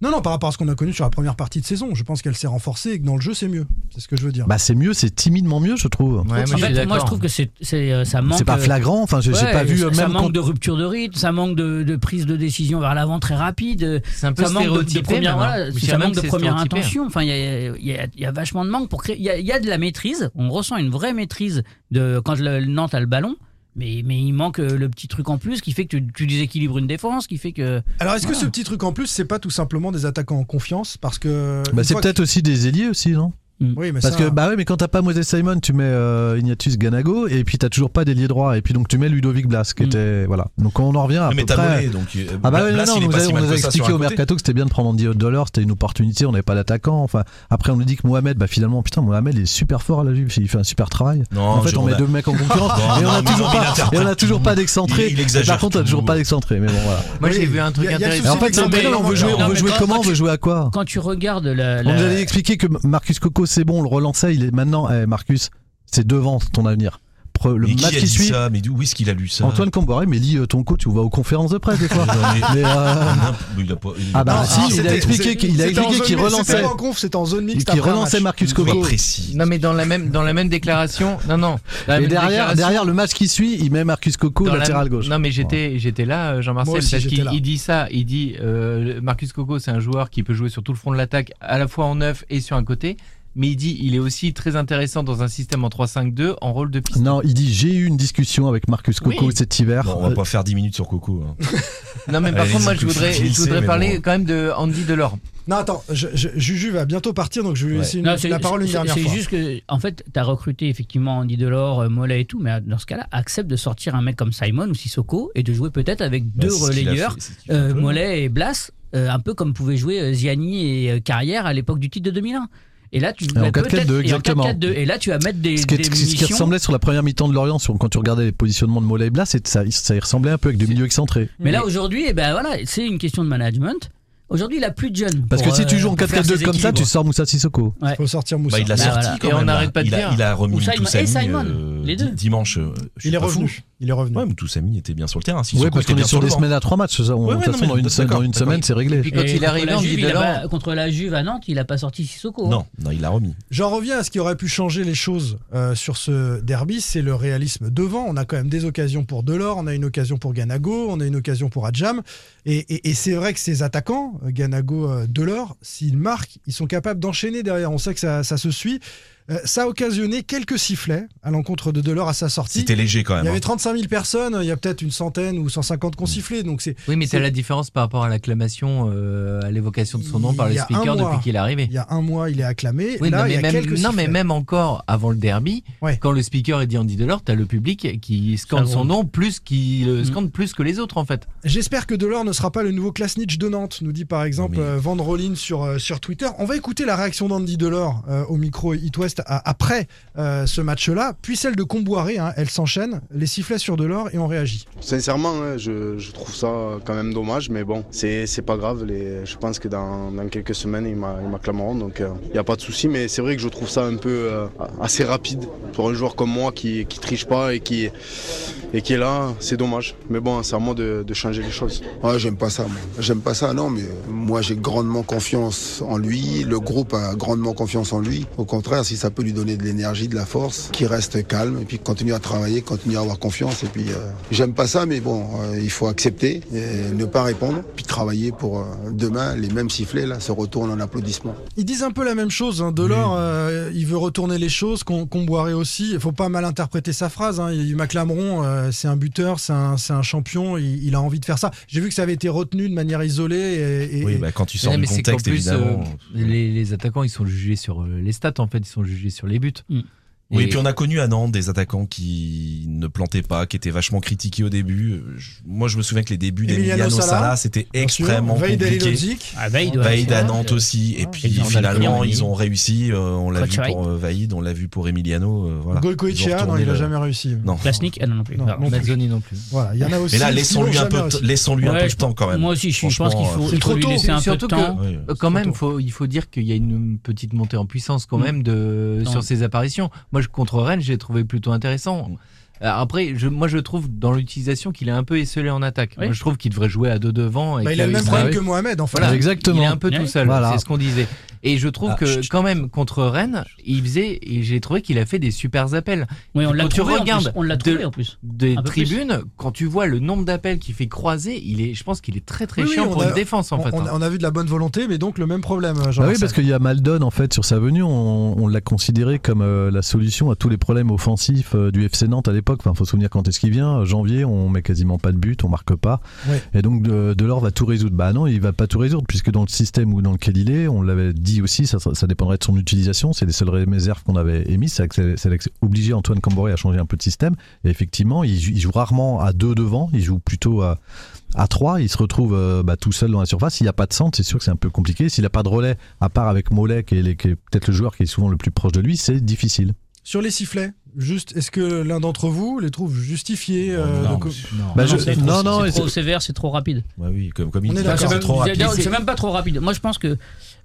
[SPEAKER 6] Non, non, par rapport à ce qu'on a connu sur la première partie de saison, je pense qu'elle s'est renforcée et que dans le jeu, c'est mieux. C'est ce que je veux dire.
[SPEAKER 12] Bah, c'est mieux, c'est timidement mieux, je trouve.
[SPEAKER 8] Ouais,
[SPEAKER 7] En fait, moi, je trouve que c'est, c'est, euh, ça manque.
[SPEAKER 12] C'est pas
[SPEAKER 7] euh,
[SPEAKER 12] flagrant, enfin, j'ai j'ai
[SPEAKER 7] ouais,
[SPEAKER 12] pas vu
[SPEAKER 7] Ça,
[SPEAKER 12] euh,
[SPEAKER 7] ça
[SPEAKER 12] même.
[SPEAKER 7] manque
[SPEAKER 12] contre-
[SPEAKER 7] de rupture de rythme, ça manque de, de prise de décision vers l'avant très rapide. euh,
[SPEAKER 8] C'est un peu
[SPEAKER 7] ça manque de- de,
[SPEAKER 8] stéréotypé,
[SPEAKER 7] première,
[SPEAKER 8] même, hein.
[SPEAKER 7] voilà,
[SPEAKER 8] Je dirais
[SPEAKER 7] ça
[SPEAKER 8] même
[SPEAKER 7] manque de
[SPEAKER 8] que c'est
[SPEAKER 7] première
[SPEAKER 8] stéréotypé.
[SPEAKER 7] intention. Enfin, il y a, il y a- il y a vachement de manque pour créer. Il y a, il y a de la maîtrise. On ressent une vraie maîtrise de quand le, le Nantes a le ballon. Mais, mais il manque euh, le petit truc en plus qui fait que tu, tu déséquilibres une défense, qui fait que.
[SPEAKER 6] Alors, est-ce que
[SPEAKER 12] ah.
[SPEAKER 7] Ouais.
[SPEAKER 6] ce petit truc en plus, c'est pas tout simplement des attaquants en confiance Parce que.
[SPEAKER 12] Bah,
[SPEAKER 6] une
[SPEAKER 12] c'est
[SPEAKER 6] fois
[SPEAKER 12] peut-être aussi des ailiers aussi, non
[SPEAKER 8] Mm.
[SPEAKER 6] que- Oui, mais
[SPEAKER 12] Parce
[SPEAKER 6] ça- hein.
[SPEAKER 12] que, bah ouais, mais quand t'as pas Moses Simon, tu mets euh, Ignatius Ganago, et puis t'as toujours pas d'ailier droit, et puis donc tu mets Ludovic Blas,
[SPEAKER 8] Mm.
[SPEAKER 12] qui était. Voilà. Donc on en revient à.
[SPEAKER 9] Oui,
[SPEAKER 12] peu
[SPEAKER 9] mais t'as
[SPEAKER 12] près-
[SPEAKER 9] volé, donc, euh,
[SPEAKER 12] Ah bah
[SPEAKER 9] Blas,
[SPEAKER 12] ouais,
[SPEAKER 9] il
[SPEAKER 12] non, non,
[SPEAKER 9] est
[SPEAKER 12] on
[SPEAKER 9] pas
[SPEAKER 12] nous a-
[SPEAKER 9] si
[SPEAKER 12] on
[SPEAKER 9] mal
[SPEAKER 12] nous a
[SPEAKER 9] que ça sur
[SPEAKER 12] expliqué
[SPEAKER 9] un
[SPEAKER 12] au
[SPEAKER 9] côté.
[SPEAKER 12] mercato que c'était bien de prendre Andy Dollar, c'était une opportunité, on n'avait pas d'attaquant. Enfin, après on nous dit que Mohamed, bah finalement, putain, Mohamed il est super fort à la Juve, il fait un super travail.
[SPEAKER 9] Non,
[SPEAKER 12] en fait,
[SPEAKER 9] je-
[SPEAKER 12] on
[SPEAKER 9] on
[SPEAKER 12] met
[SPEAKER 9] a-
[SPEAKER 12] deux mecs en concurrence, et
[SPEAKER 9] Non,
[SPEAKER 12] on
[SPEAKER 9] non,
[SPEAKER 12] a
[SPEAKER 9] mais
[SPEAKER 12] toujours
[SPEAKER 9] non, il
[SPEAKER 12] pas,
[SPEAKER 9] interprète
[SPEAKER 12] et on a toujours pas d'excentré.
[SPEAKER 9] Il- il
[SPEAKER 12] Et
[SPEAKER 9] exagère
[SPEAKER 12] Par contre, on a
[SPEAKER 9] tout.
[SPEAKER 12] toujours pas d'excentré, mais bon voilà.
[SPEAKER 8] Moi, j'ai vu un truc
[SPEAKER 6] il y a- il y a le
[SPEAKER 8] intéressant.
[SPEAKER 12] Et en fait,
[SPEAKER 6] Non,
[SPEAKER 12] c'est-
[SPEAKER 6] mais-
[SPEAKER 12] mais non, on veut jouer,
[SPEAKER 7] non,
[SPEAKER 12] on veut
[SPEAKER 7] mais
[SPEAKER 12] jouer
[SPEAKER 7] quand-
[SPEAKER 12] comment,
[SPEAKER 7] quand
[SPEAKER 12] on veut jouer à quoi
[SPEAKER 7] Quand tu regardes la.
[SPEAKER 12] On
[SPEAKER 7] la-
[SPEAKER 12] nous avait expliqué que Marcus Coco, c'est bon, on le relançait, il est maintenant, eh, Marcus, c'est devant ton avenir. Pre- Le
[SPEAKER 9] Mais qui a
[SPEAKER 12] match qui
[SPEAKER 9] dit
[SPEAKER 12] suit,
[SPEAKER 9] ça Mais d'où- où est-ce qu'il a lu ça
[SPEAKER 12] Antoine Camboire, mais lis euh, ton coach, tu vas aux conférences de presse des fois.
[SPEAKER 9] mais-
[SPEAKER 12] Mais, euh,
[SPEAKER 9] Ah, non, il a pas- il a
[SPEAKER 12] Ah bah
[SPEAKER 9] pas-
[SPEAKER 12] si,
[SPEAKER 9] Ah,
[SPEAKER 12] il a
[SPEAKER 9] c'était-
[SPEAKER 12] expliqué
[SPEAKER 6] c'est-
[SPEAKER 12] qu'il- il a
[SPEAKER 6] c'était en
[SPEAKER 12] expliqué
[SPEAKER 6] zone
[SPEAKER 12] qu'il
[SPEAKER 6] mixte,
[SPEAKER 12] relançait.
[SPEAKER 6] C'était pas en conf, c'était en zone mixte.
[SPEAKER 12] qui
[SPEAKER 6] après un
[SPEAKER 12] relançait
[SPEAKER 6] match.
[SPEAKER 12] Marcus
[SPEAKER 9] Sois
[SPEAKER 12] Coco.
[SPEAKER 9] précis.
[SPEAKER 8] Non, mais dans la même, dans la même déclaration. Non, non. dans la
[SPEAKER 12] Et
[SPEAKER 8] même
[SPEAKER 12] derrière,
[SPEAKER 8] déclaration-
[SPEAKER 12] derrière le match qui suit, il met Marcus Coco
[SPEAKER 8] dans la-
[SPEAKER 12] latéral gauche.
[SPEAKER 8] Non, mais j'étais, j'étais là, euh, Jean-Marcel,
[SPEAKER 6] Moi aussi,
[SPEAKER 8] parce
[SPEAKER 6] j'étais
[SPEAKER 8] qu'il
[SPEAKER 6] là.
[SPEAKER 8] il dit ça. Il dit euh, Marcus Coco, c'est un joueur qui peut jouer sur tout le front de l'attaque, à la fois en neuf et sur un côté. Mais il dit, il est aussi très intéressant dans un système en 3-5-2 en rôle de piste.
[SPEAKER 12] Non, il dit j'ai eu une discussion avec Marcus Coco
[SPEAKER 8] Oui.
[SPEAKER 12] cet hiver. Euh,
[SPEAKER 9] Bon, on va pas faire 10 minutes sur Coco. hein.
[SPEAKER 8] Non, mais par
[SPEAKER 9] Allez,
[SPEAKER 8] contre, moi,
[SPEAKER 9] c'est
[SPEAKER 8] je
[SPEAKER 9] plus
[SPEAKER 8] voudrais, je
[SPEAKER 9] finissez,
[SPEAKER 8] voudrais
[SPEAKER 9] mais
[SPEAKER 8] parler
[SPEAKER 9] bon.
[SPEAKER 8] quand même de Andy Delors.
[SPEAKER 6] Non, attends, je- je- Juju va bientôt partir, donc je vais
[SPEAKER 9] Ouais.
[SPEAKER 6] laisser une-
[SPEAKER 7] Non, c'est-
[SPEAKER 6] la parole une
[SPEAKER 7] c'est-
[SPEAKER 6] dernière
[SPEAKER 7] C'est
[SPEAKER 6] fois.
[SPEAKER 7] juste que, en fait, tu as recruté effectivement Andy Delors, euh, Mollet et tout, mais dans ce cas-là, accepte de sortir un mec comme Simon ou Sissoko et de jouer peut-être avec
[SPEAKER 9] Bah,
[SPEAKER 7] deux
[SPEAKER 9] c'est ce qu'il a
[SPEAKER 7] relayeurs,
[SPEAKER 9] fait, c'est ce qu'il a
[SPEAKER 7] euh,
[SPEAKER 9] fait.
[SPEAKER 7] Mollet et Blas, euh, un peu comme pouvaient jouer euh, Ziani et euh, Carrière à l'époque du titre de 2001. Et là, tu
[SPEAKER 12] en
[SPEAKER 7] vas
[SPEAKER 12] 4-4-2,
[SPEAKER 7] peut-être- et en
[SPEAKER 12] exactement.
[SPEAKER 7] 4-4-2. Et là, tu vas mettre des,
[SPEAKER 12] Ce qui, est-
[SPEAKER 7] des
[SPEAKER 12] ce qui- ce qui
[SPEAKER 7] munitions.
[SPEAKER 12] ressemblait sur la première mi-temps de Lorient, sur, quand tu regardais les positionnements de Mollet et Blas, c'est que ça, ça y ressemblait un peu avec du milieu excentré.
[SPEAKER 7] Mais là, aujourd'hui, eh ben, voilà, c'est une question de management. Aujourd'hui, il a plus de jeunes.
[SPEAKER 12] Parce
[SPEAKER 7] pour,
[SPEAKER 12] que si tu
[SPEAKER 7] euh,
[SPEAKER 12] joues en
[SPEAKER 7] pour faire
[SPEAKER 12] 4-4-2
[SPEAKER 7] ses
[SPEAKER 12] comme ça, tu
[SPEAKER 7] équilibres.
[SPEAKER 12] sors Moussa Sissoko.
[SPEAKER 7] Ouais.
[SPEAKER 6] Faut sortir Moussa.
[SPEAKER 9] Bah, il l'a
[SPEAKER 7] Bah,
[SPEAKER 9] sorti
[SPEAKER 7] voilà.
[SPEAKER 9] quand
[SPEAKER 8] Et
[SPEAKER 9] même.
[SPEAKER 8] on
[SPEAKER 9] là.
[SPEAKER 8] arrête pas de
[SPEAKER 9] il,
[SPEAKER 8] dire.
[SPEAKER 9] A, il a remis
[SPEAKER 7] Ou Simon-
[SPEAKER 9] Moussamy,
[SPEAKER 7] et Simon,
[SPEAKER 9] euh,
[SPEAKER 7] les deux.
[SPEAKER 9] di- Dimanche. euh, je suis
[SPEAKER 6] Il est
[SPEAKER 9] pas
[SPEAKER 6] revenu.
[SPEAKER 9] fou.
[SPEAKER 6] Il est revenu.
[SPEAKER 9] Ouais, Moussamy était bien sur le terrain. Si
[SPEAKER 12] Ouais, parce qu'on
[SPEAKER 9] était
[SPEAKER 12] est
[SPEAKER 9] bien
[SPEAKER 12] sur
[SPEAKER 9] le
[SPEAKER 12] des
[SPEAKER 9] banc.
[SPEAKER 12] semaines à 3 matchs. ça, on- de
[SPEAKER 9] Ouais, ouais,
[SPEAKER 12] toute
[SPEAKER 9] non,
[SPEAKER 12] façon,
[SPEAKER 9] mais
[SPEAKER 12] dans une,
[SPEAKER 9] d'accord,
[SPEAKER 12] dans une
[SPEAKER 9] d'accord.
[SPEAKER 12] semaine, c'est réglé.
[SPEAKER 8] puis quand
[SPEAKER 7] Et
[SPEAKER 8] il est arrivé,
[SPEAKER 7] contre la
[SPEAKER 8] Andy
[SPEAKER 7] Juve, il a
[SPEAKER 8] Delors.
[SPEAKER 7] pas- Contre la Juve à Nantes, il a pas sorti Sissoko. hein.
[SPEAKER 9] Non, non, il l'a remis.
[SPEAKER 6] J'en reviens à ce qui aurait pu changer les choses euh, sur ce derby, c'est le réalisme devant. On a quand même des occasions pour Delors, on a une occasion pour Ganago, on a une occasion pour Adjam. Et, et- et c'est vrai que ces attaquants, euh, Ganago, euh, Delors, s'ils marquent, ils sont capables d'enchaîner derrière. On sait que ça, ça se suit. Euh, ça a occasionné quelques sifflets à l'encontre de Delors à sa sortie.
[SPEAKER 9] C'était léger quand
[SPEAKER 6] Il y
[SPEAKER 9] même.
[SPEAKER 6] avait
[SPEAKER 9] hein. Mm.
[SPEAKER 6] 35 000 personnes, il y a peut-être une centaine ou 150 qu'on sifflait. Donc c'est
[SPEAKER 8] Oui, mais
[SPEAKER 6] C'est-
[SPEAKER 8] t'as la différence par rapport à l'acclamation, euh, à l'évocation de son nom par
[SPEAKER 6] Il
[SPEAKER 8] le
[SPEAKER 6] y a un
[SPEAKER 8] speaker
[SPEAKER 6] mois.
[SPEAKER 8] depuis qu'il est arrivé.
[SPEAKER 6] il y a un mois, il est acclamé.
[SPEAKER 8] Oui,
[SPEAKER 6] Là,
[SPEAKER 8] non,
[SPEAKER 6] il y
[SPEAKER 8] mais, même,
[SPEAKER 6] a quelques
[SPEAKER 8] non mais
[SPEAKER 6] sifflets.
[SPEAKER 8] même encore avant le derby,
[SPEAKER 6] Ouais.
[SPEAKER 8] quand le speaker est dit Andy Delors, t'as le public qui scande
[SPEAKER 7] Ça
[SPEAKER 8] son
[SPEAKER 7] gronde.
[SPEAKER 8] nom plus qui
[SPEAKER 9] Mm.
[SPEAKER 8] le scande plus que les autres en fait.
[SPEAKER 6] J'espère que Delors ne sera pas le nouveau Klasnitch de Nantes, nous dit par exemple
[SPEAKER 9] Oui.
[SPEAKER 6] euh, Van Rollin sur, euh, sur Twitter. On va écouter la réaction d'Andy Delors euh, au micro It West Brest a- après euh, ce match-là, puis celle de Comboiré, hein, elle s'enchaîne, les sifflets sur Delors et on réagit.
[SPEAKER 13] Sincèrement, hein, je, je trouve ça quand même dommage, mais bon, c'est c'est pas grave. Les, je pense que dans, dans quelques semaines, ils m'a- ils m'acclameront, donc il n'y a pas de souci. Mais c'est vrai que je trouve ça un peu euh, assez rapide pour un joueur comme moi qui, qui triche pas et qui, et qui est là. C'est dommage. Mais bon, c'est à moi de, de changer les choses.
[SPEAKER 14] Ouais, Ah, j'aime pas ça. moi. J'aime pas ça, non, mais euh, moi j'ai grandement confiance en lui. Le groupe a grandement confiance en lui. Au contraire, si ça peut lui donner de l'énergie, de la force, qu'il reste calme et puis continue à travailler, continue à avoir confiance. Et puis, euh, j'aime pas ça, mais bon, euh, il faut accepter, et ne pas répondre, puis travailler pour euh, demain les mêmes sifflets, là, se retournent en applaudissements.
[SPEAKER 6] Ils disent un peu la même chose. Hein. Delors, euh, il veut retourner les choses, qu'on Comboiré aussi. Il faut pas mal interpréter sa phrase. Hein. Il- Maclamron, euh, c'est un buteur, c'est un, c'est un champion, il, il a envie de faire ça. J'ai vu que ça avait été retenu de manière isolée. Et, et-
[SPEAKER 9] Oui, bah, quand tu sors
[SPEAKER 8] Mais non,
[SPEAKER 9] du
[SPEAKER 8] mais c'est qu'en
[SPEAKER 9] contexte,
[SPEAKER 8] plus, euh,
[SPEAKER 9] évidemment.
[SPEAKER 8] les, les attaquants, ils sont jugés sur euh, les stats, en fait, ils sont jugés sur les buts.
[SPEAKER 9] Mm. Oui, et puis on a connu à Nantes des attaquants qui ne plantaient pas, qui étaient vachement critiqués au début. Euh, Je- Moi, je me souviens que les débuts
[SPEAKER 6] Emiliano
[SPEAKER 9] d'Emiliano Sala,
[SPEAKER 6] Sala,
[SPEAKER 9] c'était
[SPEAKER 6] bien sûr.
[SPEAKER 9] extrêmement
[SPEAKER 6] Veil
[SPEAKER 9] compliqué.
[SPEAKER 6] d'Alilozic. Ah, Veil doit
[SPEAKER 9] Veil
[SPEAKER 6] faire,
[SPEAKER 9] à Nantes
[SPEAKER 6] euh,
[SPEAKER 9] aussi.
[SPEAKER 12] Ah,
[SPEAKER 9] Et
[SPEAKER 6] ouais.
[SPEAKER 9] puis
[SPEAKER 6] Et Jordan
[SPEAKER 9] finalement,
[SPEAKER 6] Cavani.
[SPEAKER 9] ils ont réussi. Euh, on l'a vu
[SPEAKER 6] Kochari.
[SPEAKER 9] pour euh, Vaïd, on l'a vu pour Emiliano. euh, voilà. Ils ont
[SPEAKER 6] Goicoechea, non,
[SPEAKER 9] retourné
[SPEAKER 6] il a
[SPEAKER 9] le-
[SPEAKER 6] jamais réussi.
[SPEAKER 9] Non.
[SPEAKER 7] Plasnic, ah non, non plus.
[SPEAKER 6] Non,
[SPEAKER 7] Non,
[SPEAKER 6] non plus.
[SPEAKER 7] Mazzoni non plus.
[SPEAKER 6] Voilà, il y en a aussi.
[SPEAKER 9] Mais là,
[SPEAKER 6] qui
[SPEAKER 9] laissons-lui
[SPEAKER 6] l'ont
[SPEAKER 9] un
[SPEAKER 6] jamais
[SPEAKER 9] peu, de-
[SPEAKER 6] réussi.
[SPEAKER 9] laissons-lui un
[SPEAKER 7] Ouais,
[SPEAKER 9] peu de
[SPEAKER 7] je-
[SPEAKER 9] temps quand même.
[SPEAKER 7] moi aussi, je- je
[SPEAKER 9] Franchement,
[SPEAKER 7] pense qu'il faut-
[SPEAKER 9] euh,
[SPEAKER 7] il faut lui laisser un peu de
[SPEAKER 8] Surtout que,
[SPEAKER 7] temps.
[SPEAKER 8] euh, quand même, faut, il faut dire qu'il y a une petite montée en puissance quand
[SPEAKER 7] Mm.
[SPEAKER 8] même de,
[SPEAKER 7] Non.
[SPEAKER 8] sur ses apparitions. Moi, je, contre Rennes, j'ai trouvé plutôt intéressant.
[SPEAKER 9] Mm.
[SPEAKER 8] Euh, Après, je, moi, je trouve dans l'utilisation qu'il est un peu esselé en attaque. Moi, je trouve qu'il devrait jouer à deux devant. Et
[SPEAKER 6] Bah, il
[SPEAKER 8] qu'il
[SPEAKER 6] a le même
[SPEAKER 8] serait-
[SPEAKER 6] problème que Mohamed, en fait.
[SPEAKER 8] Ah Voilà,
[SPEAKER 6] Exactement.
[SPEAKER 8] Il est un peu
[SPEAKER 6] Ouais.
[SPEAKER 8] tout seul.
[SPEAKER 6] Voilà.
[SPEAKER 8] C'est ce qu'on disait. Et je trouve
[SPEAKER 6] Ah,
[SPEAKER 8] que quand même contre Rennes, il faisait, et j'ai trouvé qu'il a fait des super appels.
[SPEAKER 7] Oui, on l'a
[SPEAKER 8] Quand tu
[SPEAKER 7] trouvé en
[SPEAKER 8] regardes
[SPEAKER 7] plus, on l'a
[SPEAKER 8] de-
[SPEAKER 7] trouvé en plus.
[SPEAKER 8] des
[SPEAKER 7] Un peu plus.
[SPEAKER 8] tribunes, quand tu vois le nombre d'appels qu'il fait croiser, il est, je pense qu'il est très très
[SPEAKER 6] Oui, oui,
[SPEAKER 8] chiant
[SPEAKER 6] on
[SPEAKER 8] pour
[SPEAKER 6] a-
[SPEAKER 8] une défense en
[SPEAKER 6] on-
[SPEAKER 8] fait.
[SPEAKER 6] On,
[SPEAKER 8] hein.
[SPEAKER 6] on a vu de la bonne volonté, mais donc le même problème. Jean
[SPEAKER 12] Bah oui,
[SPEAKER 6] Larsen.
[SPEAKER 12] parce qu'il y a Maldon, en fait, sur sa venue, on, on l'a considéré comme euh, la solution à tous les problèmes offensifs euh, du FC Nantes à l'époque. Enfin, faut se souvenir quand est-ce qu'il vient. Euh, Janvier, on met quasiment pas de but, on marque pas.
[SPEAKER 6] Ouais.
[SPEAKER 12] Et donc, de- Delors va tout résoudre. Bah non, il va pas tout résoudre, puisque dans le système ou dans lequel il est, on l'avait dit aussi, ça, ça dépendrait de son utilisation. C'est les seules réserves qu'on avait émises. C'est que c'est- c'est obligé Antoine Camboré à changer un peu de système. Et effectivement, il, joue- il joue rarement à deux devant, il joue plutôt à à 3, il se retrouve euh, bah, tout seul dans la surface. S'il n'y a pas de centre, c'est sûr que c'est un peu compliqué. S'il n'a pas de relais, à part avec Mollet, qui est, les- qui est peut-être le joueur qui est souvent le plus proche de lui, c'est difficile.
[SPEAKER 6] Sur les sifflets, juste, est-ce que l'un d'entre vous les trouve justifiés euh,
[SPEAKER 9] non,
[SPEAKER 6] donc-
[SPEAKER 12] Bah,
[SPEAKER 7] Non,
[SPEAKER 12] je-
[SPEAKER 7] c'est
[SPEAKER 12] non,
[SPEAKER 7] trop-
[SPEAKER 12] non,
[SPEAKER 7] c'est
[SPEAKER 12] et
[SPEAKER 7] trop
[SPEAKER 12] c'est-
[SPEAKER 7] sévère, c'est trop rapide.
[SPEAKER 9] Bah oui, comme, comme il
[SPEAKER 6] On est
[SPEAKER 9] dit,
[SPEAKER 6] d'accord.
[SPEAKER 9] c'est trop rapide.
[SPEAKER 7] C'est même pas trop rapide. Moi, je pense que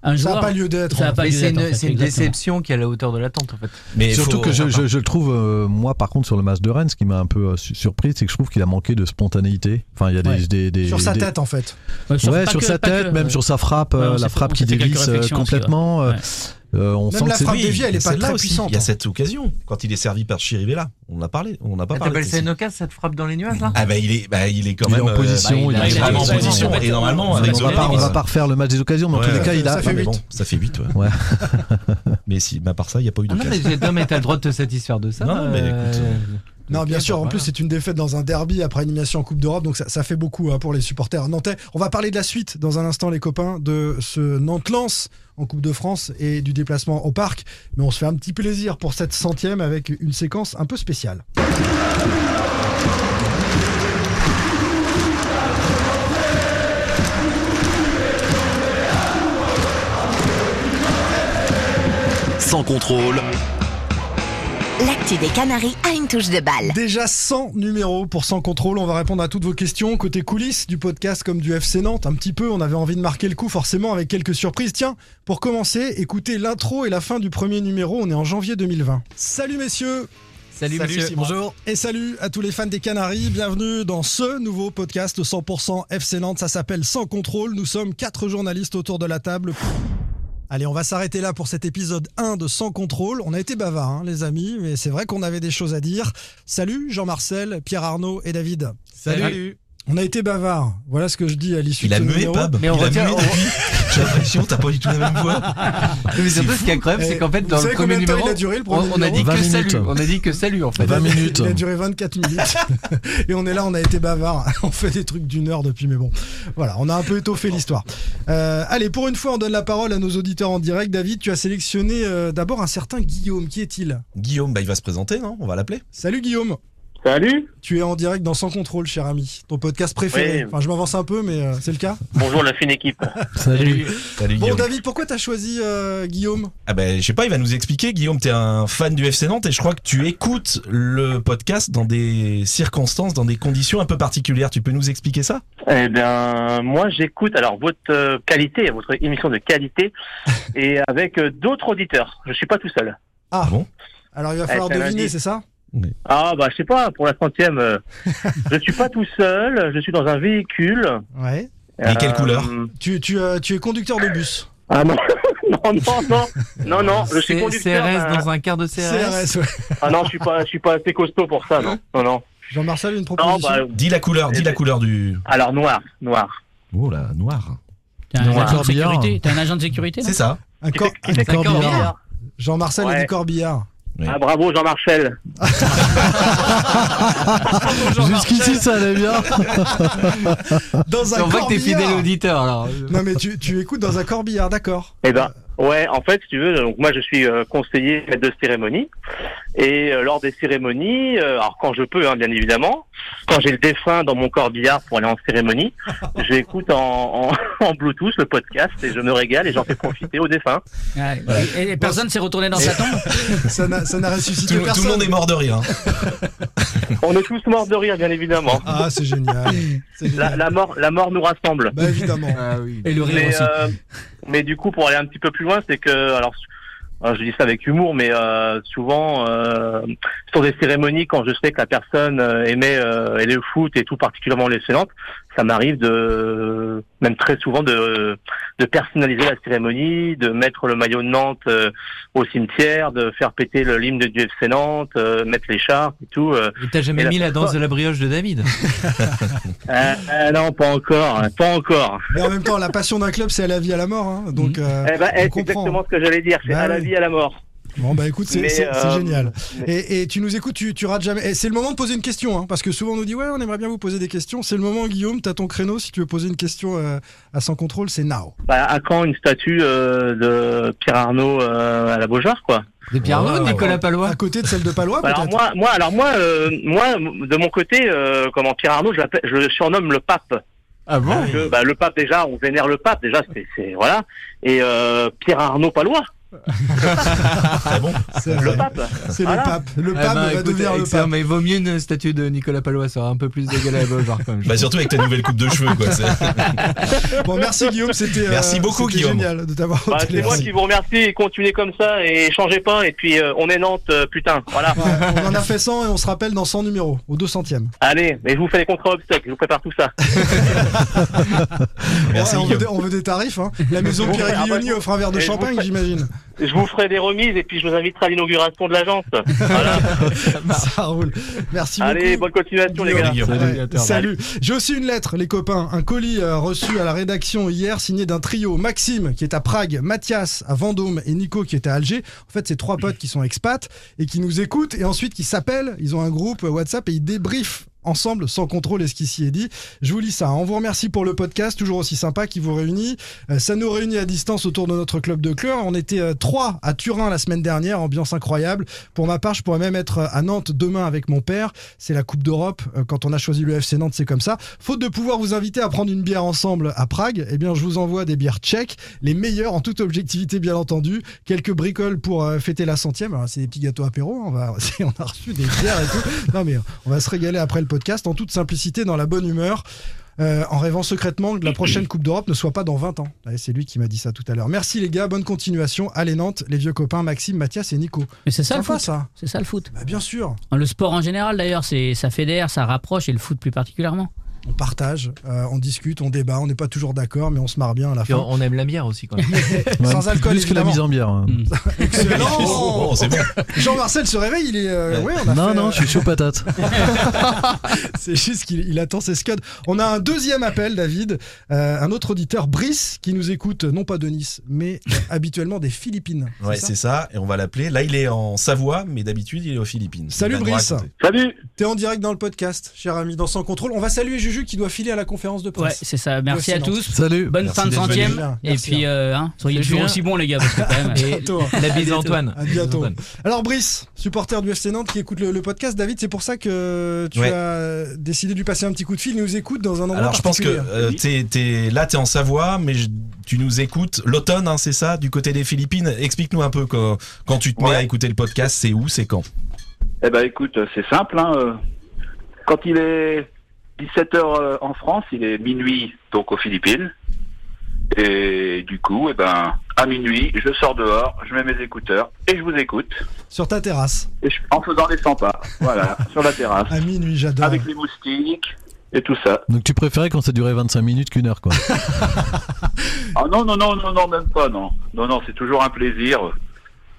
[SPEAKER 7] un
[SPEAKER 6] Ça a
[SPEAKER 7] joueur.
[SPEAKER 6] pas lieu d'être,
[SPEAKER 7] ça a
[SPEAKER 6] en
[SPEAKER 7] pas
[SPEAKER 8] Mais
[SPEAKER 7] lieu
[SPEAKER 8] c'est
[SPEAKER 7] d'être, en
[SPEAKER 8] une,
[SPEAKER 7] fait,
[SPEAKER 8] c'est une
[SPEAKER 7] exactement.
[SPEAKER 8] déception qui est à la hauteur de l'attente en fait.
[SPEAKER 9] Mais
[SPEAKER 12] Surtout
[SPEAKER 9] faut-
[SPEAKER 12] que je, je- je le trouve, euh, moi par contre, sur le match de Rennes, ce qui m'a un peu euh, su- surpris, c'est que je trouve qu'il a manqué de spontanéité. Enfin, il y a des.
[SPEAKER 7] Ouais.
[SPEAKER 12] des- des-
[SPEAKER 6] Sur sa
[SPEAKER 12] des-
[SPEAKER 6] tête, en fait.
[SPEAKER 7] Ouais,
[SPEAKER 12] ouais,
[SPEAKER 7] pas
[SPEAKER 12] sur
[SPEAKER 7] que-
[SPEAKER 12] sa
[SPEAKER 7] pas que-
[SPEAKER 12] tête, même sur sa frappe,
[SPEAKER 7] Ouais, on
[SPEAKER 12] euh,
[SPEAKER 7] s'est
[SPEAKER 12] la
[SPEAKER 7] fait-
[SPEAKER 12] frappe
[SPEAKER 7] on
[SPEAKER 12] qui
[SPEAKER 7] s'est fait quelques
[SPEAKER 12] dévisse euh,
[SPEAKER 7] réflexions aussi, ouais.
[SPEAKER 12] complètement. euh,
[SPEAKER 7] Ouais.
[SPEAKER 12] euh,
[SPEAKER 6] Même
[SPEAKER 12] on sent
[SPEAKER 6] la
[SPEAKER 12] que c'est-
[SPEAKER 6] frappe de vie, elle est pas
[SPEAKER 9] celle-là
[SPEAKER 6] très
[SPEAKER 9] aussi,
[SPEAKER 6] puissante,
[SPEAKER 9] Il y a
[SPEAKER 6] hein.
[SPEAKER 9] cette occasion quand il est servi par Chirivella. On n'a parlé, on n'a pas
[SPEAKER 8] Ah,
[SPEAKER 9] parlé.
[SPEAKER 8] T'appelles
[SPEAKER 9] de
[SPEAKER 8] ça
[SPEAKER 9] cette-
[SPEAKER 8] une occasion, ça te frappe dans les nuages là
[SPEAKER 9] Ah bah il est, bah, il est quand
[SPEAKER 12] Il est
[SPEAKER 9] même
[SPEAKER 12] en
[SPEAKER 9] euh,
[SPEAKER 12] position, il
[SPEAKER 9] bah, il
[SPEAKER 12] est
[SPEAKER 9] est
[SPEAKER 12] en
[SPEAKER 9] vraiment en
[SPEAKER 12] position.
[SPEAKER 9] position. Et normalement,
[SPEAKER 12] on
[SPEAKER 9] avec
[SPEAKER 12] va pas- on va pas refaire le match des occasions, mais en tous les cas, il a.
[SPEAKER 6] ça fait
[SPEAKER 9] mais
[SPEAKER 6] huit.
[SPEAKER 9] bon, ça fait 8 ouais.
[SPEAKER 12] Ouais.
[SPEAKER 9] Mais si, bah, à part ça, il n'y a pas eu
[SPEAKER 8] Ah
[SPEAKER 9] de
[SPEAKER 8] Non mais,
[SPEAKER 9] casse.
[SPEAKER 8] non, mais t'as le droit de te satisfaire de ça.
[SPEAKER 9] Non, non, mais écoute, euh,
[SPEAKER 6] Non, bien
[SPEAKER 8] Ok,
[SPEAKER 6] sûr.
[SPEAKER 8] bah,
[SPEAKER 6] En plus,
[SPEAKER 8] voilà.
[SPEAKER 6] c'est une défaite dans un derby après animation en Coupe d'Europe, donc ça, ça fait beaucoup hein, pour les supporters nantais. On va parler de la suite dans un instant, les copains, de ce Nantes-Lens en Coupe de France et du déplacement au parc. Mais on se fait un petit plaisir pour cette centième avec une séquence un peu spéciale.
[SPEAKER 1] Sans contrôle,
[SPEAKER 11] L'actu des Canaries a une touche de balle.
[SPEAKER 6] Déjà 100 numéros pour Sans Contrôle. On va répondre à toutes vos questions côté coulisses du podcast comme du FC Nantes. Un petit peu, on avait envie de marquer le coup forcément avec quelques surprises. Tiens, pour commencer, écoutez l'intro et la fin du premier numéro. On est en janvier 2020. Salut messieurs
[SPEAKER 8] Salut, monsieur.
[SPEAKER 6] Simon. Bonjour et salut à tous les fans des Canaries. Bienvenue dans ce nouveau podcast 100% FC Nantes. Ça s'appelle Sans Contrôle. Nous sommes quatre journalistes autour de la table. Allez, on va s'arrêter là pour cet épisode 1 de Sans Contrôle. On a été bavards, hein, les amis, mais c'est vrai qu'on avait des choses à dire. Salut Jean-Marcel, Pierre Arnaud et David.
[SPEAKER 8] Salut.
[SPEAKER 6] On a été bavards. Voilà ce que je dis à l'issue
[SPEAKER 9] Il
[SPEAKER 6] de
[SPEAKER 9] a
[SPEAKER 6] ce
[SPEAKER 9] mué
[SPEAKER 6] numéro.
[SPEAKER 9] Pab.
[SPEAKER 8] Mais on
[SPEAKER 9] il a
[SPEAKER 8] retient-
[SPEAKER 9] mué
[SPEAKER 8] on-
[SPEAKER 9] David. J'ai l'impression que t'as pas du tout la même voix.
[SPEAKER 8] Mais surtout, ce qui est incroyable,
[SPEAKER 6] Eh,
[SPEAKER 8] c'est qu'en fait,
[SPEAKER 6] vous
[SPEAKER 8] dans le
[SPEAKER 6] savez
[SPEAKER 8] premier
[SPEAKER 6] combien de temps
[SPEAKER 8] numéro,
[SPEAKER 6] il a duré, le
[SPEAKER 8] on,
[SPEAKER 6] premier
[SPEAKER 8] on a dit
[SPEAKER 12] numéro
[SPEAKER 8] que
[SPEAKER 12] 20 minutes.
[SPEAKER 8] salut. On a dit que salut en fait.
[SPEAKER 12] 20 minutes.
[SPEAKER 6] Il a duré 24 minutes. et on est là, on a été bavard. On fait des trucs d'une heure depuis, mais bon. Voilà, on a un peu étoffé l'histoire. Euh, allez, pour une fois, on donne la parole à nos auditeurs en direct. David, tu as sélectionné euh, d'abord un certain Guillaume. Qui est-il
[SPEAKER 9] Guillaume, bah, il va se présenter, non On va l'appeler.
[SPEAKER 6] Salut Guillaume.
[SPEAKER 15] Salut
[SPEAKER 6] Tu es en direct dans Sans Contrôle, cher ami. Ton podcast préféré.
[SPEAKER 15] Oui.
[SPEAKER 6] Enfin, je m'avance un peu, mais euh, c'est le cas.
[SPEAKER 15] Bonjour la fine équipe.
[SPEAKER 9] Salut. Salut
[SPEAKER 6] Bon,
[SPEAKER 9] Guillaume.
[SPEAKER 6] David, pourquoi t'as choisi euh, Guillaume
[SPEAKER 9] Ah ben, je sais pas, il va nous expliquer. Guillaume, t'es un fan du FC Nantes et je crois que tu écoutes le podcast dans des circonstances, dans des conditions un peu particulières. Tu peux nous expliquer ça
[SPEAKER 15] Eh bien, moi j'écoute alors votre euh, qualité, votre émission de qualité, et avec euh, d'autres auditeurs. Je suis pas tout seul.
[SPEAKER 6] Ah, bon Alors, il va
[SPEAKER 15] Eh,
[SPEAKER 6] falloir
[SPEAKER 15] c'est un
[SPEAKER 6] deviner,
[SPEAKER 15] indice.
[SPEAKER 6] c'est ça
[SPEAKER 15] Ah bah je sais pas, pour la centième, euh, je suis pas tout seul, je suis dans un véhicule.
[SPEAKER 6] Ouais.
[SPEAKER 15] Et quelle Euh, couleur
[SPEAKER 6] tu, tu, euh, tu es conducteur de bus.
[SPEAKER 15] Ah non Non, non, non, hein. non, non, je suis
[SPEAKER 8] C'est-
[SPEAKER 15] conducteur.
[SPEAKER 8] CRS
[SPEAKER 15] d'un-
[SPEAKER 8] dans un quart de CRS.
[SPEAKER 6] ouais.
[SPEAKER 15] Ah non, je suis pas, je suis pas assez costaud pour ça, non, non, non.
[SPEAKER 6] Jean-Marcel, une
[SPEAKER 15] Non,
[SPEAKER 6] proposition
[SPEAKER 15] bah,
[SPEAKER 9] Dis la couleur, dis la couleur du.
[SPEAKER 15] Alors noir, noir.
[SPEAKER 9] Oh là, noir.
[SPEAKER 7] T'es un, agent
[SPEAKER 9] Noir.
[SPEAKER 7] de
[SPEAKER 9] Corbillard.
[SPEAKER 7] sécurité. T'es un agent de sécurité là
[SPEAKER 9] C'est ça.
[SPEAKER 6] Un, cor-
[SPEAKER 15] qui fait
[SPEAKER 6] un
[SPEAKER 15] que
[SPEAKER 6] corbillard.
[SPEAKER 15] corbillard
[SPEAKER 6] Jean-Marcel et
[SPEAKER 15] Ouais.
[SPEAKER 6] du corbillard.
[SPEAKER 15] Ah bravo Jean-Marcel.
[SPEAKER 12] Jusqu'ici, ça allait bien.
[SPEAKER 6] Dans un
[SPEAKER 8] On voit que t'es
[SPEAKER 6] corbillard.
[SPEAKER 8] fidèle auditeur alors.
[SPEAKER 6] Non, mais tu, tu écoutes dans un corbillard, d'accord.
[SPEAKER 15] Eh ben,
[SPEAKER 6] Euh.
[SPEAKER 15] ouais, en fait, si tu veux, donc moi je suis euh, conseiller maître de cérémonie et euh, lors des cérémonies, euh, alors quand je peux, hein, bien évidemment, quand j'ai le défunt dans mon corbillard pour aller en cérémonie, j'écoute en, en, en Bluetooth le podcast et je me régale et j'en fais profiter au défunt.
[SPEAKER 7] Ouais. Et, et personne s'est retourné dans sa tombe
[SPEAKER 6] Ça n'a ça n'a ressuscité
[SPEAKER 9] Tout, tout
[SPEAKER 6] personne.
[SPEAKER 9] le monde est mort de rire. hein.
[SPEAKER 15] On est tous morts de rire, bien évidemment.
[SPEAKER 6] Ah, c'est génial. C'est
[SPEAKER 15] La,
[SPEAKER 6] génial.
[SPEAKER 15] la mort, la mort nous rassemble.
[SPEAKER 6] Bah, évidemment.
[SPEAKER 16] Ah
[SPEAKER 7] Et le rire
[SPEAKER 15] mais,
[SPEAKER 7] aussi.
[SPEAKER 15] euh, mais du coup, pour aller un petit peu plus loin, c'est que, alors, euh, je dis ça avec humour, mais euh, souvent, euh, sur des cérémonies, quand je sais que la personne euh, aimait euh, et le foot et tout particulièrement les Nantes, ça m'arrive de, même très souvent, de, de personnaliser la cérémonie, de mettre le maillot de Nantes euh, au cimetière, de faire péter le l'hymne du FC Nantes, euh, mettre l'écharpe et tout. euh.
[SPEAKER 8] Et t'as jamais
[SPEAKER 15] Et la
[SPEAKER 8] mis la
[SPEAKER 15] seule
[SPEAKER 8] danse
[SPEAKER 15] fois-
[SPEAKER 8] de la brioche de David
[SPEAKER 15] Euh, euh, non, pas encore, hein, pas encore.
[SPEAKER 6] Mais en même temps, la passion d'un club, c'est à la vie, à la mort. hein. Donc, euh,
[SPEAKER 15] Eh ben, eh,
[SPEAKER 6] on
[SPEAKER 15] c'est
[SPEAKER 6] comprend.
[SPEAKER 15] exactement ce que j'allais dire, c'est
[SPEAKER 6] Bah
[SPEAKER 15] à la
[SPEAKER 6] oui.
[SPEAKER 15] vie, à la mort.
[SPEAKER 6] Bon, bah écoute, c'est
[SPEAKER 15] Mais,
[SPEAKER 6] c'est- c'est
[SPEAKER 15] euh,
[SPEAKER 6] génial. Et, et tu nous écoutes, tu, tu rates jamais. Et c'est le moment de poser une question, hein, parce que souvent on nous dit Ouais, on aimerait bien vous poser des questions. C'est le moment, Guillaume, t'as ton créneau. Si tu veux poser une question euh, à sans contrôle, c'est now.
[SPEAKER 15] Bah, à quand une statue euh, de Pierre Arnaud euh, à la Beaujoire, quoi
[SPEAKER 8] De Pierre Arnaud, de Nicolas Palois
[SPEAKER 6] À côté de celle de Palois,
[SPEAKER 15] Bah, alors
[SPEAKER 6] peut-être
[SPEAKER 15] moi, moi, alors moi, euh, moi, de mon côté, euh, comment Pierre Arnaud, je, l'appelle- je le surnomme le pape.
[SPEAKER 8] Ah bon
[SPEAKER 15] Parce que, bah, le pape déjà, on vénère le pape déjà, c'est, c'est- voilà. Et euh, Pierre Arnaud Palois,
[SPEAKER 9] Ah bon
[SPEAKER 6] C'est
[SPEAKER 15] le
[SPEAKER 6] vrai.
[SPEAKER 15] pape.
[SPEAKER 6] C'est
[SPEAKER 15] Voilà.
[SPEAKER 6] le pape.
[SPEAKER 8] Eh
[SPEAKER 6] Le pape va devenir le pape.
[SPEAKER 8] ben, Mais il vaut mieux une statue de Nicolas Palois, ça aura un peu plus de gueule à la Beaujoire quand même. je
[SPEAKER 9] Bah surtout avec ta nouvelle coupe de cheveux quoi. c'est-
[SPEAKER 6] Bon, merci Guillaume, c'était euh,
[SPEAKER 9] Merci beaucoup,
[SPEAKER 6] c'était
[SPEAKER 9] Guillaume.
[SPEAKER 6] génial de t'avoir au
[SPEAKER 15] Bah, c'est
[SPEAKER 6] téléphone.
[SPEAKER 15] moi qui vous remercie. Et continuez comme ça et changez pas. Et puis euh, on est Nantes, euh, putain. Voilà.
[SPEAKER 6] Ouais, on en a fait 100 et on se rappelle dans 100 numéros, au 200ème.
[SPEAKER 15] Allez, mais je vous fais les contre-obstacles. Je vous prépare tout ça.
[SPEAKER 9] Merci
[SPEAKER 6] on, veut
[SPEAKER 9] Guillaume.
[SPEAKER 6] des, on veut des tarifs. Hein. La maison
[SPEAKER 15] Bon,
[SPEAKER 6] Piriglioni
[SPEAKER 15] ah bah,
[SPEAKER 6] offre un verre de
[SPEAKER 15] et je vous
[SPEAKER 6] champagne,
[SPEAKER 15] ferai-
[SPEAKER 6] j'imagine.
[SPEAKER 15] Je vous ferai des remises et puis je vous inviterai à l'inauguration de l'agence. Voilà.
[SPEAKER 6] Ça roule. Merci
[SPEAKER 15] Allez,
[SPEAKER 6] beaucoup.
[SPEAKER 15] bonne continuation les gars.
[SPEAKER 9] Guillaume.
[SPEAKER 6] Ouais,
[SPEAKER 8] Salut.
[SPEAKER 6] salut. J'ai aussi une lettre, les copains. Un colis euh, reçu à la rédaction hier, signé d'un trio Maxime qui est à Prague, Mathias à Vendôme et Nico qui est à Alger. En fait, c'est trois potes qui sont expats et qui nous écoutent et ensuite qui s'appellent. Ils ont un groupe WhatsApp et ils débriefent ensemble sans contrôle et ce qui s'y est dit. Je vous lis ça. hein. On vous remercie pour le podcast, toujours aussi sympa qui vous réunit. Euh, Ça nous réunit à distance autour de notre club de cœur. On était euh, trois à Turin la semaine dernière, ambiance incroyable. Pour ma part, je pourrais même être à Nantes demain avec mon père. C'est la Coupe d'Europe. Euh, Quand on a choisi le FC Nantes, c'est comme ça. Faute de pouvoir vous inviter à prendre une bière ensemble à Prague, eh bien, je vous envoie des bières tchèques, les meilleures en toute objectivité, bien entendu. Quelques bricoles pour euh, fêter la centième. Alors, c'est des petits gâteaux apéro. hein. On, va, on a reçu des bières et tout. Non, mais on va se régaler après le podcast en toute simplicité, dans la bonne humeur. Euh, en rêvant secrètement que la prochaine Coupe d'Europe ne soit pas dans 20 ans. Ouais, C'est lui qui m'a dit ça tout à l'heure. Merci les gars, bonne continuation. Allez Nantes, les vieux copains Maxime, Mathias et Nico.
[SPEAKER 7] Mais c'est ça le
[SPEAKER 6] Sympa,
[SPEAKER 7] foot.
[SPEAKER 6] ça.
[SPEAKER 7] C'est ça le foot.
[SPEAKER 6] Bah, bien sûr,
[SPEAKER 7] Le sport en général d'ailleurs, c'est ça fédère, ça rapproche et le foot plus particulièrement.
[SPEAKER 6] on partage, euh, on discute, on débat, on n'est pas toujours d'accord, mais on se marre bien à la
[SPEAKER 8] Puis
[SPEAKER 6] fin.
[SPEAKER 8] on on aime la bière aussi quand même.
[SPEAKER 12] Ouais,
[SPEAKER 6] Sans alcool,
[SPEAKER 12] Plus que la
[SPEAKER 6] évidemment.
[SPEAKER 12] mise en Oh, bière. hein.
[SPEAKER 8] Mm.
[SPEAKER 9] Bon,
[SPEAKER 6] Excellent
[SPEAKER 9] c'est bon.
[SPEAKER 6] Jean-Marcel se réveille, il est. euh, ouais, on a
[SPEAKER 12] Non,
[SPEAKER 6] fait, euh,
[SPEAKER 12] non, je suis chaud patate.
[SPEAKER 6] C'est juste qu'il il attend ses scuds. On a un deuxième appel, David. Euh, un autre auditeur, Brice, qui nous écoute, non pas de Nice, mais euh, habituellement des Philippines. c'est
[SPEAKER 9] Ouais
[SPEAKER 6] ça
[SPEAKER 9] c'est ça et on va l'appeler. Là il est en Savoie mais d'habitude il est aux Philippines.
[SPEAKER 6] Salut,
[SPEAKER 9] Il va nous
[SPEAKER 6] Brice.
[SPEAKER 9] raconter.
[SPEAKER 15] Salut.
[SPEAKER 6] T'es en direct dans le podcast, cher ami, dans Sans Contrôle. On va saluer Juju qui doit filer à la conférence de presse.
[SPEAKER 7] Ouais, c'est ça. Merci
[SPEAKER 6] Ouais,
[SPEAKER 7] à
[SPEAKER 6] c'est
[SPEAKER 7] tous.
[SPEAKER 6] gentil. Salut.
[SPEAKER 7] Bonne
[SPEAKER 6] Merci
[SPEAKER 7] fin de
[SPEAKER 6] d'être venu.
[SPEAKER 7] centième. Et
[SPEAKER 6] Merci,
[SPEAKER 7] puis,
[SPEAKER 6] hein.
[SPEAKER 7] euh, hein, soyez
[SPEAKER 6] C'est
[SPEAKER 7] toujours
[SPEAKER 6] bien.
[SPEAKER 7] aussi bons, les gars, parce que quand même.
[SPEAKER 6] À bientôt.
[SPEAKER 7] La bise
[SPEAKER 6] À
[SPEAKER 7] d'Antoine.
[SPEAKER 6] bientôt. À bientôt. Alors Brice, supporter du FC Nantes qui écoute le, le podcast, David, c'est pour ça que tu
[SPEAKER 9] Ouais.
[SPEAKER 6] as décidé de lui passer un petit coup de fil. Il nous écoute dans un endroit
[SPEAKER 9] Alors je pense que
[SPEAKER 6] particulier. hein.
[SPEAKER 9] euh, t'es- t'es- là, tu es en Savoie, mais je- tu nous écoutes l'automne, hein, c'est ça, du côté des Philippines. Explique-nous un peu quand, quand tu te mets à écouter le podcast, c'est où, c'est quand
[SPEAKER 17] Eh ben écoute, c'est simple. hein, euh, Quand il est 17h en France, il est minuit donc aux Philippines. Et du coup, eh ben, à minuit, je sors dehors, je mets mes écouteurs et je vous écoute
[SPEAKER 6] Sur ta terrasse.
[SPEAKER 17] et je- en faisant les 100 pas. Voilà, sur la terrasse.
[SPEAKER 6] À minuit, j'adore.
[SPEAKER 17] Avec les moustiques et tout ça.
[SPEAKER 12] Donc tu préférais quand ça durait 25 minutes qu'une heure, quoi.
[SPEAKER 17] Ah non, non, non, non, non, même pas, non. Non, non, c'est toujours un plaisir.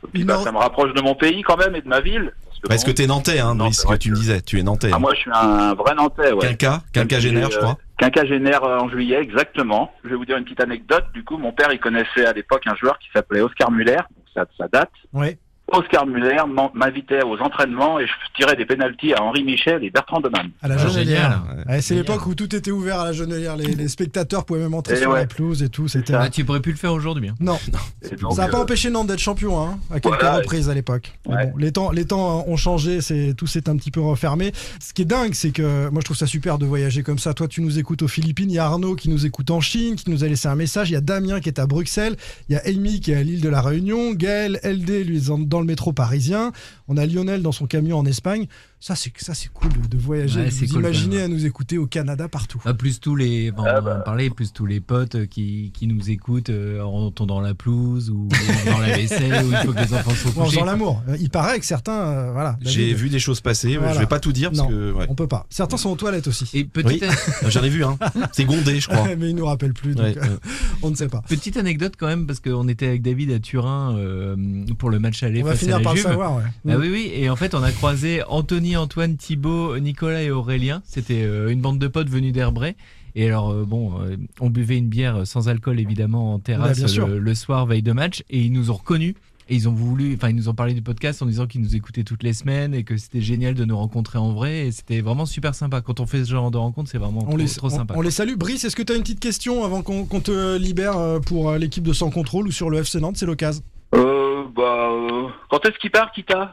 [SPEAKER 17] Et puis, bah, ça me rapproche de mon pays quand même et de ma ville. Parce que
[SPEAKER 9] Parce que
[SPEAKER 17] bon,
[SPEAKER 9] tu es nantais, hein, Brice, ce que tu me disais. Tu es nantais.
[SPEAKER 17] Ah, moi, je suis un vrai Nantais, ouais.
[SPEAKER 9] Quinca- quinquagénaire, je crois.
[SPEAKER 17] Quinquagénaire euh, en juillet, exactement. Je vais vous dire une petite anecdote. Du coup, mon père, il connaissait à l'époque un joueur qui s'appelait Oscar Muller. Donc, Ça, ça date.
[SPEAKER 6] Ouais.
[SPEAKER 17] Oscar Muller m'en- m'invitait aux entraînements et je tirais des pénalties à Henri Michel et Bertrand Deman.
[SPEAKER 6] À
[SPEAKER 8] Ah,
[SPEAKER 6] la Genelière. Ah, Ouais, c'est l'époque où tout était ouvert à la Genelière. Les, les spectateurs pouvaient même entrer
[SPEAKER 17] Et
[SPEAKER 6] sur
[SPEAKER 17] ouais.
[SPEAKER 6] la pelouse et tout. C'était.
[SPEAKER 8] Ah, tu pourrais plus le faire aujourd'hui. hein.
[SPEAKER 6] Non,
[SPEAKER 17] Et
[SPEAKER 8] donc,
[SPEAKER 6] ça n'a pas
[SPEAKER 8] euh,
[SPEAKER 6] empêché Nantes d'être champion hein, à quelques
[SPEAKER 8] Voilà.
[SPEAKER 6] reprises à l'époque. Mais
[SPEAKER 8] Ouais.
[SPEAKER 6] bon, les temps, les temps ont changé, c'est tout s'est un petit peu refermé. Ce qui est dingue, c'est que moi je trouve ça super de voyager comme ça. Toi, tu nous écoutes aux Philippines, il y a Arnaud qui nous écoute en Chine, qui nous a laissé un message, il y a Damien qui est à Bruxelles, il y a Amy qui est à l'île de la Réunion, Gaël, LD, lui, est dans- dans le métro parisien, on a Lionel dans son camion en Espagne. Ça, c'est ça, c'est cool de, de voyager.
[SPEAKER 8] Ouais,
[SPEAKER 6] vous
[SPEAKER 8] c'est cool,
[SPEAKER 6] imaginez
[SPEAKER 8] quand même.
[SPEAKER 6] à nous écouter au Canada partout.
[SPEAKER 8] Ah, bah. plus tous les, enfin, on va en parler, plus tous les potes euh, qui, qui nous écoutent euh, en entendant la pelouse ou dans la vaisselle ou il faut que les enfants soient
[SPEAKER 6] En
[SPEAKER 8] couchés.
[SPEAKER 6] faisant l'amour. Il paraît que certains, euh, voilà.
[SPEAKER 9] J'ai
[SPEAKER 6] David-
[SPEAKER 9] vu des choses passer,
[SPEAKER 6] Voilà.
[SPEAKER 9] je vais pas tout dire parce
[SPEAKER 6] Non,
[SPEAKER 9] que. ouais.
[SPEAKER 6] On peut pas. Certains sont aux toilettes aussi.
[SPEAKER 8] Et petite-
[SPEAKER 9] Oui, j'en ai vu, hein. C'est Gondé, je crois.
[SPEAKER 6] Mais ils nous rappellent plus, donc euh,
[SPEAKER 8] Ouais, ouais.
[SPEAKER 6] on ne sait pas.
[SPEAKER 8] Petite anecdote quand même, parce qu'on était avec David à Turin euh, pour le match aller
[SPEAKER 6] On va
[SPEAKER 8] face
[SPEAKER 6] finir
[SPEAKER 8] à la
[SPEAKER 6] par le
[SPEAKER 8] Juve.
[SPEAKER 6] savoir, ouais.
[SPEAKER 8] Ah
[SPEAKER 6] Mm.
[SPEAKER 8] oui, oui, et en fait on a croisé Anthony, Antoine, Thibaut, Nicolas et Aurélien. C'était euh, une bande de potes venus d'Herbray. Et alors, euh, bon, euh, on buvait une bière sans alcool évidemment en
[SPEAKER 6] Bah,
[SPEAKER 8] terrasse
[SPEAKER 6] bien sûr.
[SPEAKER 8] le, le soir, veille de match, et ils nous ont reconnus. Et ils ont voulu, enfin, ils nous ont parlé du podcast en disant qu'ils nous écoutaient toutes les semaines et que c'était génial de nous rencontrer en vrai. Et c'était vraiment super sympa. Quand on fait ce genre de rencontre, c'est vraiment
[SPEAKER 6] On
[SPEAKER 8] trop,
[SPEAKER 6] les,
[SPEAKER 8] trop
[SPEAKER 6] on-
[SPEAKER 8] sympa.
[SPEAKER 6] on les salue. Brice, est-ce que tu as une petite question avant qu'on qu'on te libère euh, pour euh, l'équipe de Sans Contrôle ou sur le FC Nantes C'est l'occasion.
[SPEAKER 17] Euh, bah, euh, quand est-ce qu'il part, Kita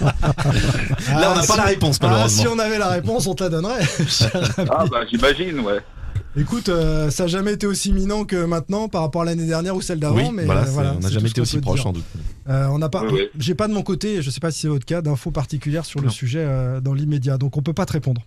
[SPEAKER 9] Là, on n'a pas la réponse,
[SPEAKER 6] Ah,
[SPEAKER 9] malheureusement.
[SPEAKER 6] si on avait la réponse, on te la donnerait.
[SPEAKER 17] Ah, bah, j'imagine, ouais.
[SPEAKER 6] Écoute, euh, ça n'a jamais été aussi minant que maintenant par rapport à l'année dernière ou celle d'avant.
[SPEAKER 9] Oui,
[SPEAKER 6] mais
[SPEAKER 9] voilà,
[SPEAKER 6] euh,
[SPEAKER 9] c'est- on n'a
[SPEAKER 6] c'est tout ce
[SPEAKER 9] jamais été
[SPEAKER 6] qu'on
[SPEAKER 9] aussi
[SPEAKER 6] peut
[SPEAKER 9] proche,
[SPEAKER 6] dire.
[SPEAKER 9] sans doute.
[SPEAKER 6] Euh, on n'a pas,
[SPEAKER 9] Oui, oui.
[SPEAKER 6] j'ai pas de mon côté, je sais pas si c'est votre cas, d'infos particulières sur le sujet euh, dans l'immédiat, donc on peut pas te répondre.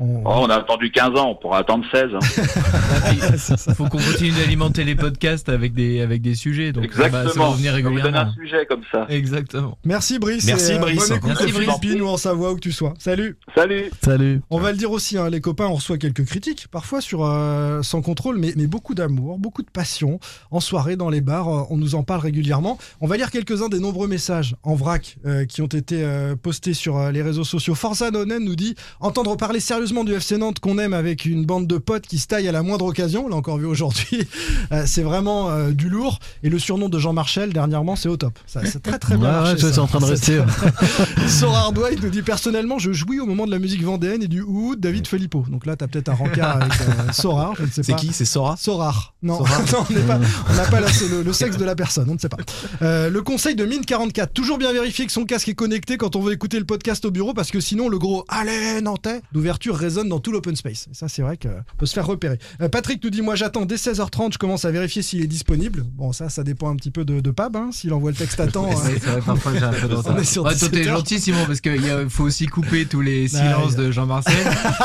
[SPEAKER 17] Oh, on a attendu 15 ans, on pourra attendre 16. hein.
[SPEAKER 8] Il faut qu'on continue d'alimenter les podcasts avec des, avec des sujets. Donc, bah, ça va- ça va
[SPEAKER 17] Exactement.
[SPEAKER 8] revenir
[SPEAKER 17] on vous donne
[SPEAKER 8] régulièrement.
[SPEAKER 17] un sujet comme ça.
[SPEAKER 8] Exactement.
[SPEAKER 6] Merci Brice.
[SPEAKER 8] Merci,
[SPEAKER 6] et, euh,
[SPEAKER 8] Brice.
[SPEAKER 6] Bonne écoute
[SPEAKER 8] Merci,
[SPEAKER 6] aux
[SPEAKER 8] Brice.
[SPEAKER 6] Philippines ou en Savoie où que tu sois. Salut.
[SPEAKER 17] Salut.
[SPEAKER 12] Salut.
[SPEAKER 6] On va le dire aussi, hein, les copains, on reçoit quelques critiques, parfois sur euh, sans contrôle, mais, mais beaucoup d'amour, beaucoup de passion. En soirée, dans les bars, euh, on nous en parle régulièrement. On va lire quelques-uns des nombreux messages en vrac euh, qui ont été euh, postés sur euh, les réseaux sociaux. Forza Nonen nous dit entendre parler sérieusement du FC Nantes qu'on aime avec une bande de potes qui se taille à la moindre occasion. On l'a encore vu aujourd'hui. Euh, c'est vraiment euh, du lourd. Et le surnom de Jean Marchel dernièrement, c'est au top. Ça, c'est très très bien.
[SPEAKER 12] Ouais,
[SPEAKER 6] marché,
[SPEAKER 12] ouais, ça,
[SPEAKER 6] ça.
[SPEAKER 12] c'est en train de
[SPEAKER 6] C'est-
[SPEAKER 12] rester.
[SPEAKER 6] Sora Hardway nous dit personnellement, je jouis au moment de la musique vendéenne et du ou David Filippo. Donc là, t'as peut-être un rencard avec euh, Sora, je ne sais
[SPEAKER 9] C'est
[SPEAKER 6] pas.
[SPEAKER 9] qui C'est Sora
[SPEAKER 6] Sorar. Non,
[SPEAKER 9] Sora
[SPEAKER 6] non, on n'est pas- on n'a pas la- le, le sexe de la personne, on ne sait pas. Euh, le conseil de Mine44, toujours bien vérifier que son casque est connecté quand on veut écouter le podcast au bureau parce que sinon le gros Allez Nantais d'ouverture résonne dans tout l'open space. Et ça, c'est vrai qu'on peut se faire repérer. Euh, Patrick nous dit Moi j'attends dès 16h30, je commence à vérifier s'il est disponible. Bon, ça, ça dépend un petit peu de, de Pab, hein, s'il envoie le texte à temps.
[SPEAKER 8] Ouais,
[SPEAKER 6] hein.
[SPEAKER 8] c'est vrai, parfois, j'ai un peu de retard.
[SPEAKER 6] On est sur
[SPEAKER 8] Ouais, toi,
[SPEAKER 6] 17
[SPEAKER 8] t'es
[SPEAKER 6] heures. Bah,
[SPEAKER 8] gentil, Simon, parce qu'il faut aussi couper tous les
[SPEAKER 6] Ouais,
[SPEAKER 8] silences
[SPEAKER 6] ouais.
[SPEAKER 8] de Jean-Marcel,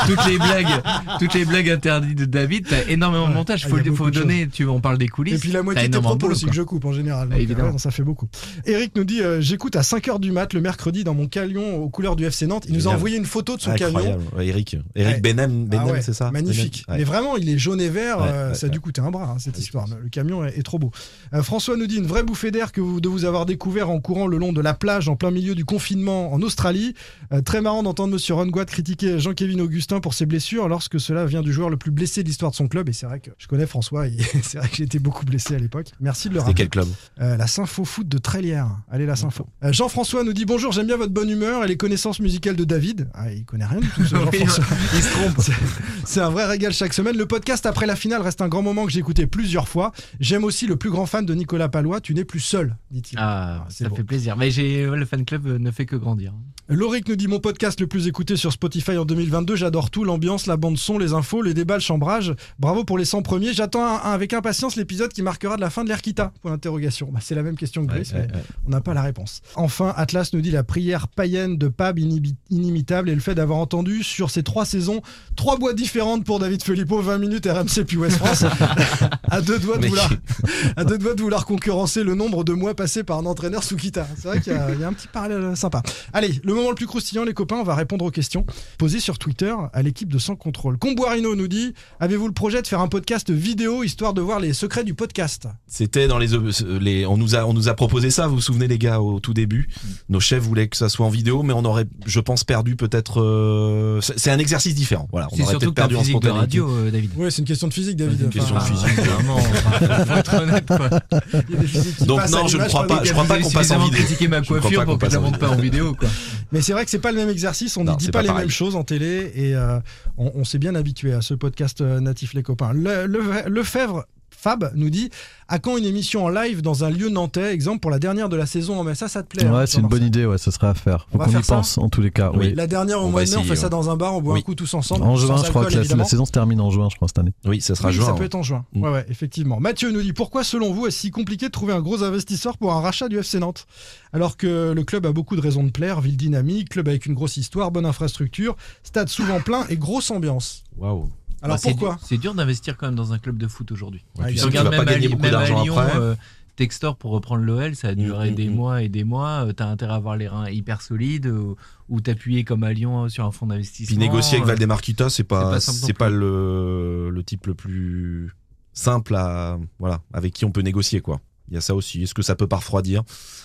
[SPEAKER 8] toutes les blagues, toutes les blagues interdites de David. T'as énormément de montage.
[SPEAKER 6] Ah,
[SPEAKER 8] Faut,
[SPEAKER 6] il y a
[SPEAKER 8] le- faut
[SPEAKER 6] beaucoup de
[SPEAKER 8] donner. Tu, on parle des coulisses.
[SPEAKER 6] Et puis la
[SPEAKER 8] T'as
[SPEAKER 6] moitié des
[SPEAKER 8] énormément de
[SPEAKER 6] propos
[SPEAKER 8] boulot,
[SPEAKER 6] aussi
[SPEAKER 8] quoi.
[SPEAKER 6] que je coupe en général.
[SPEAKER 8] Bah,
[SPEAKER 6] Donc,
[SPEAKER 8] évidemment.
[SPEAKER 6] ouais, non, ça fait beaucoup. Eric nous dit euh, J'écoute à 5h du mat le mercredi dans mon camion aux couleurs du FC Nantes. Il nous a
[SPEAKER 9] Génial.
[SPEAKER 6] envoyé une photo de son
[SPEAKER 9] Incroyable.
[SPEAKER 6] camion.
[SPEAKER 9] Ouais, Eric. monsieur. Eric
[SPEAKER 6] Ouais.
[SPEAKER 9] Benham, Benham,
[SPEAKER 6] Ah ouais,
[SPEAKER 9] c'est ça
[SPEAKER 6] Magnifique.
[SPEAKER 9] Benham, ouais.
[SPEAKER 6] Mais vraiment, il est jaune et vert.
[SPEAKER 9] Ouais,
[SPEAKER 6] euh,
[SPEAKER 9] ouais,
[SPEAKER 6] ça a dû coûter un bras, hein, cette histoire. Le camion est, est trop beau. Euh, François nous dit une vraie bouffée d'air que vous, de vous avoir découvert en courant le long de la plage en plein milieu du confinement en Australie. Euh, très marrant d'entendre Monsieur Ron Guad critiquer Jean-Kévin Augustin pour ses blessures lorsque cela vient du joueur le plus blessé de l'histoire de son club. Et c'est vrai que je connais François. et c'est vrai que j'étais beaucoup blessé à l'époque. Merci de le
[SPEAKER 9] C'était
[SPEAKER 6] rappeler.
[SPEAKER 9] quel club
[SPEAKER 6] Euh, la Sympho Foot de Trélière. Allez, la Sympho. Euh, Jean-François nous dit Bonjour, j'aime bien votre bonne humeur et les connaissances musicales de David. Ah, il connaît rien du tout, ce
[SPEAKER 8] Ah,
[SPEAKER 6] Jean-François.
[SPEAKER 9] hein,
[SPEAKER 6] il se trompe. C'est un vrai régal chaque semaine. Le podcast après la finale reste un grand moment que j'ai écouté plusieurs fois. J'aime aussi le plus grand fan de Nicolas Palois Tu n'es plus seul, dit-il.
[SPEAKER 8] Ah, ça
[SPEAKER 6] beau.
[SPEAKER 8] fait plaisir. Mais j'ai le fan club euh, ne fait que grandir.
[SPEAKER 6] Loric nous dit mon podcast le plus écouté sur Spotify en 2022. J'adore tout, l'ambiance, la bande son, les infos, les débats, le chambrage. Bravo pour les 100 premiers. J'attends un- un- avec impatience l'épisode qui marquera de la fin de l'ère Kita. Point d'interrogation. Bah, c'est la même question que Brice,
[SPEAKER 9] ouais,
[SPEAKER 6] mais
[SPEAKER 9] ouais.
[SPEAKER 6] on n'a pas la réponse. Enfin, Atlas nous dit la prière païenne de Pab inhibi- inimitable et le fait d'avoir entendu sur ces trois saisons trois boîtes différentes pour David Filippo, 20 minutes RMC puis West France. à deux doigts de
[SPEAKER 9] Mais-
[SPEAKER 6] vouloir, à deux doigts de vouloir concurrencer le nombre de mois passés par un entraîneur sous Kita. C'est vrai qu'il y, a- il y a un petit parallèle sympa. Allez, le moment le plus croustillant, les copains, on va répondre aux questions posées sur Twitter à l'équipe de Sans Contrôle. Comboirino nous dit Avez-vous le projet de faire un podcast vidéo histoire de voir les secrets du podcast
[SPEAKER 9] C'était dans les, euh, les- on nous a on nous a proposé ça, vous vous souvenez les gars au tout début.
[SPEAKER 8] Mm.
[SPEAKER 9] Nos chefs voulaient que ça soit en vidéo mais on aurait je pense perdu peut-être euh, c'est c'est un exercice différent. Voilà, on
[SPEAKER 8] C'est
[SPEAKER 9] aurait
[SPEAKER 8] surtout
[SPEAKER 9] peut-être
[SPEAKER 8] que t'as
[SPEAKER 9] perdu
[SPEAKER 8] une
[SPEAKER 9] en
[SPEAKER 8] physique de
[SPEAKER 9] spontanéité.
[SPEAKER 8] radio, euh, David.
[SPEAKER 6] Ouais, c'est une question de physique, David.
[SPEAKER 9] une question de physique.
[SPEAKER 8] Vraiment, enfin, faut être honnête, quoi.
[SPEAKER 9] Donc non, je ne crois pas, je crois pas qu'on passe en
[SPEAKER 8] Suffisamment
[SPEAKER 9] vidéo.
[SPEAKER 8] critiquer ma
[SPEAKER 9] Je crois
[SPEAKER 8] coiffure
[SPEAKER 9] pas qu'on
[SPEAKER 8] pour que
[SPEAKER 9] passe
[SPEAKER 8] je la monte pas en vidéo, quoi.
[SPEAKER 6] Mais c'est vrai que c'est pas le même exercice, on ne
[SPEAKER 9] Non,
[SPEAKER 6] dit
[SPEAKER 9] c'est
[SPEAKER 6] pas,
[SPEAKER 9] pas
[SPEAKER 6] les
[SPEAKER 9] pareil.
[SPEAKER 6] mêmes choses en télé et euh, on, on s'est bien habitué à ce podcast euh, natif les copains. Le, le, Lefebvre Fab nous dit à quand une émission en live dans un lieu nantais, exemple pour la dernière de la saison. Mais ça, ça te plaît hein,
[SPEAKER 12] Ouais, c'est une
[SPEAKER 6] Jean-Marc
[SPEAKER 12] bonne idée, ouais, ça serait à faire.
[SPEAKER 6] On
[SPEAKER 12] Faut
[SPEAKER 6] va
[SPEAKER 12] qu'on y
[SPEAKER 6] faire ça
[SPEAKER 12] pense, en tous les cas. Oui.
[SPEAKER 6] La dernière au
[SPEAKER 9] On
[SPEAKER 6] mois
[SPEAKER 9] va
[SPEAKER 6] de mai, on
[SPEAKER 9] essayer, hein.
[SPEAKER 6] fait ça
[SPEAKER 9] ouais.
[SPEAKER 6] dans un bar, on boit
[SPEAKER 9] Oui.
[SPEAKER 6] un coup tous ensemble.
[SPEAKER 12] En juin,
[SPEAKER 6] sans
[SPEAKER 12] je
[SPEAKER 6] alcool,
[SPEAKER 12] crois que la- la,
[SPEAKER 6] évidemment.
[SPEAKER 12] saison se termine en juin, je crois, cette année.
[SPEAKER 9] Oui, ça sera
[SPEAKER 6] Oui,
[SPEAKER 9] juin.
[SPEAKER 6] ça
[SPEAKER 9] hein.
[SPEAKER 6] peut être en juin.
[SPEAKER 12] Mm.
[SPEAKER 6] Ouais, ouais, effectivement. Mathieu nous dit pourquoi, selon vous, est-ce si compliqué de trouver un gros investisseur pour un rachat du FC Nantes Alors que le club a beaucoup de raisons de plaire, ville dynamique, club avec une grosse histoire, bonne infrastructure, stade souvent plein et grosse ambiance.
[SPEAKER 9] Waouh.
[SPEAKER 6] Alors
[SPEAKER 8] Bah, c'est
[SPEAKER 6] pourquoi
[SPEAKER 8] dur- C'est dur d'investir quand même dans un club de foot aujourd'hui.
[SPEAKER 9] Ouais,
[SPEAKER 6] tu
[SPEAKER 8] Tu
[SPEAKER 6] sais
[SPEAKER 8] regardes
[SPEAKER 9] que tu vas
[SPEAKER 8] même
[SPEAKER 9] pas
[SPEAKER 8] à,
[SPEAKER 9] gagner
[SPEAKER 8] Li-
[SPEAKER 9] beaucoup
[SPEAKER 8] même à
[SPEAKER 9] d'argent
[SPEAKER 8] Lyon,
[SPEAKER 9] après. Mm,
[SPEAKER 8] euh, Textor pour reprendre l'OL, ça a duré des mois et des mois. Euh, T'as intérêt à avoir les reins hyper solides euh, ou t'appuyer comme à Lyon euh, sur un fonds d'investissement.
[SPEAKER 9] Puis négocier avec
[SPEAKER 8] Euh,
[SPEAKER 9] Valdemar Kita, c'est pas,
[SPEAKER 8] simple non
[SPEAKER 9] c'est pas le, le type le plus simple à, voilà, avec qui on peut négocier, quoi. Il y a ça aussi. Est-ce que ça peut pas refroidir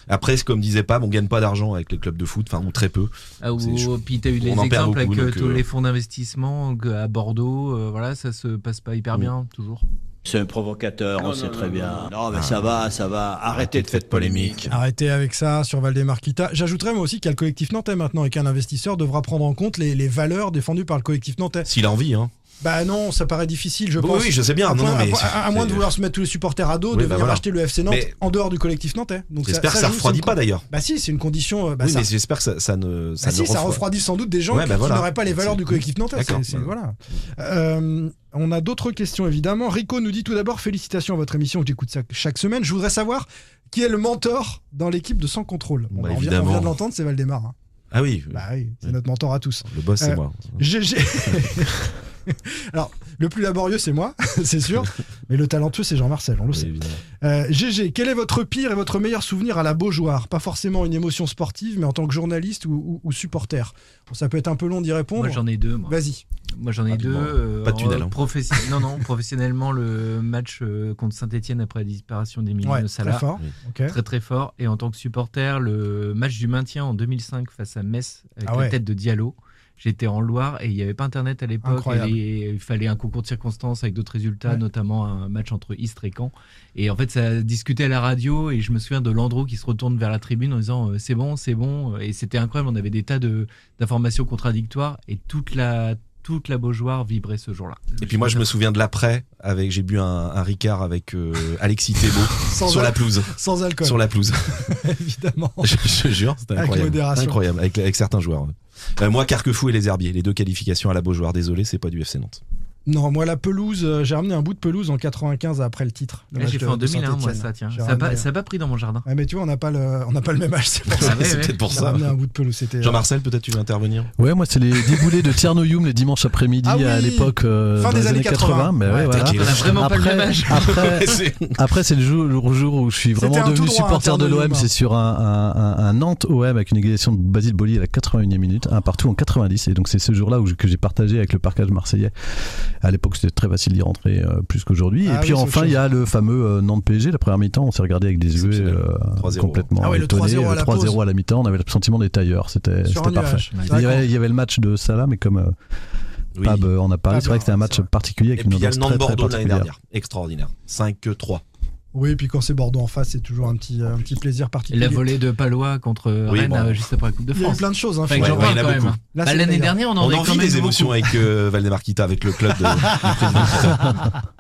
[SPEAKER 9] Après, c'est comme disait Pab, on gagne pas d'argent avec les clubs de foot, enfin, ou très peu.
[SPEAKER 8] Ah,
[SPEAKER 9] C'est- je-
[SPEAKER 8] ou, puis t'as eu les
[SPEAKER 9] on en perd
[SPEAKER 8] exemples avec
[SPEAKER 9] beaucoup,
[SPEAKER 8] euh,
[SPEAKER 9] donc,
[SPEAKER 8] tous
[SPEAKER 9] euh,
[SPEAKER 8] les fonds d'investissement que à Bordeaux. euh, voilà, ça se passe pas
[SPEAKER 9] Mm.
[SPEAKER 8] hyper bien toujours.
[SPEAKER 16] C'est un provocateur, on sait très bien. Oh Non, mais ça va, ça va. Arrêtez de faire de polémique.
[SPEAKER 6] Arrêtez avec ça sur Valdemar Kita. J'ajouterais moi aussi qu'il y a le collectif nantais maintenant et qu'un investisseur devra prendre en compte les, les valeurs défendues par le collectif nantais.
[SPEAKER 9] S'il a envie, hein.
[SPEAKER 6] Bah non, ça paraît difficile, je
[SPEAKER 9] Oui,
[SPEAKER 6] pense.
[SPEAKER 9] oui, je sais bien.
[SPEAKER 6] À,
[SPEAKER 9] Non,
[SPEAKER 6] point-
[SPEAKER 9] non, mais
[SPEAKER 6] à point-
[SPEAKER 9] c'est-
[SPEAKER 6] à- à moins de
[SPEAKER 9] c'est-
[SPEAKER 6] vouloir se mettre tous les supporters à dos,
[SPEAKER 9] Oui,
[SPEAKER 6] de
[SPEAKER 9] bah
[SPEAKER 6] venir
[SPEAKER 9] voilà.
[SPEAKER 6] acheter le FC Nantes
[SPEAKER 9] Mais-
[SPEAKER 6] en dehors du collectif nantais. Donc
[SPEAKER 9] J'espère que ça
[SPEAKER 6] joue, c'est
[SPEAKER 9] refroidit
[SPEAKER 6] une-
[SPEAKER 9] pas, d'ailleurs.
[SPEAKER 6] Bah si, c'est une condition. euh, bah,
[SPEAKER 9] oui,
[SPEAKER 6] ça-
[SPEAKER 9] mais j'espère que ça, ça ne,
[SPEAKER 6] Bah
[SPEAKER 9] ça ne
[SPEAKER 6] si, ça
[SPEAKER 9] refroid-
[SPEAKER 6] refroidit sans doute des gens
[SPEAKER 9] Ouais,
[SPEAKER 6] qui-
[SPEAKER 9] bah
[SPEAKER 6] qui,
[SPEAKER 9] voilà.
[SPEAKER 6] n'auraient pas les valeurs du collectif nantais.
[SPEAKER 9] D'accord.
[SPEAKER 6] C'est- c'est- voilà. Euh, on a d'autres questions évidemment. Rico nous dit tout d'abord félicitations à votre émission que j'écoute ça chaque semaine. Je voudrais savoir qui est le mentor dans l'équipe de Sans Contrôle. Bon, on,
[SPEAKER 9] Bah,
[SPEAKER 6] vient, on
[SPEAKER 9] évidemment.
[SPEAKER 6] vient de l'entendre, c'est Valdemar. hein.
[SPEAKER 9] Ah oui.
[SPEAKER 6] Bah oui, c'est notre mentor à tous.
[SPEAKER 9] Le boss, c'est
[SPEAKER 6] Euh,
[SPEAKER 9] moi.
[SPEAKER 6] GG. Alors, le plus laborieux, c'est moi, c'est sûr. Mais le talentueux, c'est Jean-Marcel, on le sait. Euh, GG, quel est votre pire et votre meilleur souvenir à la Beaujoire Pas forcément une émotion sportive, mais en tant que journaliste ou, ou- ou supporter. Bon, ça peut être un peu long d'y répondre.
[SPEAKER 8] Moi j'en ai deux. moi.
[SPEAKER 6] Vas-y.
[SPEAKER 8] Moi j'en ai deux. euh,
[SPEAKER 9] Pas de tunnel,
[SPEAKER 8] en
[SPEAKER 9] hein.
[SPEAKER 8] professi- non, non, professionnellement, le match euh, contre Saint-Etienne après la disparition des millions
[SPEAKER 6] Ouais,
[SPEAKER 8] de Salah.
[SPEAKER 6] très fort. Oui. Ok.
[SPEAKER 8] Très très fort. Et en tant que supporter, le match du maintien en 2005 face à Metz avec
[SPEAKER 6] Ah ouais.
[SPEAKER 8] la tête de Diallo. J'étais en Loire et il n'y avait pas internet à l'époque.
[SPEAKER 6] Incroyable.
[SPEAKER 8] et Il fallait un concours de circonstances avec d'autres résultats,
[SPEAKER 6] Ouais.
[SPEAKER 8] notamment un match entre Istres et Caen. Et en fait, ça discutait à la radio et je me souviens de Landreau qui se retourne vers la tribune en disant euh, c'est bon, c'est bon. Et c'était incroyable. On avait des tas de, d'informations contradictoires et toute la, toute la Beaujoire vibrait ce jour-là.
[SPEAKER 9] Et puis moi, je me souviens de l'après. Avec, j'ai bu un, un Ricard avec euh, Alexis Thébault
[SPEAKER 6] Sans
[SPEAKER 9] sur
[SPEAKER 6] al-
[SPEAKER 9] la pelouse.
[SPEAKER 6] sans alcool.
[SPEAKER 9] Sur la pelouse.
[SPEAKER 6] Évidemment.
[SPEAKER 9] je, je jure, c'était
[SPEAKER 6] Avec
[SPEAKER 9] incroyable.
[SPEAKER 6] modération.
[SPEAKER 9] Incroyable, avec, avec certains joueurs. ouais. Euh, moi, Carquefou et les Herbiers, les deux qualifications à la Beaujoire. Désolé, c'est pas du FC Nantes.
[SPEAKER 6] Non, moi, la pelouse, euh, j'ai ramené un bout de pelouse en 95 après le titre. le
[SPEAKER 8] Eh,
[SPEAKER 6] match
[SPEAKER 8] J'ai
[SPEAKER 6] de-
[SPEAKER 8] fait en
[SPEAKER 6] de
[SPEAKER 8] 2001, moi,
[SPEAKER 6] Saint-Étienne.
[SPEAKER 8] ça, tiens.
[SPEAKER 6] J'ai
[SPEAKER 8] Ça n'a
[SPEAKER 6] ramené
[SPEAKER 8] pas,
[SPEAKER 6] un-
[SPEAKER 8] ça a pas pris dans mon jardin. Ah
[SPEAKER 6] Ouais, mais tu vois, on n'a pas, le... on n'a pas le même âge, c'est pour ça.
[SPEAKER 8] Ouais, ouais.
[SPEAKER 9] peut-être pour
[SPEAKER 6] J'ai
[SPEAKER 9] ça.
[SPEAKER 6] ramené un bout de pelouse, c'était. euh,
[SPEAKER 9] Jean-Marcel, peut-être tu veux intervenir
[SPEAKER 12] Ouais, moi, c'est les déboulés de Tiernoyum les dimanches après-midi
[SPEAKER 6] Ah oui
[SPEAKER 12] à l'époque euh,
[SPEAKER 6] Fin
[SPEAKER 12] dans
[SPEAKER 6] des
[SPEAKER 12] les
[SPEAKER 6] années
[SPEAKER 12] années 80.
[SPEAKER 6] 80,
[SPEAKER 12] mais ouais,
[SPEAKER 6] ouais,
[SPEAKER 12] voilà.
[SPEAKER 6] t'inquiète. On a vraiment pas le
[SPEAKER 12] Après-
[SPEAKER 6] même âge.
[SPEAKER 12] Après,
[SPEAKER 6] C'est-
[SPEAKER 12] après, c'est le jour, le jour où je suis
[SPEAKER 6] C'était
[SPEAKER 12] vraiment
[SPEAKER 6] un tout
[SPEAKER 12] devenu
[SPEAKER 6] droit,
[SPEAKER 12] supporter de
[SPEAKER 6] Tiernoyum,
[SPEAKER 12] l'OM.
[SPEAKER 6] hein.
[SPEAKER 12] C'est sur un, un- un- un Nantes OM avec une égalisation de Basile Boli à la 81e minute, un partout en 90. Et donc, c'est ce jour-là où je- que j'ai partagé avec le parcage marseillais. À l'époque, c'était très facile d'y rentrer euh, plus qu'aujourd'hui.
[SPEAKER 6] Ah
[SPEAKER 12] et puis,
[SPEAKER 6] oui, c'est
[SPEAKER 12] enfin,
[SPEAKER 6] autre
[SPEAKER 12] il y a le fameux euh, Nantes PSG. La première mi-temps, on s'est regardé avec des yeux euh, complètement
[SPEAKER 6] Ah ouais, le
[SPEAKER 12] étonnés.
[SPEAKER 6] 3-0 à la
[SPEAKER 12] 3-0 à la mi-temps, on avait le sentiment des tailleurs. C'était
[SPEAKER 6] Sur
[SPEAKER 12] c'était
[SPEAKER 6] un nuage.
[SPEAKER 12] parfait.
[SPEAKER 6] Ouais.
[SPEAKER 12] Il y avait- il y avait le match de Salah, mais comme euh, Pab euh, en a parlé,
[SPEAKER 6] Pab,
[SPEAKER 12] c'est vrai que c'était un match particulier
[SPEAKER 9] Et
[SPEAKER 12] avec une
[SPEAKER 9] puis il y a
[SPEAKER 12] ambiance très,
[SPEAKER 9] le Nantes
[SPEAKER 12] très
[SPEAKER 9] Bordeaux l'année
[SPEAKER 12] particulière.
[SPEAKER 9] dernière. Extraordinaire. 5-3.
[SPEAKER 6] Oui, et puis quand c'est Bordeaux en face, c'est toujours un petit, euh, un petit plaisir
[SPEAKER 8] Et
[SPEAKER 6] particulier.
[SPEAKER 8] la volée de Palois contre
[SPEAKER 9] Oui, bah
[SPEAKER 8] Rennes
[SPEAKER 9] bon.
[SPEAKER 8] euh, juste après la Coupe de
[SPEAKER 6] Il y a eu
[SPEAKER 8] France.
[SPEAKER 6] plein de choses, hein,
[SPEAKER 8] Enfin,
[SPEAKER 6] Philippe.
[SPEAKER 8] j'en
[SPEAKER 9] Ouais,
[SPEAKER 8] parle
[SPEAKER 9] il y en a
[SPEAKER 8] quand même.
[SPEAKER 9] beaucoup.
[SPEAKER 6] Là,
[SPEAKER 8] Bah,
[SPEAKER 6] c'est
[SPEAKER 8] L'année
[SPEAKER 6] meilleur.
[SPEAKER 8] dernière, on en
[SPEAKER 9] On
[SPEAKER 8] avait
[SPEAKER 9] en
[SPEAKER 8] quand
[SPEAKER 9] vit
[SPEAKER 8] même
[SPEAKER 9] des émotions
[SPEAKER 8] beaucoup.
[SPEAKER 9] avec euh, Valdemar Kita, avec le club de. euh,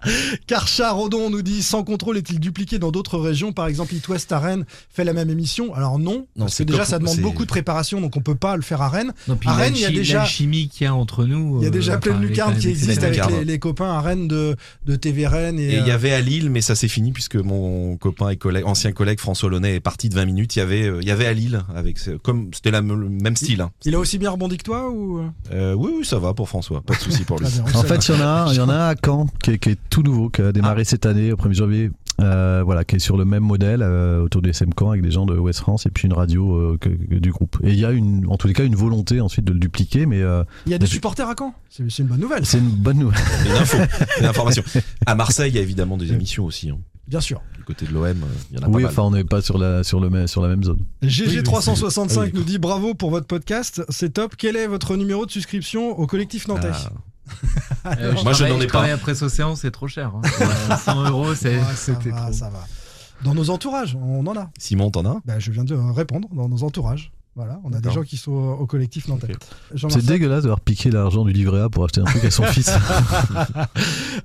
[SPEAKER 6] euh, Carcha Rodon nous dit sans contrôle est-il dupliqué dans d'autres régions Par exemple, It West à Rennes fait la même émission. Alors non,
[SPEAKER 9] Non,
[SPEAKER 6] parce que
[SPEAKER 9] c'est
[SPEAKER 6] déjà
[SPEAKER 9] comme-
[SPEAKER 6] ça demande
[SPEAKER 9] c'est-
[SPEAKER 6] beaucoup de préparation, donc on peut pas le faire à Rennes.
[SPEAKER 8] Non, puis
[SPEAKER 6] à Rennes, il y a
[SPEAKER 8] l'alchi-
[SPEAKER 6] déjà
[SPEAKER 8] l'alchimie qu'il y a entre nous.
[SPEAKER 6] il y a
[SPEAKER 8] euh,
[SPEAKER 6] déjà plein
[SPEAKER 8] enfin,
[SPEAKER 6] de
[SPEAKER 8] elle est quand
[SPEAKER 6] lucarnes
[SPEAKER 8] même
[SPEAKER 6] qui existent
[SPEAKER 9] pleine de
[SPEAKER 6] avec
[SPEAKER 9] lucarnes.
[SPEAKER 6] les, les copains à Rennes de, de TV Rennes et,
[SPEAKER 9] Et il y
[SPEAKER 6] euh,
[SPEAKER 9] avait à Lille, mais ça s'est fini puisque mon copain et collègue, ancien collègue François Launay est parti de 20 minutes. Il y avait, euh, il y avait à Lille avec ce- comme c'était la m- le même style. hein.
[SPEAKER 6] il a aussi bien rebondi que toi ou
[SPEAKER 9] Euh, oui, oui, ça va pour François, pas de souci pour lui.
[SPEAKER 6] Très bien, Ah, on
[SPEAKER 12] En
[SPEAKER 6] sait.
[SPEAKER 12] fait, il y en a un, il y en a un à Caen qui est, qui est tout nouveau, qui a démarré cette année au 1er janvier. euh, voilà, qui est sur le même modèle euh, autour du SM Caen avec des gens de West France et puis une radio euh, que- que- du groupe. Et il y a une, en tous les cas, une volonté ensuite de le dupliquer, mais euh,
[SPEAKER 6] il y a des
[SPEAKER 12] mais-
[SPEAKER 6] supporters à Caen C'est c'est une bonne nouvelle.
[SPEAKER 12] c'est une bonne nouvelle.
[SPEAKER 9] Une info, une information. À Marseille, il y a évidemment des émissions aussi. hein.
[SPEAKER 6] Bien sûr.
[SPEAKER 9] Du côté de l'OM, euh, il y en a
[SPEAKER 12] Oui,
[SPEAKER 9] pas mal.
[SPEAKER 12] enfin, on n'est pas sur la, sur, le, même- sur la même zone.
[SPEAKER 6] GG365
[SPEAKER 12] Ah Oui,
[SPEAKER 6] nous dit bravo pour votre podcast, c'est top. Quel est votre numéro de suscription au collectif Nantais
[SPEAKER 9] Ah.
[SPEAKER 8] Euh,
[SPEAKER 9] Moi, je
[SPEAKER 8] travaille-
[SPEAKER 9] n'en ai pas.
[SPEAKER 8] travaille après Océan, c'est trop cher. hein. Euh, 100 euros, c'est.
[SPEAKER 6] Ah, ça va, ça va. Dans nos entourages, on en a.
[SPEAKER 9] Simon, t'en as un
[SPEAKER 6] Bah, je viens de répondre dans nos entourages. Voilà, on a des
[SPEAKER 9] D'accord.
[SPEAKER 6] gens qui sont au collectif Nantais. Jean-Marcel
[SPEAKER 12] C'est dégueulasse d'avoir piqué l'argent du livret A pour acheter un truc à son fils.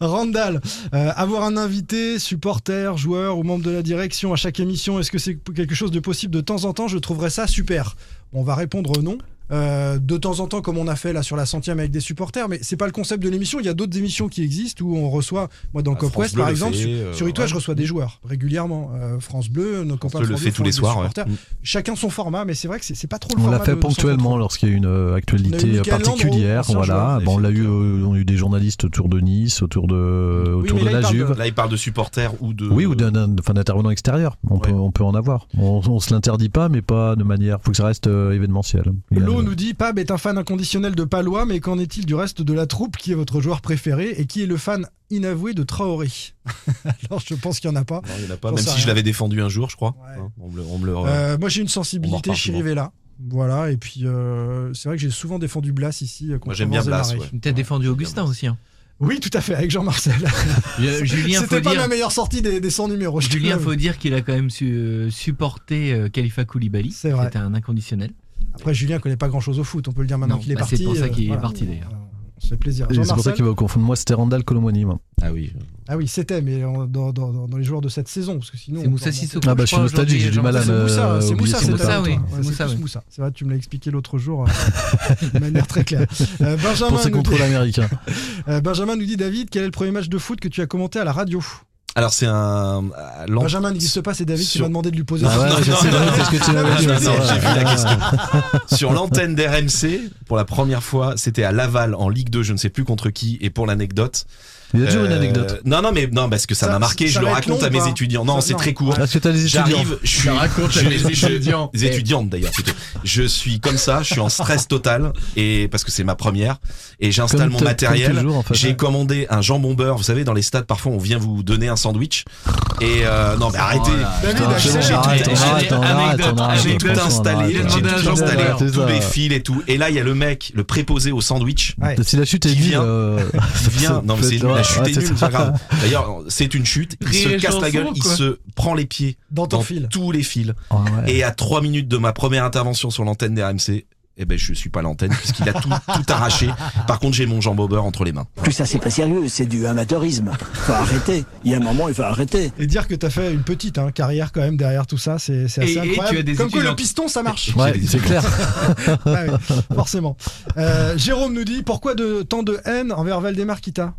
[SPEAKER 6] Randall, euh, avoir un invité, supporter, joueur ou membre de la direction à chaque émission, est-ce que c'est quelque chose de possible de temps en temps Je trouverais ça super. On va répondre non. Euh, de temps en temps, comme on a fait là sur la centième avec des supporters, mais c'est pas le concept de l'émission. Il y a d'autres émissions qui existent où on reçoit, moi dans
[SPEAKER 9] Ah,
[SPEAKER 6] Cop
[SPEAKER 9] France
[SPEAKER 6] West
[SPEAKER 9] Bleu
[SPEAKER 6] par
[SPEAKER 9] le
[SPEAKER 6] exemple,
[SPEAKER 9] fait,
[SPEAKER 6] sur,
[SPEAKER 9] euh,
[SPEAKER 6] sur It West,
[SPEAKER 9] ouais.
[SPEAKER 6] je reçois des joueurs régulièrement. Euh, France Bleu, nos copains
[SPEAKER 9] le
[SPEAKER 6] de France
[SPEAKER 9] fait
[SPEAKER 6] Bleu
[SPEAKER 9] tous
[SPEAKER 6] font
[SPEAKER 9] les
[SPEAKER 6] des
[SPEAKER 9] soirs, ouais. Mm.
[SPEAKER 6] supporters. Chacun son format, mais c'est vrai que c'est c'est pas trop le
[SPEAKER 12] On
[SPEAKER 6] format.
[SPEAKER 12] l'a fait
[SPEAKER 6] de- de Sans
[SPEAKER 12] ponctuellement lorsqu'il y a eu une euh,
[SPEAKER 6] On a eu
[SPEAKER 12] actualité
[SPEAKER 6] Michael Landreau,
[SPEAKER 12] particulière.
[SPEAKER 6] ancien
[SPEAKER 12] Voilà.
[SPEAKER 6] joueur.
[SPEAKER 12] Bon, on l'a eu, euh, on a eu des journalistes autour de Nice, autour de,
[SPEAKER 6] Oui,
[SPEAKER 12] autour
[SPEAKER 6] mais
[SPEAKER 12] de
[SPEAKER 6] là,
[SPEAKER 12] la
[SPEAKER 6] il parle
[SPEAKER 12] Juve.
[SPEAKER 9] Là, il parle de supporters ou de.
[SPEAKER 12] Oui, ou d'un- d'un enfin, d'intervenant extérieur. On, peut, on peut en avoir. On, on se l'interdit pas, mais pas de manière. Faut que ça reste euh, événementiel. Il y a-
[SPEAKER 6] Lo nous dit Pab est un fan inconditionnel de Palois, mais qu'en est-il du reste de la troupe Qui est votre joueur préféré et qui est le fan inavoué de Traoré Alors je pense qu'il n'y en a pas.
[SPEAKER 9] Non, il y en a pas,
[SPEAKER 6] J'en
[SPEAKER 9] même
[SPEAKER 6] sais
[SPEAKER 9] si je
[SPEAKER 6] rien.
[SPEAKER 9] l'avais défendu un jour, je crois.
[SPEAKER 6] Ouais.
[SPEAKER 9] Hein, on me le. on me le-
[SPEAKER 6] Euh, moi j'ai une
[SPEAKER 9] On en
[SPEAKER 6] sensibilité
[SPEAKER 9] reparle souvent.
[SPEAKER 6] Chirivella. Voilà, et puis euh, c'est vrai que j'ai souvent défendu Blas ici. euh, contre
[SPEAKER 9] j'aime bien
[SPEAKER 6] Vence et
[SPEAKER 9] Blas,
[SPEAKER 6] Marais.
[SPEAKER 9] ouais.
[SPEAKER 8] T'as défendu Augustin aussi. hein.
[SPEAKER 6] Oui, tout à fait, avec Jean-Marcel.
[SPEAKER 8] Euh, Julien, faut
[SPEAKER 6] C'était pas
[SPEAKER 8] dire-
[SPEAKER 6] ma meilleure sortie des, des 100 numéros. je te
[SPEAKER 8] Julien,
[SPEAKER 6] l'avoue.
[SPEAKER 8] faut dire qu'il a quand même su- euh, supporté euh, Khalifa Koulibaly.
[SPEAKER 6] C'est vrai.
[SPEAKER 8] C'était un inconditionnel.
[SPEAKER 6] Après, Julien connaît pas grand chose au foot, on peut le dire maintenant
[SPEAKER 8] Non,
[SPEAKER 6] qu'il est
[SPEAKER 8] bah, c'est
[SPEAKER 6] parti.
[SPEAKER 8] pour ça
[SPEAKER 6] euh,
[SPEAKER 8] qu'il est
[SPEAKER 6] voilà.
[SPEAKER 8] parti, d'ailleurs.
[SPEAKER 6] On se fait plaisir.
[SPEAKER 12] Et C'est pour ça
[SPEAKER 6] Jean-Marcel
[SPEAKER 12] qu'il va au confondre. Moi, c'était Randall Colomoni. moi.
[SPEAKER 9] Ah oui.
[SPEAKER 6] Ah oui, c'était, mais en- dans, dans- dans- dans les joueurs de cette saison, parce que sinon.
[SPEAKER 8] C'est
[SPEAKER 6] on
[SPEAKER 8] Moussa
[SPEAKER 6] peut remonter.
[SPEAKER 8] Sissoko.
[SPEAKER 12] Ah bah, je suis
[SPEAKER 8] crois,
[SPEAKER 12] nostalgique,
[SPEAKER 8] aujourd'hui,
[SPEAKER 12] j'ai du
[SPEAKER 8] Jean-
[SPEAKER 12] mal à
[SPEAKER 6] C'est
[SPEAKER 12] me-
[SPEAKER 6] Moussa, c'est
[SPEAKER 12] oublier
[SPEAKER 6] Moussa,
[SPEAKER 12] son
[SPEAKER 6] c'est
[SPEAKER 12] nom.
[SPEAKER 6] ta-
[SPEAKER 8] Moussa, oui.
[SPEAKER 6] toi.
[SPEAKER 8] C'est
[SPEAKER 6] Ouais, C'est
[SPEAKER 8] Moussa,
[SPEAKER 6] plus
[SPEAKER 8] oui.
[SPEAKER 6] Moussa. C'est vrai, tu me l'as expliqué l'autre jour euh, de manière très claire. Euh, Benjamin,
[SPEAKER 12] Pour ses
[SPEAKER 6] nous dit,
[SPEAKER 12] contrôles américains.
[SPEAKER 6] euh, Benjamin nous dit David, quel est le premier match de foot que tu as commenté à la radio
[SPEAKER 9] Alors, c'est un. euh, à l'an-
[SPEAKER 6] Benjamin n'existe pas, c'est David qui
[SPEAKER 9] Sur- Bah
[SPEAKER 6] m'a demandé de lui poser
[SPEAKER 12] Ah ouais,
[SPEAKER 6] la
[SPEAKER 12] ouais, je
[SPEAKER 6] question.
[SPEAKER 12] sais, ouais, c'est ce que tu m'avais dit.
[SPEAKER 9] Non, non,
[SPEAKER 12] ouais.
[SPEAKER 9] j'ai vu la question. Sur l'antenne d'RMC, pour la première fois, c'était à Laval en Ligue 2, je ne sais plus contre qui, et pour l'anecdote.
[SPEAKER 12] Il y a toujours une
[SPEAKER 9] euh,
[SPEAKER 12] anecdote.
[SPEAKER 9] Non, non, mais non, parce que ça
[SPEAKER 6] Ça-
[SPEAKER 9] m'a marqué,
[SPEAKER 6] ça
[SPEAKER 9] je le
[SPEAKER 6] va être
[SPEAKER 9] raconte
[SPEAKER 6] long
[SPEAKER 9] à
[SPEAKER 6] ou
[SPEAKER 9] mes
[SPEAKER 6] pas
[SPEAKER 9] étudiants. Non,
[SPEAKER 6] Ça-
[SPEAKER 9] c'est
[SPEAKER 6] non.
[SPEAKER 9] très court.
[SPEAKER 12] Est-ce que t'as des étudiants
[SPEAKER 9] J'arrive, je suis.
[SPEAKER 10] Ça raconte à
[SPEAKER 9] je-
[SPEAKER 10] mes
[SPEAKER 9] je-
[SPEAKER 10] étudiants.
[SPEAKER 12] Eh.
[SPEAKER 9] les étudiantes d'ailleurs, plutôt. Je suis comme ça, je suis en stress total, et parce que c'est ma première, et j'installe
[SPEAKER 12] Comme
[SPEAKER 9] mon
[SPEAKER 12] t-
[SPEAKER 9] matériel.
[SPEAKER 12] comme toujours, en fait.
[SPEAKER 9] J'ai commandé un jambon beurre, vous savez, dans les stades, parfois on vient vous donner un sandwich. Et euh, non, mais arrêtez.
[SPEAKER 6] David,
[SPEAKER 12] Putain, c'est bon,
[SPEAKER 6] Axel,
[SPEAKER 9] j'ai
[SPEAKER 12] arrête,
[SPEAKER 9] tout-
[SPEAKER 12] on
[SPEAKER 9] j'ai-
[SPEAKER 12] arrête, on arrête, on arrête,
[SPEAKER 9] J'ai
[SPEAKER 12] on
[SPEAKER 9] tout
[SPEAKER 12] arrête, on arrête,
[SPEAKER 9] installé,
[SPEAKER 12] on
[SPEAKER 9] j'ai
[SPEAKER 12] arrête.
[SPEAKER 9] tout installé,
[SPEAKER 12] C'est
[SPEAKER 9] hein. tous
[SPEAKER 12] ça.
[SPEAKER 9] les fils et tout. Et là, il y a le mec, le préposé au sandwich.
[SPEAKER 6] Ouais.
[SPEAKER 12] Si la chute est
[SPEAKER 9] Qui
[SPEAKER 12] nulle,
[SPEAKER 9] vient-
[SPEAKER 12] euh,
[SPEAKER 9] Il vient, non mais c'est nul,
[SPEAKER 12] ouais,
[SPEAKER 9] la chute
[SPEAKER 12] ouais,
[SPEAKER 9] est
[SPEAKER 12] c'est
[SPEAKER 9] nulle,
[SPEAKER 12] ça.
[SPEAKER 9] c'est grave. D'ailleurs, c'est une chute, il
[SPEAKER 8] Rire
[SPEAKER 9] se
[SPEAKER 8] et
[SPEAKER 9] casse la
[SPEAKER 8] chanson,
[SPEAKER 9] gueule, il
[SPEAKER 8] quoi.
[SPEAKER 9] se prend les pieds
[SPEAKER 6] Dans ton
[SPEAKER 9] dans
[SPEAKER 6] fil.
[SPEAKER 9] tous les fils.
[SPEAKER 12] Ah ouais.
[SPEAKER 9] Et à 3 minutes de ma première intervention sur l'antenne des RMC, eh ben je suis pas à l'antenne puisqu'il a tout, tout arraché. Par contre, j'ai mon jambon beurre entre les mains.
[SPEAKER 2] Tout ça, c'est pas sérieux, c'est du amateurisme. Faut arrêter. Il y a un moment, il faut arrêter.
[SPEAKER 6] Et dire que t'as fait une petite hein, carrière quand même derrière tout ça, c'est c'est
[SPEAKER 8] Et-
[SPEAKER 6] assez
[SPEAKER 8] et
[SPEAKER 6] incroyable.
[SPEAKER 8] tu as des
[SPEAKER 6] Comme quoi
[SPEAKER 8] étudiants.
[SPEAKER 6] le piston, ça marche.
[SPEAKER 12] Ouais, c'est clair.
[SPEAKER 6] Ah oui, forcément. Euh, Jérôme nous dit pourquoi de, tant de haine envers Valdemar Kita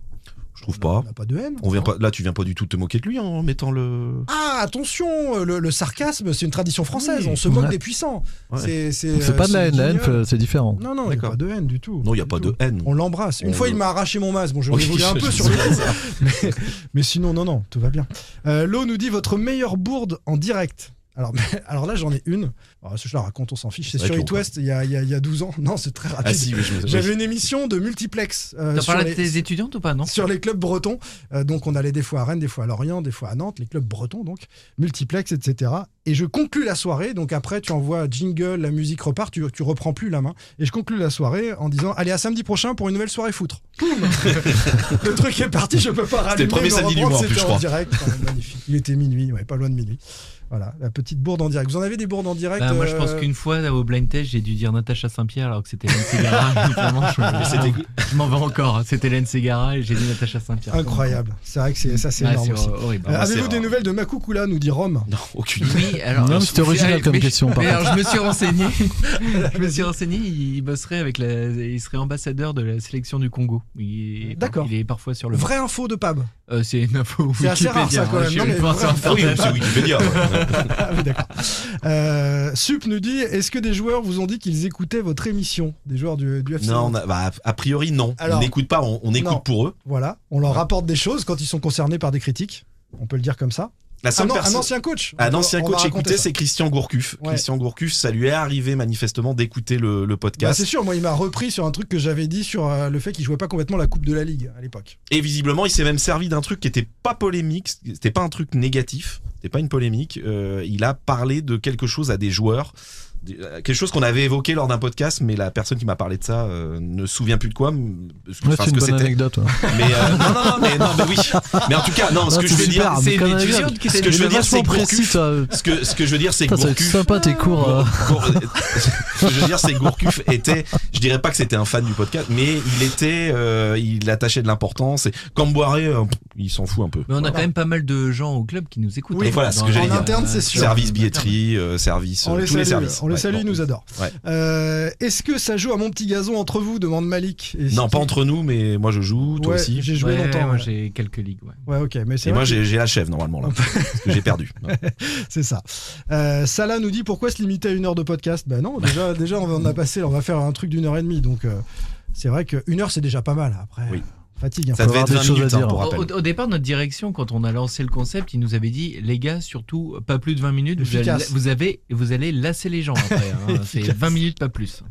[SPEAKER 9] Je trouve pas.
[SPEAKER 6] On n'a pas de haine.
[SPEAKER 9] On vient pas, là, tu viens pas du tout te moquer de lui hein, en mettant le.
[SPEAKER 6] Ah, attention, le, le sarcasme, c'est une tradition française. On se moque
[SPEAKER 12] Ouais.
[SPEAKER 6] des puissants.
[SPEAKER 9] Ouais.
[SPEAKER 6] C'est c'est,
[SPEAKER 12] C'est
[SPEAKER 6] euh,
[SPEAKER 12] pas de la haine, la haine,
[SPEAKER 6] guignol.
[SPEAKER 12] c'est différent.
[SPEAKER 6] Non, non, il n'y a pas de haine du tout.
[SPEAKER 9] Non, il n'y a pas de haine.
[SPEAKER 6] On l'embrasse. Une
[SPEAKER 9] On
[SPEAKER 6] fois,
[SPEAKER 9] le-
[SPEAKER 6] il m'a arraché mon masque. Bon, je
[SPEAKER 9] Oui,
[SPEAKER 6] l'ai voulais un
[SPEAKER 9] je-
[SPEAKER 6] peu
[SPEAKER 9] je
[SPEAKER 6] sur le
[SPEAKER 9] sais
[SPEAKER 6] coup.
[SPEAKER 9] ça.
[SPEAKER 6] Mais, mais sinon, non, non, tout va bien. Euh, Lo nous dit votre meilleure bourde en direct. Alors, mais- alors là, j'en ai une. Alors, je la raconte, on s'en fiche. C'est
[SPEAKER 9] C'est vrai
[SPEAKER 6] sur It
[SPEAKER 9] qu'on
[SPEAKER 6] West, il y, a, il y a- il y a 12 ans. Non, c'est très rapide.
[SPEAKER 9] Ah si, oui, je me- oui.
[SPEAKER 6] J'avais une émission de multiplex. euh,
[SPEAKER 8] T'as
[SPEAKER 6] sur
[SPEAKER 8] parlé
[SPEAKER 6] les-
[SPEAKER 8] de tes étudiantes ou pas, non
[SPEAKER 6] sur les clubs bretons. Euh, donc, on allait des fois à Rennes, des fois à Lorient, des fois à Nantes, les clubs bretons, donc, multiplex, etc. Et je conclus la soirée. Donc, après, tu envoies jingle, la musique repart, tu, tu reprends plus la main. Et je conclus la soirée en disant Allez, à samedi prochain pour une nouvelle soirée foutre. Boum Le truc est parti, je peux pas rallumer.
[SPEAKER 9] C'était le premier
[SPEAKER 6] mais
[SPEAKER 9] samedi du
[SPEAKER 6] reprendre,
[SPEAKER 9] mois, en plus,
[SPEAKER 6] c'était
[SPEAKER 9] je crois.
[SPEAKER 6] direct. Enfin, magnifique. Il était minuit, ouais, pas loin de minuit. Voilà, la petite bourde en direct. Vous en avez des bourdes en direct
[SPEAKER 8] Bah, moi, je pense
[SPEAKER 6] euh,
[SPEAKER 8] qu'une fois au blind test, j'ai dû dire Natacha Saint-Pierre alors que c'était Hélène Ségara. Vraiment,
[SPEAKER 9] Mais c'était-
[SPEAKER 8] je, je m'en vais encore. C'était Hélène Ségara et j'ai dit Natacha Saint-Pierre.
[SPEAKER 6] Incroyable. C'est vrai que c'est- ça, c'est
[SPEAKER 8] Ah,
[SPEAKER 6] énorme
[SPEAKER 8] c'est
[SPEAKER 6] aussi.
[SPEAKER 8] horrible.
[SPEAKER 6] Euh,
[SPEAKER 8] Ah,
[SPEAKER 6] Avez-vous
[SPEAKER 8] c'est
[SPEAKER 6] des nouvelles de Makoukula nous dit Rome.
[SPEAKER 9] Non, aucune.
[SPEAKER 8] Oui, alors,
[SPEAKER 12] Non, mais
[SPEAKER 8] je-
[SPEAKER 12] c'était
[SPEAKER 8] je-
[SPEAKER 12] original comme
[SPEAKER 8] mais je-
[SPEAKER 12] question, par
[SPEAKER 8] mais
[SPEAKER 12] contre.
[SPEAKER 8] alors, je me suis renseigné. je me suis renseigné. Il bosserait avec la, il serait ambassadeur de la sélection du Congo. Il-
[SPEAKER 6] D'accord.
[SPEAKER 8] Il est parfois sur le.
[SPEAKER 6] Vraie info de Pab.
[SPEAKER 8] Euh, c'est une info
[SPEAKER 6] C'est assez rare, ça,
[SPEAKER 8] Wikipédia,
[SPEAKER 6] quand
[SPEAKER 8] hein,
[SPEAKER 6] même.
[SPEAKER 8] je
[SPEAKER 6] Non, mais
[SPEAKER 8] pense
[SPEAKER 6] vraie
[SPEAKER 8] en
[SPEAKER 6] info de
[SPEAKER 8] faire.
[SPEAKER 6] Pab. Ah oui, d'accord. Euh, Sup nous dit est-ce que des joueurs vous ont dit qu'ils écoutaient votre émission Des joueurs du, du FC
[SPEAKER 9] Non, on
[SPEAKER 6] Nantes
[SPEAKER 9] a, bah, a priori, non.
[SPEAKER 6] Alors-
[SPEAKER 9] on n'écoute pas, on, on écoute
[SPEAKER 6] Non.
[SPEAKER 9] pour eux.
[SPEAKER 6] Voilà, on leur rapporte des choses quand ils sont concernés par des critiques. On peut le dire comme ça.
[SPEAKER 9] La seule
[SPEAKER 6] Ah, un, an-
[SPEAKER 9] personne-
[SPEAKER 6] un ancien coach.
[SPEAKER 9] Un
[SPEAKER 6] On va-
[SPEAKER 9] ancien
[SPEAKER 6] on va
[SPEAKER 9] coach
[SPEAKER 6] raconter
[SPEAKER 9] écouté,
[SPEAKER 6] ça.
[SPEAKER 9] c'est Christian Gourcuff.
[SPEAKER 6] Ouais.
[SPEAKER 9] Christian Gourcuff, ça lui est arrivé manifestement d'écouter le, le
[SPEAKER 6] Bah,
[SPEAKER 9] podcast.
[SPEAKER 6] c'est sûr, moi il m'a repris sur un truc que j'avais dit sur euh, le fait qu'il jouait pas complètement la Coupe de la Ligue à l'époque.
[SPEAKER 9] Et visiblement, il s'est même servi d'un truc qui était pas polémique, c'était pas un truc négatif, c'était pas une polémique. Euh, il a parlé de quelque chose à des joueurs, des- euh, quelque chose qu'on avait évoqué lors d'un podcast, mais la personne qui m'a parlé de ça euh, ne se souvient plus de quoi. m- parce que-
[SPEAKER 12] Ouais,
[SPEAKER 9] enfin,
[SPEAKER 12] c'est une
[SPEAKER 9] ce que
[SPEAKER 12] bonne
[SPEAKER 9] c'était.
[SPEAKER 12] anecdote. ouais.
[SPEAKER 9] Mais euh, non, non, non, mais non, mais oui. Mais en tout cas, non, ce
[SPEAKER 12] Non,
[SPEAKER 9] que je veux
[SPEAKER 12] c'est
[SPEAKER 9] dire,
[SPEAKER 12] super, mais
[SPEAKER 9] c'est
[SPEAKER 12] quand même,
[SPEAKER 9] ce
[SPEAKER 12] regarde,
[SPEAKER 9] que- ce que je
[SPEAKER 12] t'es
[SPEAKER 9] veux dire, c'est
[SPEAKER 12] vachement précis,
[SPEAKER 9] Gourcuff.
[SPEAKER 12] toi.
[SPEAKER 9] Ce que ce que je veux dire, c'est que
[SPEAKER 12] Putain, ça va être
[SPEAKER 9] Gourcuff.
[SPEAKER 12] sympa tes cours. euh.
[SPEAKER 9] Gour- ce que je veux dire, c'est que Gourcuff était, je dirais pas que c'était un fan du podcast, mais il était, euh, il attachait de l'importance. Et Camboiré, euh, pff, il s'en fout un peu.
[SPEAKER 8] Mais on a quand même pas mal de gens au club qui nous écoutent.
[SPEAKER 9] Oui,
[SPEAKER 8] hein,
[SPEAKER 9] voilà ce
[SPEAKER 8] dans
[SPEAKER 9] que
[SPEAKER 8] la-
[SPEAKER 9] j'allais
[SPEAKER 6] en
[SPEAKER 9] dire.
[SPEAKER 6] interne, c'est sûr.
[SPEAKER 9] Service billetterie, euh, service,
[SPEAKER 6] on
[SPEAKER 9] euh,
[SPEAKER 6] les
[SPEAKER 9] tous
[SPEAKER 6] salue,
[SPEAKER 9] les services.
[SPEAKER 6] on les
[SPEAKER 9] Ouais,
[SPEAKER 6] salue,
[SPEAKER 9] bon.
[SPEAKER 6] ils nous adorent.
[SPEAKER 9] Ouais.
[SPEAKER 6] Euh, Est-ce que ça joue à mon petit gazon entre vous demande Malik. Et
[SPEAKER 9] Non,
[SPEAKER 6] si-
[SPEAKER 9] pas entre nous, mais moi je joue, toi
[SPEAKER 6] Ouais,
[SPEAKER 9] aussi.
[SPEAKER 6] J'ai joué
[SPEAKER 8] Ouais,
[SPEAKER 6] longtemps.
[SPEAKER 8] moi,
[SPEAKER 6] ouais.
[SPEAKER 8] j'ai quelques ligues. ouais.
[SPEAKER 6] Ouais, ok, mais c'est
[SPEAKER 9] Et
[SPEAKER 6] vrai
[SPEAKER 9] moi
[SPEAKER 6] que-
[SPEAKER 9] j'ai j'ai la chèvre normalement là, parce que j'ai perdu.
[SPEAKER 6] C'est ça. Euh, Salah nous dit pourquoi se limiter à une heure de podcast Ben non, déjà, déjà on va- on a passé, on va faire un truc d'une heure et demie. Donc euh, c'est vrai qu'une heure c'est déjà pas mal. Après,
[SPEAKER 9] Oui.
[SPEAKER 6] on fatigue. hein.
[SPEAKER 9] Ça devait être 20 minutes hein, pour
[SPEAKER 8] Au,
[SPEAKER 9] rappel.
[SPEAKER 8] au- au départ, notre direction, quand on a lancé le concept, il nous avait dit les gars, surtout pas plus de 20 minutes, vous allez,
[SPEAKER 6] Efficace.
[SPEAKER 8] vous, avez, vous allez lasser les gens après. hein. C'est
[SPEAKER 6] Efficace.
[SPEAKER 8] 20 minutes, pas plus.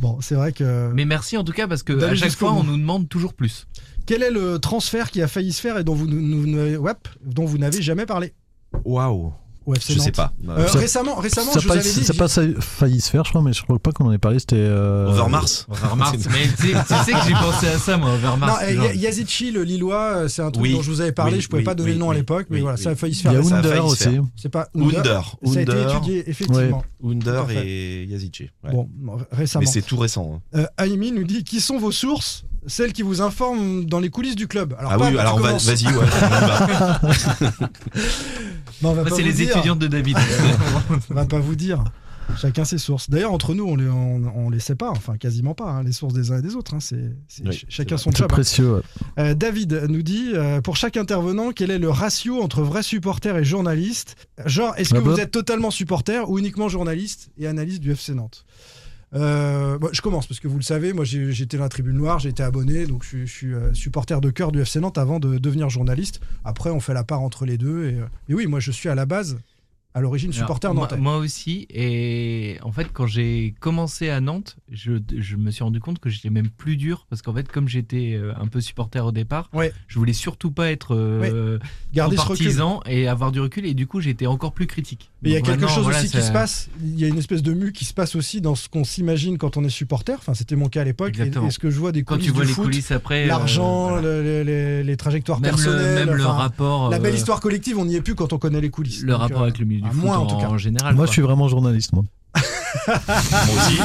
[SPEAKER 6] Bon, c'est vrai que.
[SPEAKER 8] Mais merci en tout cas, parce que
[SPEAKER 6] D'aller
[SPEAKER 8] à chaque
[SPEAKER 6] jusqu'au
[SPEAKER 8] fois,
[SPEAKER 6] bout.
[SPEAKER 8] on nous demande toujours plus.
[SPEAKER 6] Quel est le transfert qui a failli se faire et dont vous, nous- nous- ouais, dont vous n'avez jamais parlé
[SPEAKER 9] Waouh.
[SPEAKER 6] au FC
[SPEAKER 9] Je sais
[SPEAKER 6] Nantes
[SPEAKER 9] pas.
[SPEAKER 6] Euh, récemment, récemment,
[SPEAKER 12] ça
[SPEAKER 6] je
[SPEAKER 12] pas,
[SPEAKER 6] vous avais dit.
[SPEAKER 12] ça pas ça- failli se faire, je crois, mais je crois pas qu'on en ait parlé. C'était. euh,
[SPEAKER 9] Overmars.
[SPEAKER 8] Overmars, mais tu sais- tu sais que j'ai pensé à ça, moi,
[SPEAKER 6] Non,
[SPEAKER 8] Overmars.
[SPEAKER 6] eh,
[SPEAKER 8] toujours.
[SPEAKER 6] Ya- Yazici, le Lillois, euh, c'est un truc
[SPEAKER 9] Oui,
[SPEAKER 6] dont je vous avais parlé.
[SPEAKER 9] oui,
[SPEAKER 6] je pouvais
[SPEAKER 9] oui,
[SPEAKER 6] pas donner
[SPEAKER 9] oui,
[SPEAKER 6] le nom à
[SPEAKER 9] oui,
[SPEAKER 6] l'époque, mais
[SPEAKER 9] oui,
[SPEAKER 6] voilà,
[SPEAKER 9] oui.
[SPEAKER 6] ça a failli se
[SPEAKER 12] Il
[SPEAKER 6] faire.
[SPEAKER 12] y a
[SPEAKER 9] Ça a failli
[SPEAKER 12] Wunder
[SPEAKER 9] se
[SPEAKER 12] aussi.
[SPEAKER 9] faire.
[SPEAKER 6] C'est pas
[SPEAKER 9] Under.
[SPEAKER 6] Ça a été
[SPEAKER 9] Under.
[SPEAKER 6] étudié, effectivement. Tout à
[SPEAKER 9] Under
[SPEAKER 6] fait.
[SPEAKER 9] et Yazici. ouais.
[SPEAKER 6] Bon, récemment.
[SPEAKER 9] Mais c'est tout récent. hein.
[SPEAKER 6] Euh, Aimi nous dit qui sont vos sources Celles qui vous informent dans les coulisses du club. Alors,
[SPEAKER 9] Ah
[SPEAKER 6] pas,
[SPEAKER 9] oui,
[SPEAKER 6] tu
[SPEAKER 9] alors va-
[SPEAKER 6] commences.
[SPEAKER 9] vas-y, ouais. on y va.
[SPEAKER 6] Non, on
[SPEAKER 8] Moi,
[SPEAKER 6] va pas
[SPEAKER 8] Ah, c'est
[SPEAKER 6] vous
[SPEAKER 8] les
[SPEAKER 6] dire.
[SPEAKER 8] étudiants de David.
[SPEAKER 6] On va pas vous dire. Chacun ses sources. D'ailleurs, entre nous, on les, on, on les sait pas, enfin quasiment pas, hein, les sources des uns et des autres. hein, c'est, c'est
[SPEAKER 9] Oui,
[SPEAKER 6] ch- chacun
[SPEAKER 9] c'est
[SPEAKER 6] son
[SPEAKER 12] C'est
[SPEAKER 6] job. hein.
[SPEAKER 12] précieux. ouais.
[SPEAKER 6] Euh, David nous dit euh, pour chaque intervenant, quel est le ratio entre vrais supporters et journalistes Genre, est-ce que
[SPEAKER 12] Ah bah.
[SPEAKER 6] vous êtes totalement supporter ou uniquement journaliste et analyste du FC Nantes Euh, bon, je commence parce que vous le savez, moi j'ai- j'étais dans la tribune noire, j'ai été abonné, donc je, suis- je suis euh, supporter de cœur du FC Nantes avant de devenir journaliste. Après, on fait la part entre les deux. Et, euh, et oui, moi je suis à la base, à l'origine,
[SPEAKER 8] Alors,
[SPEAKER 6] supporter
[SPEAKER 8] moi,
[SPEAKER 6] nantais.
[SPEAKER 8] moi aussi. Et en fait, quand j'ai commencé à Nantes, je, je me suis rendu compte que j'étais même plus dur parce qu'en fait, comme j'étais euh, un peu supporter au départ,
[SPEAKER 6] Ouais.
[SPEAKER 8] je voulais surtout pas être euh,
[SPEAKER 6] Garder
[SPEAKER 8] trop
[SPEAKER 6] ce recul.
[SPEAKER 8] partisan et avoir du recul. Et du coup, j'étais encore plus critique.
[SPEAKER 6] Mais il y a
[SPEAKER 8] Donc
[SPEAKER 6] quelque
[SPEAKER 8] maintenant,
[SPEAKER 6] chose
[SPEAKER 8] voilà,
[SPEAKER 6] aussi qui
[SPEAKER 8] ça-
[SPEAKER 6] se passe. Il y a une espèce de mue qui se passe aussi dans ce qu'on s'imagine quand on est supporter. Enfin, c'était mon cas à l'époque. Et,
[SPEAKER 8] Exactement.
[SPEAKER 6] et ce que je vois des
[SPEAKER 8] Quand
[SPEAKER 6] coulisses
[SPEAKER 8] tu vois
[SPEAKER 6] du
[SPEAKER 8] les
[SPEAKER 6] foot,
[SPEAKER 8] coulisses après, euh,
[SPEAKER 6] l'argent,
[SPEAKER 8] voilà.
[SPEAKER 6] le- le- les, les trajectoires
[SPEAKER 8] Même le,
[SPEAKER 6] personnelles,
[SPEAKER 8] même le
[SPEAKER 6] enfin,
[SPEAKER 8] rapport.
[SPEAKER 6] la belle
[SPEAKER 8] euh,
[SPEAKER 6] histoire collective, on n'y est plus quand on connaît les coulisses.
[SPEAKER 8] Le
[SPEAKER 6] Donc,
[SPEAKER 8] rapport
[SPEAKER 6] euh,
[SPEAKER 8] avec le milieu du
[SPEAKER 6] à
[SPEAKER 8] foot
[SPEAKER 6] moins,
[SPEAKER 8] en,
[SPEAKER 6] en tout cas.
[SPEAKER 8] général.
[SPEAKER 12] Moi,
[SPEAKER 8] quoi.
[SPEAKER 12] je suis vraiment journaliste, moi.
[SPEAKER 9] Moi aussi.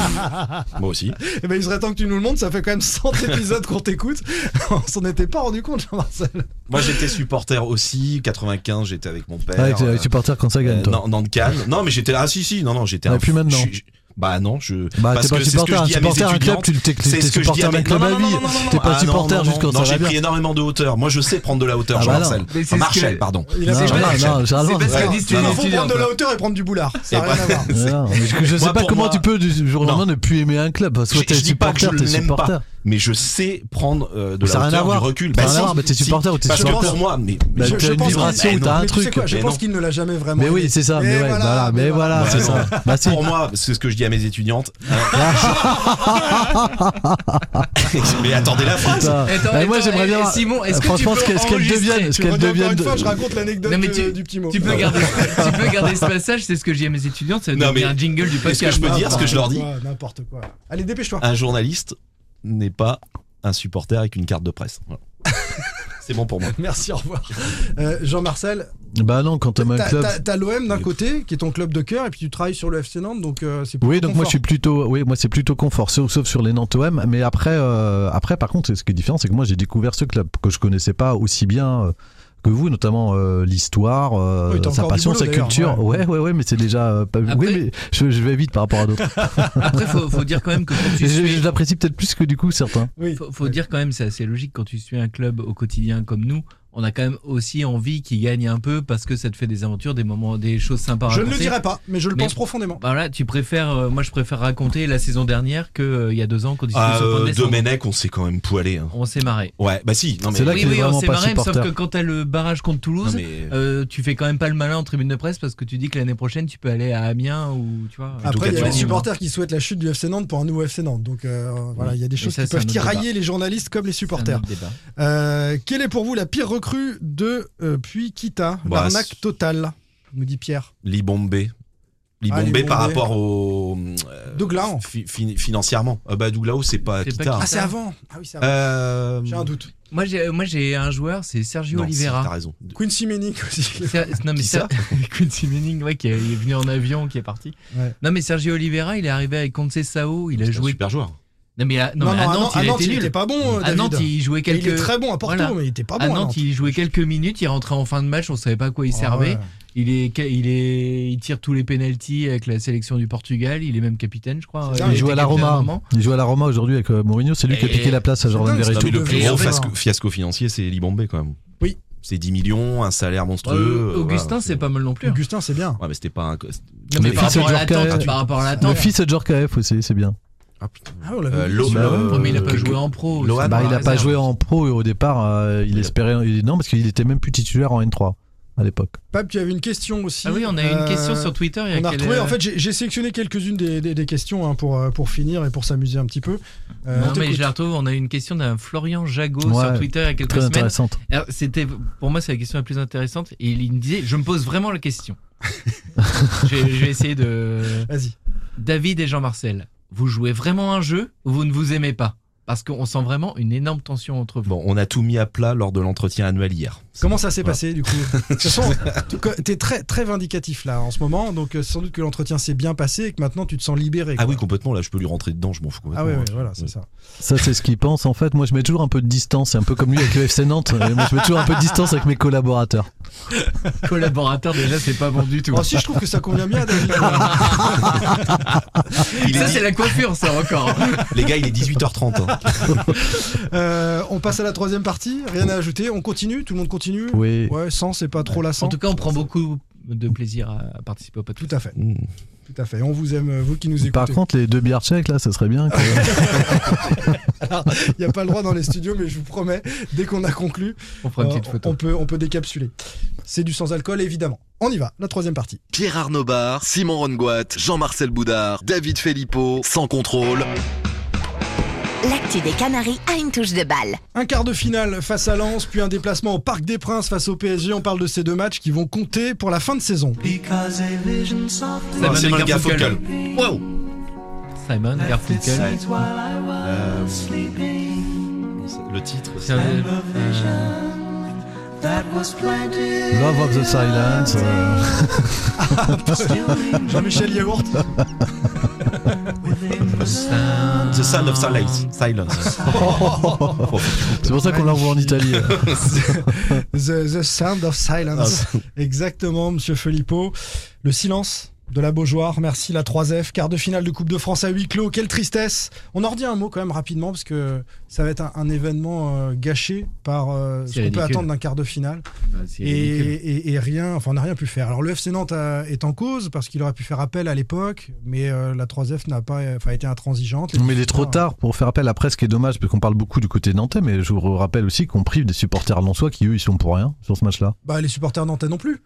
[SPEAKER 9] Moi aussi.
[SPEAKER 6] Eh ben, il serait temps que tu nous le montres. Ça fait quand même 100 épisodes qu'on t'écoute. on s'en était pas rendu compte, Jean-Marcel.
[SPEAKER 9] Moi j'étais supporter aussi. 95,
[SPEAKER 6] Ben,
[SPEAKER 9] j'étais avec mon père.
[SPEAKER 12] Avec les
[SPEAKER 9] euh,
[SPEAKER 12] supporters quand ça gagne,
[SPEAKER 9] Euh,
[SPEAKER 12] toi.
[SPEAKER 9] non, non, de Cannes. Non, mais j'étais. Ah, si, si, non, non, j'étais.
[SPEAKER 12] Mais
[SPEAKER 9] un-
[SPEAKER 12] plus maintenant.
[SPEAKER 9] je suis- je- Bah non, je.
[SPEAKER 12] Bah, t'es pas
[SPEAKER 9] parce que c'est ce que
[SPEAKER 12] supporter,
[SPEAKER 9] je
[SPEAKER 12] un
[SPEAKER 9] dis à mes
[SPEAKER 12] supporter, un club,
[SPEAKER 9] étudiantes,
[SPEAKER 12] tu le- t'es- t'es-
[SPEAKER 9] c'est
[SPEAKER 12] t'es
[SPEAKER 9] ce que je dis
[SPEAKER 12] supporter
[SPEAKER 9] à mes-
[SPEAKER 12] avec le
[SPEAKER 9] Non, non,
[SPEAKER 12] Baby.
[SPEAKER 9] non, non, non,
[SPEAKER 12] T'es
[SPEAKER 9] non,
[SPEAKER 12] pas
[SPEAKER 9] ah, non,
[SPEAKER 12] supporter
[SPEAKER 9] non,
[SPEAKER 12] juste quand
[SPEAKER 9] non,
[SPEAKER 12] ça
[SPEAKER 9] j'ai
[SPEAKER 12] va
[SPEAKER 9] pris
[SPEAKER 12] bien.
[SPEAKER 9] énormément de hauteur. Moi, je sais prendre de la hauteur,
[SPEAKER 12] Ah, bah,
[SPEAKER 9] Jean-Marcel.
[SPEAKER 12] non. Mais c'est ce
[SPEAKER 9] Marcel,
[SPEAKER 12] que-
[SPEAKER 9] pardon.
[SPEAKER 12] Il a fait-
[SPEAKER 9] Marcel.
[SPEAKER 12] Non, non, Gerland,
[SPEAKER 9] C'est parce
[SPEAKER 12] ouais.
[SPEAKER 9] qu'elle dit, tu es
[SPEAKER 12] Non,
[SPEAKER 9] une
[SPEAKER 12] non,
[SPEAKER 6] faut
[SPEAKER 9] étudiante.
[SPEAKER 6] prendre de la hauteur et prendre du boulard. Ça
[SPEAKER 9] Et
[SPEAKER 6] n'a rien
[SPEAKER 9] bah,
[SPEAKER 6] à voir.
[SPEAKER 9] c'est-
[SPEAKER 12] Non, mais je, je sais
[SPEAKER 9] Moi,
[SPEAKER 12] pas
[SPEAKER 9] pour
[SPEAKER 12] comment
[SPEAKER 9] moi-
[SPEAKER 12] tu peux du jour au
[SPEAKER 9] Non.
[SPEAKER 12] lendemain ne plus aimer un club. Soit
[SPEAKER 9] Je,
[SPEAKER 12] t'es
[SPEAKER 9] je dis pas que je
[SPEAKER 12] supporter, t'es
[SPEAKER 9] l'aime
[SPEAKER 12] supporter.
[SPEAKER 9] pas, mais je sais prendre euh, de
[SPEAKER 12] Ça a rien
[SPEAKER 9] la
[SPEAKER 12] à
[SPEAKER 9] hauteur, du
[SPEAKER 12] voir.
[SPEAKER 9] recul.
[SPEAKER 12] Ça a rien à voir, mais t'es supporter ou t'es
[SPEAKER 9] Parce que
[SPEAKER 12] supporter.
[SPEAKER 9] pour moi, mais
[SPEAKER 12] Bah,
[SPEAKER 9] je-
[SPEAKER 12] t'as
[SPEAKER 9] je
[SPEAKER 12] une
[SPEAKER 9] pense qu'il-
[SPEAKER 12] vibration,
[SPEAKER 9] mais non.
[SPEAKER 12] t'as un
[SPEAKER 6] Mais tu sais
[SPEAKER 12] truc.
[SPEAKER 6] quoi, je
[SPEAKER 9] Mais
[SPEAKER 6] pense
[SPEAKER 9] non.
[SPEAKER 6] qu'il ne l'a jamais vraiment.
[SPEAKER 12] Mais oui,
[SPEAKER 6] aimé.
[SPEAKER 12] c'est ça.
[SPEAKER 6] Et
[SPEAKER 12] Mais ouais,
[SPEAKER 6] voilà,
[SPEAKER 12] voilà, mais voilà,
[SPEAKER 9] Bah,
[SPEAKER 12] c'est
[SPEAKER 9] non.
[SPEAKER 12] ça. Bah, si.
[SPEAKER 9] Pour moi, c'est ce que je dis à mes étudiantes. hein. mais attendez la phrase.
[SPEAKER 12] Putain.
[SPEAKER 8] Attends,
[SPEAKER 12] Bah, moi
[SPEAKER 8] attends,
[SPEAKER 12] j'aimerais
[SPEAKER 8] et-
[SPEAKER 12] bien.
[SPEAKER 8] et Simon, est-ce que
[SPEAKER 12] Franchement,
[SPEAKER 8] tu
[SPEAKER 12] ce
[SPEAKER 8] peux
[SPEAKER 12] qu'elle- ce qu'elle
[SPEAKER 8] enregistrer
[SPEAKER 12] devienne, ce
[SPEAKER 6] Tu
[SPEAKER 12] qu'elle
[SPEAKER 6] redis encore
[SPEAKER 12] devienne.
[SPEAKER 6] une fois,
[SPEAKER 12] de-
[SPEAKER 6] je raconte l'anecdote
[SPEAKER 8] Non, mais
[SPEAKER 6] de-
[SPEAKER 8] tu-
[SPEAKER 6] du petit mot.
[SPEAKER 8] Tu peux, garder, tu peux garder ce passage, c'est ce que je dis à mes étudiants, ça va
[SPEAKER 9] Non,
[SPEAKER 8] devenir
[SPEAKER 9] mais
[SPEAKER 8] un jingle du
[SPEAKER 9] est-ce que
[SPEAKER 8] podcast.
[SPEAKER 9] je peux dire ce que je leur dis
[SPEAKER 6] Ouais, N'importe quoi. Allez, dépêche-toi.
[SPEAKER 9] Un journaliste n'est pas un supporter avec une carte de presse. Voilà. C'est bon pour moi.
[SPEAKER 6] Merci, au revoir. Euh, Jean-Marcel,
[SPEAKER 12] Bah non, quand t'aimes un
[SPEAKER 6] t'as-
[SPEAKER 12] club.
[SPEAKER 6] t'as t'as l'OM d'un côté, qui est ton club de cœur, et puis tu travailles sur le FC Nantes, donc euh, c'est
[SPEAKER 12] Oui,
[SPEAKER 6] plutôt
[SPEAKER 12] donc moi je
[SPEAKER 6] confort.
[SPEAKER 12] suis plutôt, oui, moi c'est plutôt confort, sauf, sauf sur les Nantes OM. Mais après, euh, après par contre, ce qui est différent, c'est que moi j'ai découvert ce club que je connaissais pas aussi bien euh, que vous, notamment euh, l'histoire, euh,
[SPEAKER 6] Oui, t'as
[SPEAKER 12] sa
[SPEAKER 6] encore du
[SPEAKER 12] passion,
[SPEAKER 6] boulot,
[SPEAKER 12] sa
[SPEAKER 6] d'ailleurs,
[SPEAKER 12] culture. Ouais, ouais, ouais, mais c'est déjà. euh, pas... Oui, mais je, je vais vite par rapport à d'autres.
[SPEAKER 8] Après, faut, faut dire quand même que quand
[SPEAKER 12] Et
[SPEAKER 8] tu
[SPEAKER 12] je,
[SPEAKER 8] suis.
[SPEAKER 12] je l'apprécie peut-être plus que du coup certains.
[SPEAKER 8] Faut, faut dire quand même, c'est assez logique quand tu suis un club au quotidien comme nous. On a quand même aussi envie qu'il gagne un peu parce que ça te fait des aventures, des moments, des choses sympas. à
[SPEAKER 6] Je ne le
[SPEAKER 8] raconter.
[SPEAKER 6] dirai pas, mais je le
[SPEAKER 8] Mais- bah
[SPEAKER 6] pense profondément.
[SPEAKER 8] Voilà, tu préfères, euh, moi je préfère raconter la saison dernière que euh, il y a deux ans quand ils étaient
[SPEAKER 9] Ah,
[SPEAKER 8] sur le point de
[SPEAKER 9] euh,
[SPEAKER 8] descendre.
[SPEAKER 9] Domenech, on s'est quand même poilé. hein.
[SPEAKER 8] On s'est marré.
[SPEAKER 9] Ouais, bah si. Non, mais
[SPEAKER 12] C'est là
[SPEAKER 8] oui,
[SPEAKER 12] qu'il
[SPEAKER 8] oui,
[SPEAKER 12] est
[SPEAKER 8] on
[SPEAKER 12] vraiment
[SPEAKER 8] s'est
[SPEAKER 12] pas
[SPEAKER 8] marré, mais sauf que
[SPEAKER 12] supporter.
[SPEAKER 8] quand t'as le barrage contre Toulouse,
[SPEAKER 9] Non, mais-
[SPEAKER 8] euh, tu fais quand même pas le malin en tribune de presse parce que tu dis que l'année prochaine tu peux aller à Amiens ou tu vois.
[SPEAKER 6] Après, il y a
[SPEAKER 9] Catherine.
[SPEAKER 6] les supporters qui souhaitent la chute du FC Nantes pour un nouveau FC Nantes. Donc euh, voilà, il y a des
[SPEAKER 8] Mais
[SPEAKER 6] choses
[SPEAKER 8] ça,
[SPEAKER 6] qui
[SPEAKER 8] c'est un
[SPEAKER 6] peuvent
[SPEAKER 8] autre
[SPEAKER 6] tirailler
[SPEAKER 8] débat.
[SPEAKER 6] les journalistes comme les supporters.
[SPEAKER 8] débat.
[SPEAKER 6] Euh, quelle est pour vous la pire recrue de euh, Puy Kita
[SPEAKER 9] Bah,
[SPEAKER 6] L'arnaque totale, nous dit Pierre.
[SPEAKER 9] Libombé.
[SPEAKER 6] Ah,
[SPEAKER 9] Libombé par
[SPEAKER 6] Libombé.
[SPEAKER 9] rapport au. euh,
[SPEAKER 6] Douglao.
[SPEAKER 9] fi- fi- financièrement. Ah bah Douglao, c'est pas
[SPEAKER 8] C'est pas
[SPEAKER 9] Kita.
[SPEAKER 6] Ah, c'est avant Ah oui, c'est avant.
[SPEAKER 9] Euh,
[SPEAKER 6] J'ai un doute.
[SPEAKER 8] Moi j'ai, moi j'ai un joueur, c'est Sergio
[SPEAKER 9] non, si, T'as
[SPEAKER 8] Oliveira.
[SPEAKER 9] raison.
[SPEAKER 6] Quincy Manning aussi.
[SPEAKER 8] Ser- non mais
[SPEAKER 9] Qui ça
[SPEAKER 8] Ser- Quincy Manning, ouais, qui est, il est venu en avion, qui est parti.
[SPEAKER 6] Ouais.
[SPEAKER 8] Non mais Sergio Oliveira, il est arrivé avec Sao, il a
[SPEAKER 9] C'est un
[SPEAKER 8] joué.
[SPEAKER 9] super joueur.
[SPEAKER 8] Non mais à, non, mais à
[SPEAKER 6] à
[SPEAKER 8] Nantes,
[SPEAKER 6] Nan- à
[SPEAKER 8] il a
[SPEAKER 6] Nantes,
[SPEAKER 8] été
[SPEAKER 6] il
[SPEAKER 8] nul.
[SPEAKER 6] était pas bon. euh,
[SPEAKER 8] à
[SPEAKER 6] David.
[SPEAKER 8] Nantes, il jouait quelques.
[SPEAKER 6] Il est très bon à Porto,
[SPEAKER 8] Voilà.
[SPEAKER 6] mais il était pas bon.
[SPEAKER 8] à
[SPEAKER 6] à
[SPEAKER 8] Nantes,
[SPEAKER 6] Nantes.
[SPEAKER 8] il jouait quelques minutes, il rentrait en fin de match, on savait pas à quoi il
[SPEAKER 6] Ah
[SPEAKER 8] servait.
[SPEAKER 6] ouais.
[SPEAKER 8] Il est, il est, il tire tous les pénalties avec la sélection du Portugal. Il est même capitaine, je crois.
[SPEAKER 6] C'est dingue.
[SPEAKER 12] Il
[SPEAKER 8] était
[SPEAKER 12] joue à la
[SPEAKER 8] capitaine un
[SPEAKER 12] Roma.
[SPEAKER 8] moment.
[SPEAKER 12] Il joue à la Roma aujourd'hui avec euh, Mourinho. C'est lui qui a
[SPEAKER 8] Et-
[SPEAKER 12] piqué la place à Jordan
[SPEAKER 6] dingue,
[SPEAKER 9] Non,
[SPEAKER 12] Verretou.
[SPEAKER 9] mais le plus
[SPEAKER 8] Et en
[SPEAKER 9] gros
[SPEAKER 8] fait-
[SPEAKER 9] fiasco, fiasco financier, c'est Libombé quand même.
[SPEAKER 6] Oui.
[SPEAKER 9] C'est 10 millions, un salaire monstrueux.
[SPEAKER 8] Euh,
[SPEAKER 9] euh,
[SPEAKER 8] Augustin,
[SPEAKER 9] voilà.
[SPEAKER 8] c'est pas mal non plus. hein.
[SPEAKER 6] Augustin, c'est bien.
[SPEAKER 9] Ouais, mais c'était pas un.
[SPEAKER 8] Non, mais
[SPEAKER 12] Le
[SPEAKER 8] par
[SPEAKER 12] fils de
[SPEAKER 8] rapport à
[SPEAKER 12] Djorkaeff.
[SPEAKER 8] l'attente, par rapport à
[SPEAKER 12] Le
[SPEAKER 8] l'attente.
[SPEAKER 12] fils de Georges KF aussi, c'est bien.
[SPEAKER 9] Ah putain.
[SPEAKER 6] Ah, on l'avait
[SPEAKER 9] Euh,
[SPEAKER 6] oublié,
[SPEAKER 9] Lo-
[SPEAKER 6] celui-là.
[SPEAKER 9] le-
[SPEAKER 8] Ouais, Oh, mais il a pas
[SPEAKER 9] que-
[SPEAKER 8] joué en pro.
[SPEAKER 9] Lohan,
[SPEAKER 8] c'est
[SPEAKER 12] Bah,
[SPEAKER 8] dans
[SPEAKER 12] euh, il
[SPEAKER 8] la
[SPEAKER 12] a pas
[SPEAKER 8] réserve.
[SPEAKER 12] joué en pro au départ. euh, il
[SPEAKER 9] Il a-
[SPEAKER 12] espérait, il- non, parce qu'il était même plus titulaire en N3 à l'époque.
[SPEAKER 6] Pape, tu avais une question aussi.
[SPEAKER 8] Ah oui, on a eu une
[SPEAKER 6] Euh,
[SPEAKER 8] question sur Twitter. il y euh,
[SPEAKER 6] On a
[SPEAKER 8] quel-
[SPEAKER 6] retrouvé, en fait, j'ai j'ai sélectionné quelques-unes des, des- des questions hein, pour, euh, pour finir et pour s'amuser un petit peu. Euh,
[SPEAKER 8] Non,
[SPEAKER 6] on
[SPEAKER 8] mais
[SPEAKER 6] t'écoute.
[SPEAKER 8] je la retrouve. On a eu une question d'un Florian Jagot sur
[SPEAKER 12] Ouais,
[SPEAKER 8] Twitter il y a quelques
[SPEAKER 12] Très
[SPEAKER 8] semaines.
[SPEAKER 12] intéressante.
[SPEAKER 8] Alors, C'était pour moi c'est la question la plus intéressante et il me disait je me pose vraiment la question. je, vais, je vais essayer de
[SPEAKER 6] Vas-y.
[SPEAKER 8] David et Jean-Marcel. Vous jouez vraiment un jeu ou vous ne vous aimez pas parce qu'on sent vraiment une énorme tension entre vous.
[SPEAKER 9] Bon, on a tout mis à plat lors de l'entretien annuel hier.
[SPEAKER 6] Comment ça s'est
[SPEAKER 9] Voilà.
[SPEAKER 6] passé du coup De toute façon, tu- T'es très très vindicatif là en ce moment, donc euh, sans doute que l'entretien s'est bien passé et que maintenant tu te sens libéré.
[SPEAKER 9] Ah
[SPEAKER 6] quoi.
[SPEAKER 9] oui, complètement. Là, je peux lui rentrer dedans, je m'en fous complètement.
[SPEAKER 6] Ah oui, oui, voilà, c'est ça.
[SPEAKER 12] Ça, c'est ce qu'il pense. En fait, moi, je mets toujours un peu de distance. C'est un peu comme lui avec le FC Nantes. Et moi, je mets toujours un peu de distance avec mes collaborateurs. Ah,
[SPEAKER 8] Collaborateur déjà c'est pas bon du tout.
[SPEAKER 6] Oh, si, je trouve que ça convient bien à David.
[SPEAKER 9] Il est
[SPEAKER 8] ça
[SPEAKER 9] dit-
[SPEAKER 8] c'est la coiffure ça encore.
[SPEAKER 9] Les gars, il est 18h30. hein.
[SPEAKER 6] Euh, on passe à la troisième partie, rien à ajouter. On continue Tout le monde continue
[SPEAKER 12] Oui.
[SPEAKER 6] Ouais, sans, c'est pas trop lassant.
[SPEAKER 8] en tout cas on prend beaucoup de plaisir à participer au podcast.
[SPEAKER 6] Tout à fait,
[SPEAKER 9] Mm.
[SPEAKER 6] tout à fait. On vous aime, euh, vous qui nous écoutez.
[SPEAKER 12] Par contre, les deux bières tchèques, là, ça serait bien. quoi.
[SPEAKER 6] il n'y a pas le droit dans les studios, mais je vous promets, dès qu'on a conclu,
[SPEAKER 8] On fera une
[SPEAKER 6] euh,
[SPEAKER 8] petite photo.
[SPEAKER 6] on peut, on peut décapsuler. C'est du sans-alcool, évidemment. On y va, la troisième partie.
[SPEAKER 1] Pierre Arnaud Bar, Simon Rongoat, Jean-Marcel Boudard, David Filippo, sans contrôle.
[SPEAKER 11] L'actu des Canaries a une touche de balle.
[SPEAKER 6] Un quart de finale face à Lens, puis un déplacement au Parc des Princes face au PSG. On parle de ces deux matchs qui vont compter pour la fin de saison.
[SPEAKER 8] Simon
[SPEAKER 9] Simon
[SPEAKER 8] Garfunkel.
[SPEAKER 9] Garfunkel. Waouh.
[SPEAKER 8] Simon Garfunkel.
[SPEAKER 9] Euh, Le titre, c'est.
[SPEAKER 8] C'est un- Euh,
[SPEAKER 12] Love of the Silence. euh,
[SPEAKER 6] Jean-Michel Yaourt.
[SPEAKER 9] The Sound of Silence. Silence.
[SPEAKER 12] Oh. C'est pour ça qu'on l'envoie en Italie.
[SPEAKER 9] Bah,
[SPEAKER 8] Ah,
[SPEAKER 6] The, the Sound of Silence. Exactement, monsieur Filippo. Le silence, de la Beaujoire. Merci la 3F. Quart de finale de Coupe de France à huis clos. Quelle tristesse. On en redit un mot quand même rapidement parce que ça va être un, un événement euh, gâché par euh, ce
[SPEAKER 8] C'est
[SPEAKER 6] qu'on peut
[SPEAKER 8] ridicule.
[SPEAKER 6] attendre d'un quart de finale.
[SPEAKER 8] Bah, c'est
[SPEAKER 6] et,
[SPEAKER 8] ridicule.
[SPEAKER 6] et- et rien, enfin on n'a rien pu faire. Alors le FC Nantes a- est en cause parce qu'il aurait pu faire appel à l'époque, mais euh, la 3F n'a pas enfin, été intransigeante.
[SPEAKER 12] Non, mais il est
[SPEAKER 6] Ah.
[SPEAKER 12] trop tard pour faire appel après, ce qui est dommage, parce qu'on parle beaucoup du côté nantais, mais je vous rappelle aussi qu'on prive des supporters lensois qui, eux, ils sont pour rien sur ce match-là.
[SPEAKER 6] Bah, les supporters nantais non plus.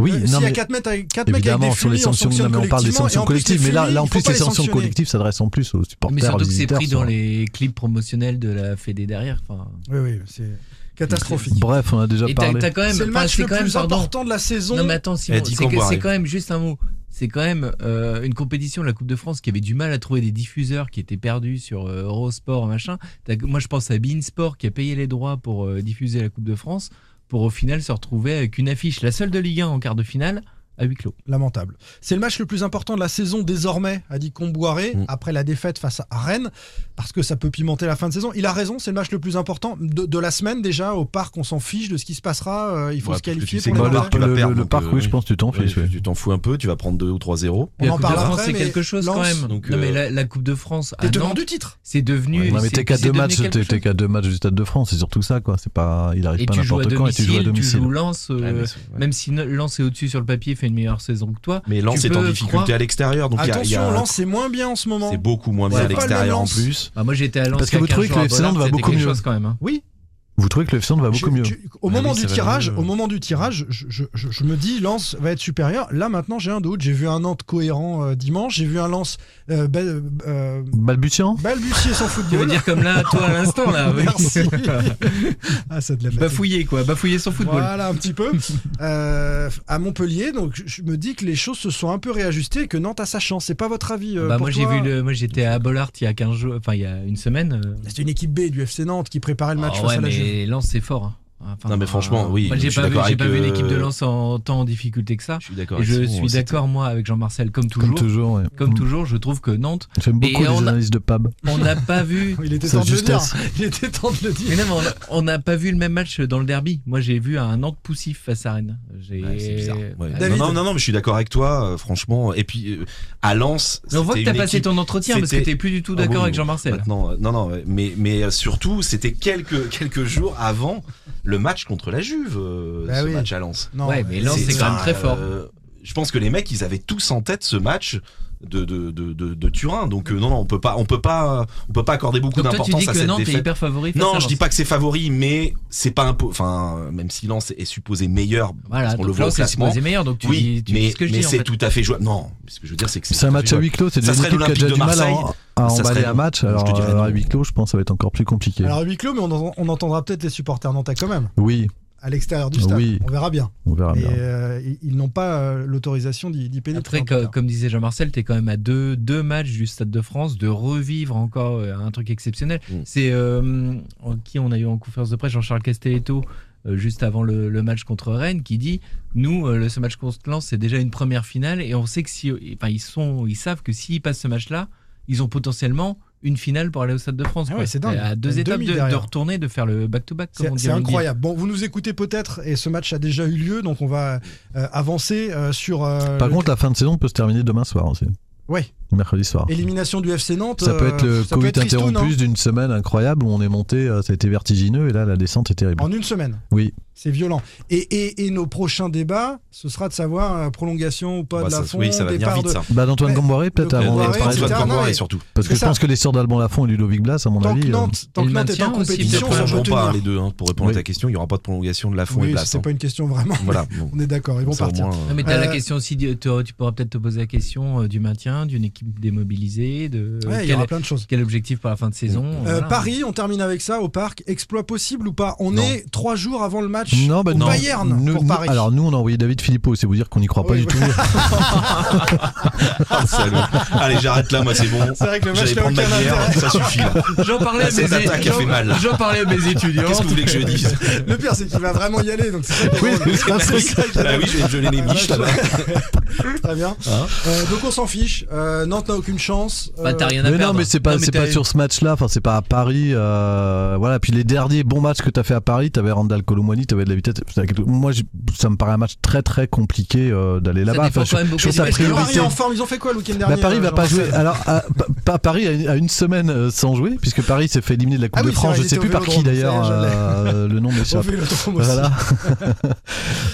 [SPEAKER 12] Oui,
[SPEAKER 6] Euh,
[SPEAKER 12] non,
[SPEAKER 6] s'il y a
[SPEAKER 12] mais-
[SPEAKER 6] quatre mecs avec- quatre mecs avec
[SPEAKER 12] évidemment,
[SPEAKER 6] des
[SPEAKER 12] sur les
[SPEAKER 6] fusils, on
[SPEAKER 12] sanctions,
[SPEAKER 6] sanctionne
[SPEAKER 12] non, mais on parle des
[SPEAKER 6] collectivement, et
[SPEAKER 12] sanctions
[SPEAKER 6] en plus, les
[SPEAKER 12] collectives, mais là,
[SPEAKER 6] fusils,
[SPEAKER 12] là, en
[SPEAKER 6] il faut
[SPEAKER 12] plus,
[SPEAKER 6] pas
[SPEAKER 12] les
[SPEAKER 6] les
[SPEAKER 12] sanctions
[SPEAKER 6] sanctionner.
[SPEAKER 12] collectives s'adressent en plus aux supporters.
[SPEAKER 8] Mais surtout que c'est
[SPEAKER 12] visiteurs,
[SPEAKER 8] pris dans
[SPEAKER 12] ça.
[SPEAKER 8] les clips promotionnels de la Fédé derrière. enfin.
[SPEAKER 6] Oui, oui, c'est catastrophique.
[SPEAKER 12] Bref, on a déjà
[SPEAKER 8] Et t'as-
[SPEAKER 12] parlé.
[SPEAKER 8] t'as quand même-
[SPEAKER 6] C'est le
[SPEAKER 8] enfin,
[SPEAKER 6] match
[SPEAKER 8] c'est
[SPEAKER 6] le
[SPEAKER 8] quand même,
[SPEAKER 6] plus
[SPEAKER 8] pardon.
[SPEAKER 6] important de la saison.
[SPEAKER 8] Non mais attends, Simon,
[SPEAKER 6] Eh, dis
[SPEAKER 8] c'est
[SPEAKER 6] qu'on
[SPEAKER 8] que-
[SPEAKER 6] boit,
[SPEAKER 8] c'est
[SPEAKER 6] ouais.
[SPEAKER 8] quand même juste un mot. C'est quand même euh, une compétition, la Coupe de France, qui avait du mal à trouver des diffuseurs, qui étaient perdus sur euh, Eurosport, machin. T'as- Moi, je pense à Bein Sport, qui a payé les droits pour euh, diffuser la Coupe de France, pour au final se retrouver avec une affiche, la seule de Ligue 1 en quart de finale, à huis clos.
[SPEAKER 6] Lamentable. C'est le match le plus important de la saison désormais, a dit Comboiré,
[SPEAKER 9] Mm.
[SPEAKER 6] après la défaite face à Rennes, parce que ça peut pimenter la fin de saison. Il a raison, c'est le match le plus important de, de la semaine déjà. Au parc, on s'en fiche de ce qui se passera. euh, il faut
[SPEAKER 9] Ouais,
[SPEAKER 6] se
[SPEAKER 9] parce que
[SPEAKER 6] qualifier
[SPEAKER 9] tu sais
[SPEAKER 6] pour
[SPEAKER 9] que
[SPEAKER 6] les
[SPEAKER 9] le
[SPEAKER 6] barrages.
[SPEAKER 9] parc, tu vas
[SPEAKER 12] Le-
[SPEAKER 9] perdre,
[SPEAKER 12] le
[SPEAKER 9] donc,
[SPEAKER 12] parc,
[SPEAKER 9] euh,
[SPEAKER 12] oui, je pense que tu t'en fiches,
[SPEAKER 9] tu-
[SPEAKER 12] oui.
[SPEAKER 9] Tu t'en fous un peu, tu vas prendre 2 ou 3 0.
[SPEAKER 6] On
[SPEAKER 8] La
[SPEAKER 6] en
[SPEAKER 8] Coupe de
[SPEAKER 6] parlera
[SPEAKER 8] France,
[SPEAKER 6] après,
[SPEAKER 8] c'est
[SPEAKER 6] mais
[SPEAKER 8] quelque chose quand
[SPEAKER 6] Lens-
[SPEAKER 8] même.
[SPEAKER 9] Donc,
[SPEAKER 8] non
[SPEAKER 9] euh,
[SPEAKER 8] mais la, la Coupe de France à
[SPEAKER 6] T'es devant
[SPEAKER 8] Nantes,
[SPEAKER 6] du titre.
[SPEAKER 8] c'est devenu.
[SPEAKER 12] Ouais, mais
[SPEAKER 8] c'est-
[SPEAKER 12] t'es qu'à
[SPEAKER 8] c'est
[SPEAKER 12] deux
[SPEAKER 8] devenu
[SPEAKER 12] matchs,
[SPEAKER 8] quelque
[SPEAKER 12] t'es- t'es
[SPEAKER 8] chose.
[SPEAKER 12] qu'à deux matchs du Stade de France, c'est surtout ça, quoi. C'est pas, il arrive
[SPEAKER 8] Et
[SPEAKER 12] pas
[SPEAKER 8] tu joues à
[SPEAKER 12] n'importe quand et tu joues à
[SPEAKER 8] domicile, tu
[SPEAKER 12] domicile.
[SPEAKER 8] joues Lens, euh,
[SPEAKER 9] Ouais, mais c'est- ouais.
[SPEAKER 8] même si Lens est au-dessus sur le papier, fait une meilleure saison que toi.
[SPEAKER 9] Mais Lens
[SPEAKER 8] tu
[SPEAKER 9] est en
[SPEAKER 8] peux
[SPEAKER 9] difficulté
[SPEAKER 8] croire-
[SPEAKER 9] à l'extérieur, donc il y a- il y a
[SPEAKER 6] Attention,
[SPEAKER 9] un-
[SPEAKER 6] Lens, c'est moins bien en ce moment.
[SPEAKER 9] C'est beaucoup moins bien
[SPEAKER 6] Ouais.
[SPEAKER 9] à
[SPEAKER 6] C'est pas le
[SPEAKER 9] l'extérieur
[SPEAKER 6] même
[SPEAKER 9] en
[SPEAKER 6] Lens.
[SPEAKER 9] plus.
[SPEAKER 8] Ah, moi j'étais à Lens.
[SPEAKER 12] Parce que
[SPEAKER 8] il y a
[SPEAKER 12] vous
[SPEAKER 8] 15
[SPEAKER 12] trouvez que
[SPEAKER 8] jours à
[SPEAKER 12] le FC Nantes
[SPEAKER 8] Bollard,
[SPEAKER 12] va
[SPEAKER 8] c'était
[SPEAKER 12] beaucoup
[SPEAKER 8] quelque
[SPEAKER 12] mieux.
[SPEAKER 8] chose quand même. hein.
[SPEAKER 6] Oui,
[SPEAKER 12] Vous trouvez que le FC Nantes va beaucoup
[SPEAKER 6] Je-
[SPEAKER 12] mieux
[SPEAKER 6] tu- au,
[SPEAKER 12] Ah
[SPEAKER 6] moment
[SPEAKER 12] oui,
[SPEAKER 6] du
[SPEAKER 12] ça va
[SPEAKER 6] tirage,
[SPEAKER 12] mieux.
[SPEAKER 6] au moment du tirage, je, je- je- je me dis Lens va être supérieur. Là maintenant, j'ai un doute. J'ai vu un Nantes cohérent euh, dimanche. J'ai vu un Lens euh, bal- euh,
[SPEAKER 12] Balbutiant
[SPEAKER 6] balbutier sans
[SPEAKER 8] Tu
[SPEAKER 6] football.
[SPEAKER 8] veux dire comme là, toi à l'instant là. oui.
[SPEAKER 6] Merci. ah, ça a de la bataille.
[SPEAKER 8] Bafouiller Bah, quoi, bafouiller son football.
[SPEAKER 6] Voilà un petit peu. Euh, à Montpellier, donc je- je me dis que les choses se sont un peu réajustées et que Nantes a sa chance. C'est pas votre avis euh,
[SPEAKER 8] Bah,
[SPEAKER 6] pour
[SPEAKER 8] moi j'ai
[SPEAKER 6] toi
[SPEAKER 8] vu le, moi j'étais à Bollard il y a 15 jours, enfin il y a une semaine. euh.
[SPEAKER 6] C'est une équipe B du FC Nantes qui préparait le match
[SPEAKER 8] Ah
[SPEAKER 6] face
[SPEAKER 8] ouais,
[SPEAKER 6] à la Juve.
[SPEAKER 8] mais Lens c'est fort. hein. Enfin,
[SPEAKER 6] Ah,
[SPEAKER 9] Non, mais franchement,
[SPEAKER 8] euh,
[SPEAKER 9] oui,
[SPEAKER 8] Moi,
[SPEAKER 9] je
[SPEAKER 8] j'ai
[SPEAKER 9] suis
[SPEAKER 8] pas, vu,
[SPEAKER 9] d'accord
[SPEAKER 8] j'ai
[SPEAKER 9] avec,
[SPEAKER 8] pas vu une
[SPEAKER 9] euh,
[SPEAKER 8] équipe de Lens en tant en difficulté que ça.
[SPEAKER 9] Je suis d'accord
[SPEAKER 8] Et
[SPEAKER 9] avec
[SPEAKER 8] je
[SPEAKER 9] Simon,
[SPEAKER 8] suis
[SPEAKER 9] c'est-
[SPEAKER 8] d'accord moi avec Jean-Marcel comme toujours.
[SPEAKER 12] Comme toujours, ouais.
[SPEAKER 8] Comme
[SPEAKER 12] Mm.
[SPEAKER 8] toujours, je trouve que Nantes.
[SPEAKER 12] J'aime beaucoup
[SPEAKER 8] Et
[SPEAKER 12] les
[SPEAKER 8] on a-
[SPEAKER 12] analyses de Pab.
[SPEAKER 8] On n'a pas vu.
[SPEAKER 6] Il était
[SPEAKER 12] Sa
[SPEAKER 6] temps de le dire.
[SPEAKER 12] justesse.
[SPEAKER 6] Il était temps de le dire.
[SPEAKER 8] Mais non, mais on a- on n'a pas vu le même match dans le derby. Moi, j'ai vu un Nantes poussif face à Rennes. J'ai-
[SPEAKER 9] Ouais, c'est bizarre. Ouais.
[SPEAKER 8] Ah,
[SPEAKER 9] Non,
[SPEAKER 8] David.
[SPEAKER 9] non, non, non, mais je suis d'accord avec toi, euh, franchement. Et puis, euh, à Lens.
[SPEAKER 8] Mais on voit que
[SPEAKER 9] c'était
[SPEAKER 8] t'as
[SPEAKER 9] une
[SPEAKER 8] passé
[SPEAKER 9] équipe-
[SPEAKER 8] ton entretien parce que
[SPEAKER 9] c'était-
[SPEAKER 8] t'es plus du tout
[SPEAKER 9] Ah
[SPEAKER 8] d'accord
[SPEAKER 9] oui,
[SPEAKER 8] avec
[SPEAKER 9] oui,
[SPEAKER 8] Jean-Marcel.
[SPEAKER 9] Maintenant, euh, non, non, ouais. mais, mais euh, surtout, c'était quelques, quelques jours avant le match contre la Juve, euh,
[SPEAKER 6] Bah
[SPEAKER 9] ce
[SPEAKER 6] oui.
[SPEAKER 9] match à Lens.
[SPEAKER 6] Non,
[SPEAKER 8] Ouais, mais Lens, c'est quand même
[SPEAKER 9] enfin,
[SPEAKER 8] très fort.
[SPEAKER 9] euh, je pense que les mecs, ils avaient tous en tête ce match. De, de, de, de, de Turin donc euh, non non on peut pas on peut pas on peut pas accorder beaucoup
[SPEAKER 8] Donc toi, tu
[SPEAKER 9] d'importance
[SPEAKER 8] dis
[SPEAKER 9] à
[SPEAKER 8] que
[SPEAKER 9] cette
[SPEAKER 8] Nantes est
[SPEAKER 9] défaite
[SPEAKER 8] hyper favori face à
[SPEAKER 9] non
[SPEAKER 8] Lens.
[SPEAKER 9] je dis pas que c'est favori mais c'est pas impo enfin même si Lens est supposé meilleur
[SPEAKER 8] Voilà,
[SPEAKER 9] parce qu'on
[SPEAKER 8] donc
[SPEAKER 9] le voit au
[SPEAKER 8] Lens est
[SPEAKER 9] classement
[SPEAKER 8] supposé meilleur, donc tu
[SPEAKER 9] oui,
[SPEAKER 8] dis- tu
[SPEAKER 9] mais,
[SPEAKER 8] dis ce que je
[SPEAKER 9] mais
[SPEAKER 8] dis, en
[SPEAKER 9] c'est
[SPEAKER 8] fait.
[SPEAKER 9] tout à fait jouable non mais ce que je veux dire c'est que
[SPEAKER 12] C'est un match à huis clos, c'est déjà
[SPEAKER 9] ça
[SPEAKER 12] une
[SPEAKER 9] serait
[SPEAKER 12] équipe qui a
[SPEAKER 9] l'Olympique
[SPEAKER 12] déjà
[SPEAKER 9] de
[SPEAKER 12] du mal à,
[SPEAKER 9] Marseille
[SPEAKER 12] en- à
[SPEAKER 9] Ça
[SPEAKER 12] emballer
[SPEAKER 9] serait-
[SPEAKER 12] un match.
[SPEAKER 9] je te
[SPEAKER 12] Alors,
[SPEAKER 9] dirais
[SPEAKER 12] euh,
[SPEAKER 9] non.
[SPEAKER 12] à huis clos, je pense, ça va être encore plus compliqué.
[SPEAKER 6] Alors huis clos, mais on, en- on entendra peut-être les supporters nantais quand même
[SPEAKER 12] oui,
[SPEAKER 6] à l'extérieur du stade.
[SPEAKER 12] Ah Oui.
[SPEAKER 6] On verra bien.
[SPEAKER 12] on verra
[SPEAKER 6] Et
[SPEAKER 12] bien.
[SPEAKER 6] euh, ils- ils n'ont pas euh, l'autorisation d'y d'y pénétrer.
[SPEAKER 8] Après,
[SPEAKER 6] en tout
[SPEAKER 8] co-
[SPEAKER 6] cas.
[SPEAKER 8] comme disait Jean-Marcel, t'es quand même à deux, deux matchs du Stade de France, de revivre encore euh, un truc exceptionnel. C'est euh, en- qui on a eu en conférence de presse, Jean-Charles Castelletto, euh, juste avant le, le match contre Rennes, qui dit Nous, euh, le- ce match contre Lens, c'est déjà une première finale, et on sait que si. Enfin, ils, sont, ils savent que s'ils passent ce match-là, ils ont potentiellement une finale pour aller au Stade de France.
[SPEAKER 6] Ah
[SPEAKER 8] quoi.
[SPEAKER 6] ouais, c'est dingue.
[SPEAKER 8] À deux
[SPEAKER 6] Une
[SPEAKER 8] étapes
[SPEAKER 6] demi
[SPEAKER 8] de, de
[SPEAKER 6] derrière.
[SPEAKER 8] retourner, de faire le back-to-back. comme on
[SPEAKER 6] C'est
[SPEAKER 8] dit
[SPEAKER 6] c'est
[SPEAKER 8] en rugby.
[SPEAKER 6] incroyable. Bon, vous nous écoutez peut-être, et ce match a déjà eu lieu, donc on va euh, avancer euh, sur. euh,
[SPEAKER 12] Par
[SPEAKER 6] le-
[SPEAKER 12] contre, la fin de saison peut se terminer demain soir aussi.
[SPEAKER 6] Ouais.
[SPEAKER 12] Mercredi soir.
[SPEAKER 6] élimination du FC Nantes.
[SPEAKER 12] Ça peut être
[SPEAKER 6] euh,
[SPEAKER 12] le
[SPEAKER 6] ça peut
[SPEAKER 12] Covid
[SPEAKER 6] être tristoun,
[SPEAKER 12] interrompu
[SPEAKER 6] hein,
[SPEAKER 12] d'une semaine incroyable où on est monté, euh, ça a été vertigineux et là la descente est terrible.
[SPEAKER 6] En une semaine.
[SPEAKER 12] Oui,
[SPEAKER 6] C'est violent. Et, et, et nos prochains débats, ce sera de savoir euh, prolongation ou pas
[SPEAKER 9] Bah,
[SPEAKER 6] de la
[SPEAKER 9] ça-
[SPEAKER 6] fond,
[SPEAKER 9] oui, ça va venir
[SPEAKER 6] départ
[SPEAKER 9] vite,
[SPEAKER 6] de-
[SPEAKER 9] ça.
[SPEAKER 12] bah d'Antoine
[SPEAKER 6] Ouais.
[SPEAKER 12] Gamboiré peut-être
[SPEAKER 6] Le
[SPEAKER 12] avant
[SPEAKER 6] Gamboiré,
[SPEAKER 12] d'en parler.
[SPEAKER 6] etc.
[SPEAKER 9] Antoine
[SPEAKER 6] Non,
[SPEAKER 9] Gamboiré,
[SPEAKER 6] mais-
[SPEAKER 9] surtout.
[SPEAKER 12] Parce que
[SPEAKER 6] C'est
[SPEAKER 12] je pense
[SPEAKER 6] ça.
[SPEAKER 12] que les sœurs d'Alban Lafont et Ludovic Blas, à mon
[SPEAKER 6] Tant que
[SPEAKER 12] avis. euh,
[SPEAKER 6] Nantes, tant
[SPEAKER 8] et
[SPEAKER 6] que
[SPEAKER 8] le
[SPEAKER 6] Nantes est en
[SPEAKER 8] maintien aussi,
[SPEAKER 9] ils ne
[SPEAKER 6] compétition, ça peut
[SPEAKER 9] prolongeront pas
[SPEAKER 6] tenir.
[SPEAKER 9] les deux hein, pour répondre
[SPEAKER 12] Oui.
[SPEAKER 9] à ta question il n'y aura pas de prolongation de la fond et
[SPEAKER 6] Oui,
[SPEAKER 9] Blas
[SPEAKER 6] c'était
[SPEAKER 9] hein.
[SPEAKER 6] pas une question vraiment.
[SPEAKER 9] voilà bon,
[SPEAKER 6] On est d'accord, ils vont
[SPEAKER 9] ça, au
[SPEAKER 6] partir.
[SPEAKER 9] moins, euh,
[SPEAKER 8] Non, mais t'as
[SPEAKER 6] Euh,
[SPEAKER 8] la question aussi, de- tu, tu pourras peut-être te poser la question euh, du maintien, d'une équipe démobilisée, de
[SPEAKER 6] Ouais, il y
[SPEAKER 8] quel,
[SPEAKER 6] aura plein de choses.
[SPEAKER 8] quel objectif pour la fin de saison.
[SPEAKER 6] Euh,
[SPEAKER 8] voilà.
[SPEAKER 6] Paris, on termine avec ça au parc. Exploit possible ou pas On
[SPEAKER 9] Non.
[SPEAKER 6] est trois jours avant le match
[SPEAKER 12] Non, bah
[SPEAKER 6] au
[SPEAKER 12] non.
[SPEAKER 6] Bayern
[SPEAKER 12] Nous-
[SPEAKER 6] pour
[SPEAKER 12] nous-
[SPEAKER 6] Paris.
[SPEAKER 12] alors nous, on a envoyé David Philippot, c'est vous dire qu'on n'y croit pas
[SPEAKER 6] Oui,
[SPEAKER 12] du
[SPEAKER 6] oui.
[SPEAKER 12] tout.
[SPEAKER 9] ah, salaud. allez j'arrête là moi c'est bon
[SPEAKER 12] Ah,
[SPEAKER 6] C'est vrai que le match
[SPEAKER 9] j'allais
[SPEAKER 6] n'a
[SPEAKER 9] prendre ma
[SPEAKER 6] aucun
[SPEAKER 9] bière
[SPEAKER 6] intérêt.
[SPEAKER 9] ça suffit là
[SPEAKER 8] J'en parlais, à
[SPEAKER 9] Là, cette
[SPEAKER 8] mes-
[SPEAKER 9] attaque a
[SPEAKER 8] j'en-
[SPEAKER 9] fait mal. Ah,
[SPEAKER 8] j'en parlais à mes étudiants.
[SPEAKER 9] qu'est-ce que vous voulez que je dise
[SPEAKER 6] Le pire, c'est qu'il va vraiment y aller. Donc c'est ça qui est
[SPEAKER 12] Oui,
[SPEAKER 6] drôle.
[SPEAKER 12] c'est ça, c'est ça.
[SPEAKER 9] bah oui je Hein vais me geler les miches là-bas
[SPEAKER 6] Très bien. Euh, donc on s'en fiche. Euh, Nantes n'a aucune chance. Euh,
[SPEAKER 8] Bah, t'as rien à
[SPEAKER 12] Mais non,
[SPEAKER 8] perdre.
[SPEAKER 12] mais c'est pas, c'est
[SPEAKER 8] t'as-
[SPEAKER 12] pas sur ce match-là. Enfin, c'est pas à Paris. euh, voilà. Puis les derniers bons matchs que t'as fait à Paris, t'avais Randall Colomwani, tu avais de la vitesse. Moi, je- ça me paraît un match très très compliqué euh, d'aller là-bas.
[SPEAKER 6] dépend
[SPEAKER 12] Enfin,
[SPEAKER 6] quand
[SPEAKER 12] je,
[SPEAKER 6] même
[SPEAKER 12] je
[SPEAKER 6] beaucoup
[SPEAKER 12] trouve
[SPEAKER 6] des
[SPEAKER 12] ça
[SPEAKER 6] matchs.
[SPEAKER 12] priorité.
[SPEAKER 6] Paris en forme, ils ont fait quoi le week-end dernier
[SPEAKER 12] Bah, Paris va
[SPEAKER 6] euh,
[SPEAKER 12] pas
[SPEAKER 6] Jean-Marcel
[SPEAKER 12] jouer. Alors, à- pa- pa- Paris a une, a une semaine euh, sans jouer, puisque Paris s'est fait éliminer de la Coupe
[SPEAKER 6] Ah oui,
[SPEAKER 12] de France.
[SPEAKER 6] c'est
[SPEAKER 12] Je
[SPEAKER 6] vrai,
[SPEAKER 12] sais
[SPEAKER 6] ils
[SPEAKER 12] plus
[SPEAKER 6] étaient au
[SPEAKER 12] par qui
[SPEAKER 6] Vélodrome,
[SPEAKER 12] d'ailleurs
[SPEAKER 6] ça, je l'ai.
[SPEAKER 12] euh, le nom m'échappe.
[SPEAKER 6] Au Vélodrome aussi.
[SPEAKER 12] Voilà.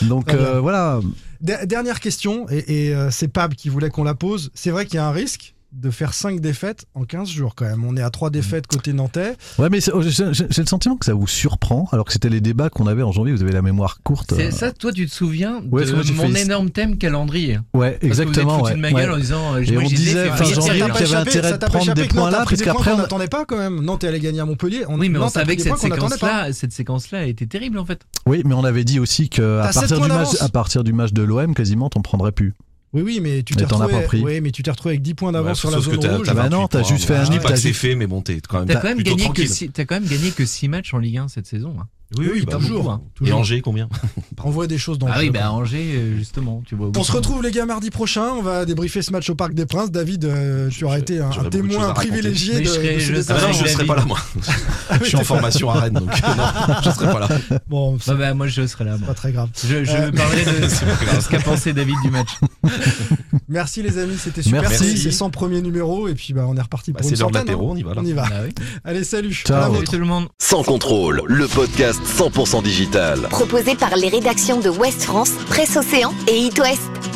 [SPEAKER 12] Donc
[SPEAKER 6] Très bien.
[SPEAKER 12] euh, voilà.
[SPEAKER 6] Der- Dernière question, et, et, euh, c'est Pab qui voulait qu'on la pose. C'est vrai qu'il y a un risque de faire 5 défaites en 15 jours quand même. On est à 3 défaites côté nantais.
[SPEAKER 12] Ouais, mais c'est- oh, j'ai j'ai- j'ai le sentiment que ça vous surprend, alors que c'était les débats qu'on avait en janvier. Vous avez la mémoire courte.
[SPEAKER 8] C'est ça, toi, tu te souviens
[SPEAKER 12] Ouais, parce que
[SPEAKER 8] de
[SPEAKER 12] moi, j'ai
[SPEAKER 8] mon
[SPEAKER 12] fait-
[SPEAKER 8] énorme thème calendrier
[SPEAKER 12] Ouais, exactement.
[SPEAKER 8] Parce que vous êtes foutu de ma
[SPEAKER 12] ouais,
[SPEAKER 8] gueule
[SPEAKER 12] ouais.
[SPEAKER 8] en disant, euh,
[SPEAKER 12] et
[SPEAKER 8] moi, j'ai
[SPEAKER 12] on
[SPEAKER 8] des
[SPEAKER 12] disait fin
[SPEAKER 8] février,
[SPEAKER 12] janvier
[SPEAKER 8] ça
[SPEAKER 12] qu'il y avait intérêt de prendre des points là, parce qu'après
[SPEAKER 6] on
[SPEAKER 12] on-
[SPEAKER 6] n'attendait pas quand même. Nantes est allée gagner à Montpellier. On
[SPEAKER 8] Oui, mais on
[SPEAKER 6] Nantes a
[SPEAKER 8] savait
[SPEAKER 6] pris
[SPEAKER 8] que
[SPEAKER 6] des
[SPEAKER 8] cette
[SPEAKER 6] points qu'on n'attendait pas.
[SPEAKER 8] séquence-là, cette séquence-là était terrible en fait.
[SPEAKER 12] Oui, mais on avait dit aussi que
[SPEAKER 6] T'as
[SPEAKER 12] à
[SPEAKER 6] sept
[SPEAKER 12] partir
[SPEAKER 6] points
[SPEAKER 12] du match,
[SPEAKER 6] d'avance.
[SPEAKER 12] à partir du match de l'OM, quasiment, t'en prendrais plus.
[SPEAKER 6] Oui, oui, mais tu
[SPEAKER 12] Mais
[SPEAKER 6] t'es
[SPEAKER 12] t'en as
[SPEAKER 6] retrouvé,
[SPEAKER 12] pas pris.
[SPEAKER 6] oui, mais tu t'es retrouvé avec 10 points d'avance
[SPEAKER 9] Ouais,
[SPEAKER 6] sur la
[SPEAKER 9] sauf
[SPEAKER 6] zone
[SPEAKER 9] que t'as-
[SPEAKER 6] rouge.
[SPEAKER 9] t'as
[SPEAKER 12] Ah bah non,
[SPEAKER 9] 28
[SPEAKER 12] t'as
[SPEAKER 9] points,
[SPEAKER 12] juste fait
[SPEAKER 9] bon, euh,
[SPEAKER 12] un
[SPEAKER 9] je dis
[SPEAKER 12] nip,
[SPEAKER 9] pas
[SPEAKER 12] t'as
[SPEAKER 9] que c'est
[SPEAKER 12] juste-
[SPEAKER 9] fait, mais bon, t'es quand même
[SPEAKER 8] T'as quand, même
[SPEAKER 9] plutôt
[SPEAKER 8] gagné que
[SPEAKER 9] tranquille.
[SPEAKER 8] six- t'as quand même gagné que 6 matchs en Ligue 1 cette saison. hein.
[SPEAKER 9] Oui, oui,
[SPEAKER 8] Il
[SPEAKER 9] bah,
[SPEAKER 8] t'en
[SPEAKER 9] toujours.
[SPEAKER 8] faut, hein.
[SPEAKER 9] Et Angers, combien
[SPEAKER 6] On voit des choses dans
[SPEAKER 8] Ah
[SPEAKER 6] le
[SPEAKER 8] oui,
[SPEAKER 6] jeu.
[SPEAKER 8] bah Angers, euh, justement, tu vois.
[SPEAKER 6] On se retrouve les gars mardi prochain, on va débriefer ce match au Parc des Princes. David, euh, tu auras été un,
[SPEAKER 9] j'aurais
[SPEAKER 6] un
[SPEAKER 9] beaucoup de choses
[SPEAKER 6] témoin
[SPEAKER 9] à raconter.
[SPEAKER 6] privilégié
[SPEAKER 9] Mais
[SPEAKER 6] de,
[SPEAKER 9] je serai-
[SPEAKER 6] de ce
[SPEAKER 9] je
[SPEAKER 6] débat.
[SPEAKER 9] serai- Ah non, je serai pas là, moi. Je suis en formation à Rennes, donc euh, non, je serai pas là.
[SPEAKER 6] Bon,
[SPEAKER 8] bah, bah, moi je serai là. moi.
[SPEAKER 6] Pas très grave.
[SPEAKER 8] Je, je
[SPEAKER 6] Euh,
[SPEAKER 8] parlerai de,
[SPEAKER 9] C'est pas grave.
[SPEAKER 8] de ce qu'a pensé David du match.
[SPEAKER 6] Merci les amis, c'était super.
[SPEAKER 12] Merci.
[SPEAKER 6] C'est 100 premiers numéros et puis bah, on est reparti
[SPEAKER 9] Bah,
[SPEAKER 6] pour
[SPEAKER 9] c'est
[SPEAKER 6] une
[SPEAKER 9] l'heure de
[SPEAKER 6] centaine,
[SPEAKER 9] l'apéro,
[SPEAKER 6] hein.
[SPEAKER 9] on y va, là.
[SPEAKER 6] On y va.
[SPEAKER 8] Ah oui.
[SPEAKER 6] Allez, salut.
[SPEAKER 12] Ciao.
[SPEAKER 6] À la
[SPEAKER 12] Salut
[SPEAKER 6] vôtre.
[SPEAKER 8] tout le monde.
[SPEAKER 1] Sans contrôle, le podcast 100% digital.
[SPEAKER 11] Proposé par les rédactions de Ouest France, Presse Océan et It West.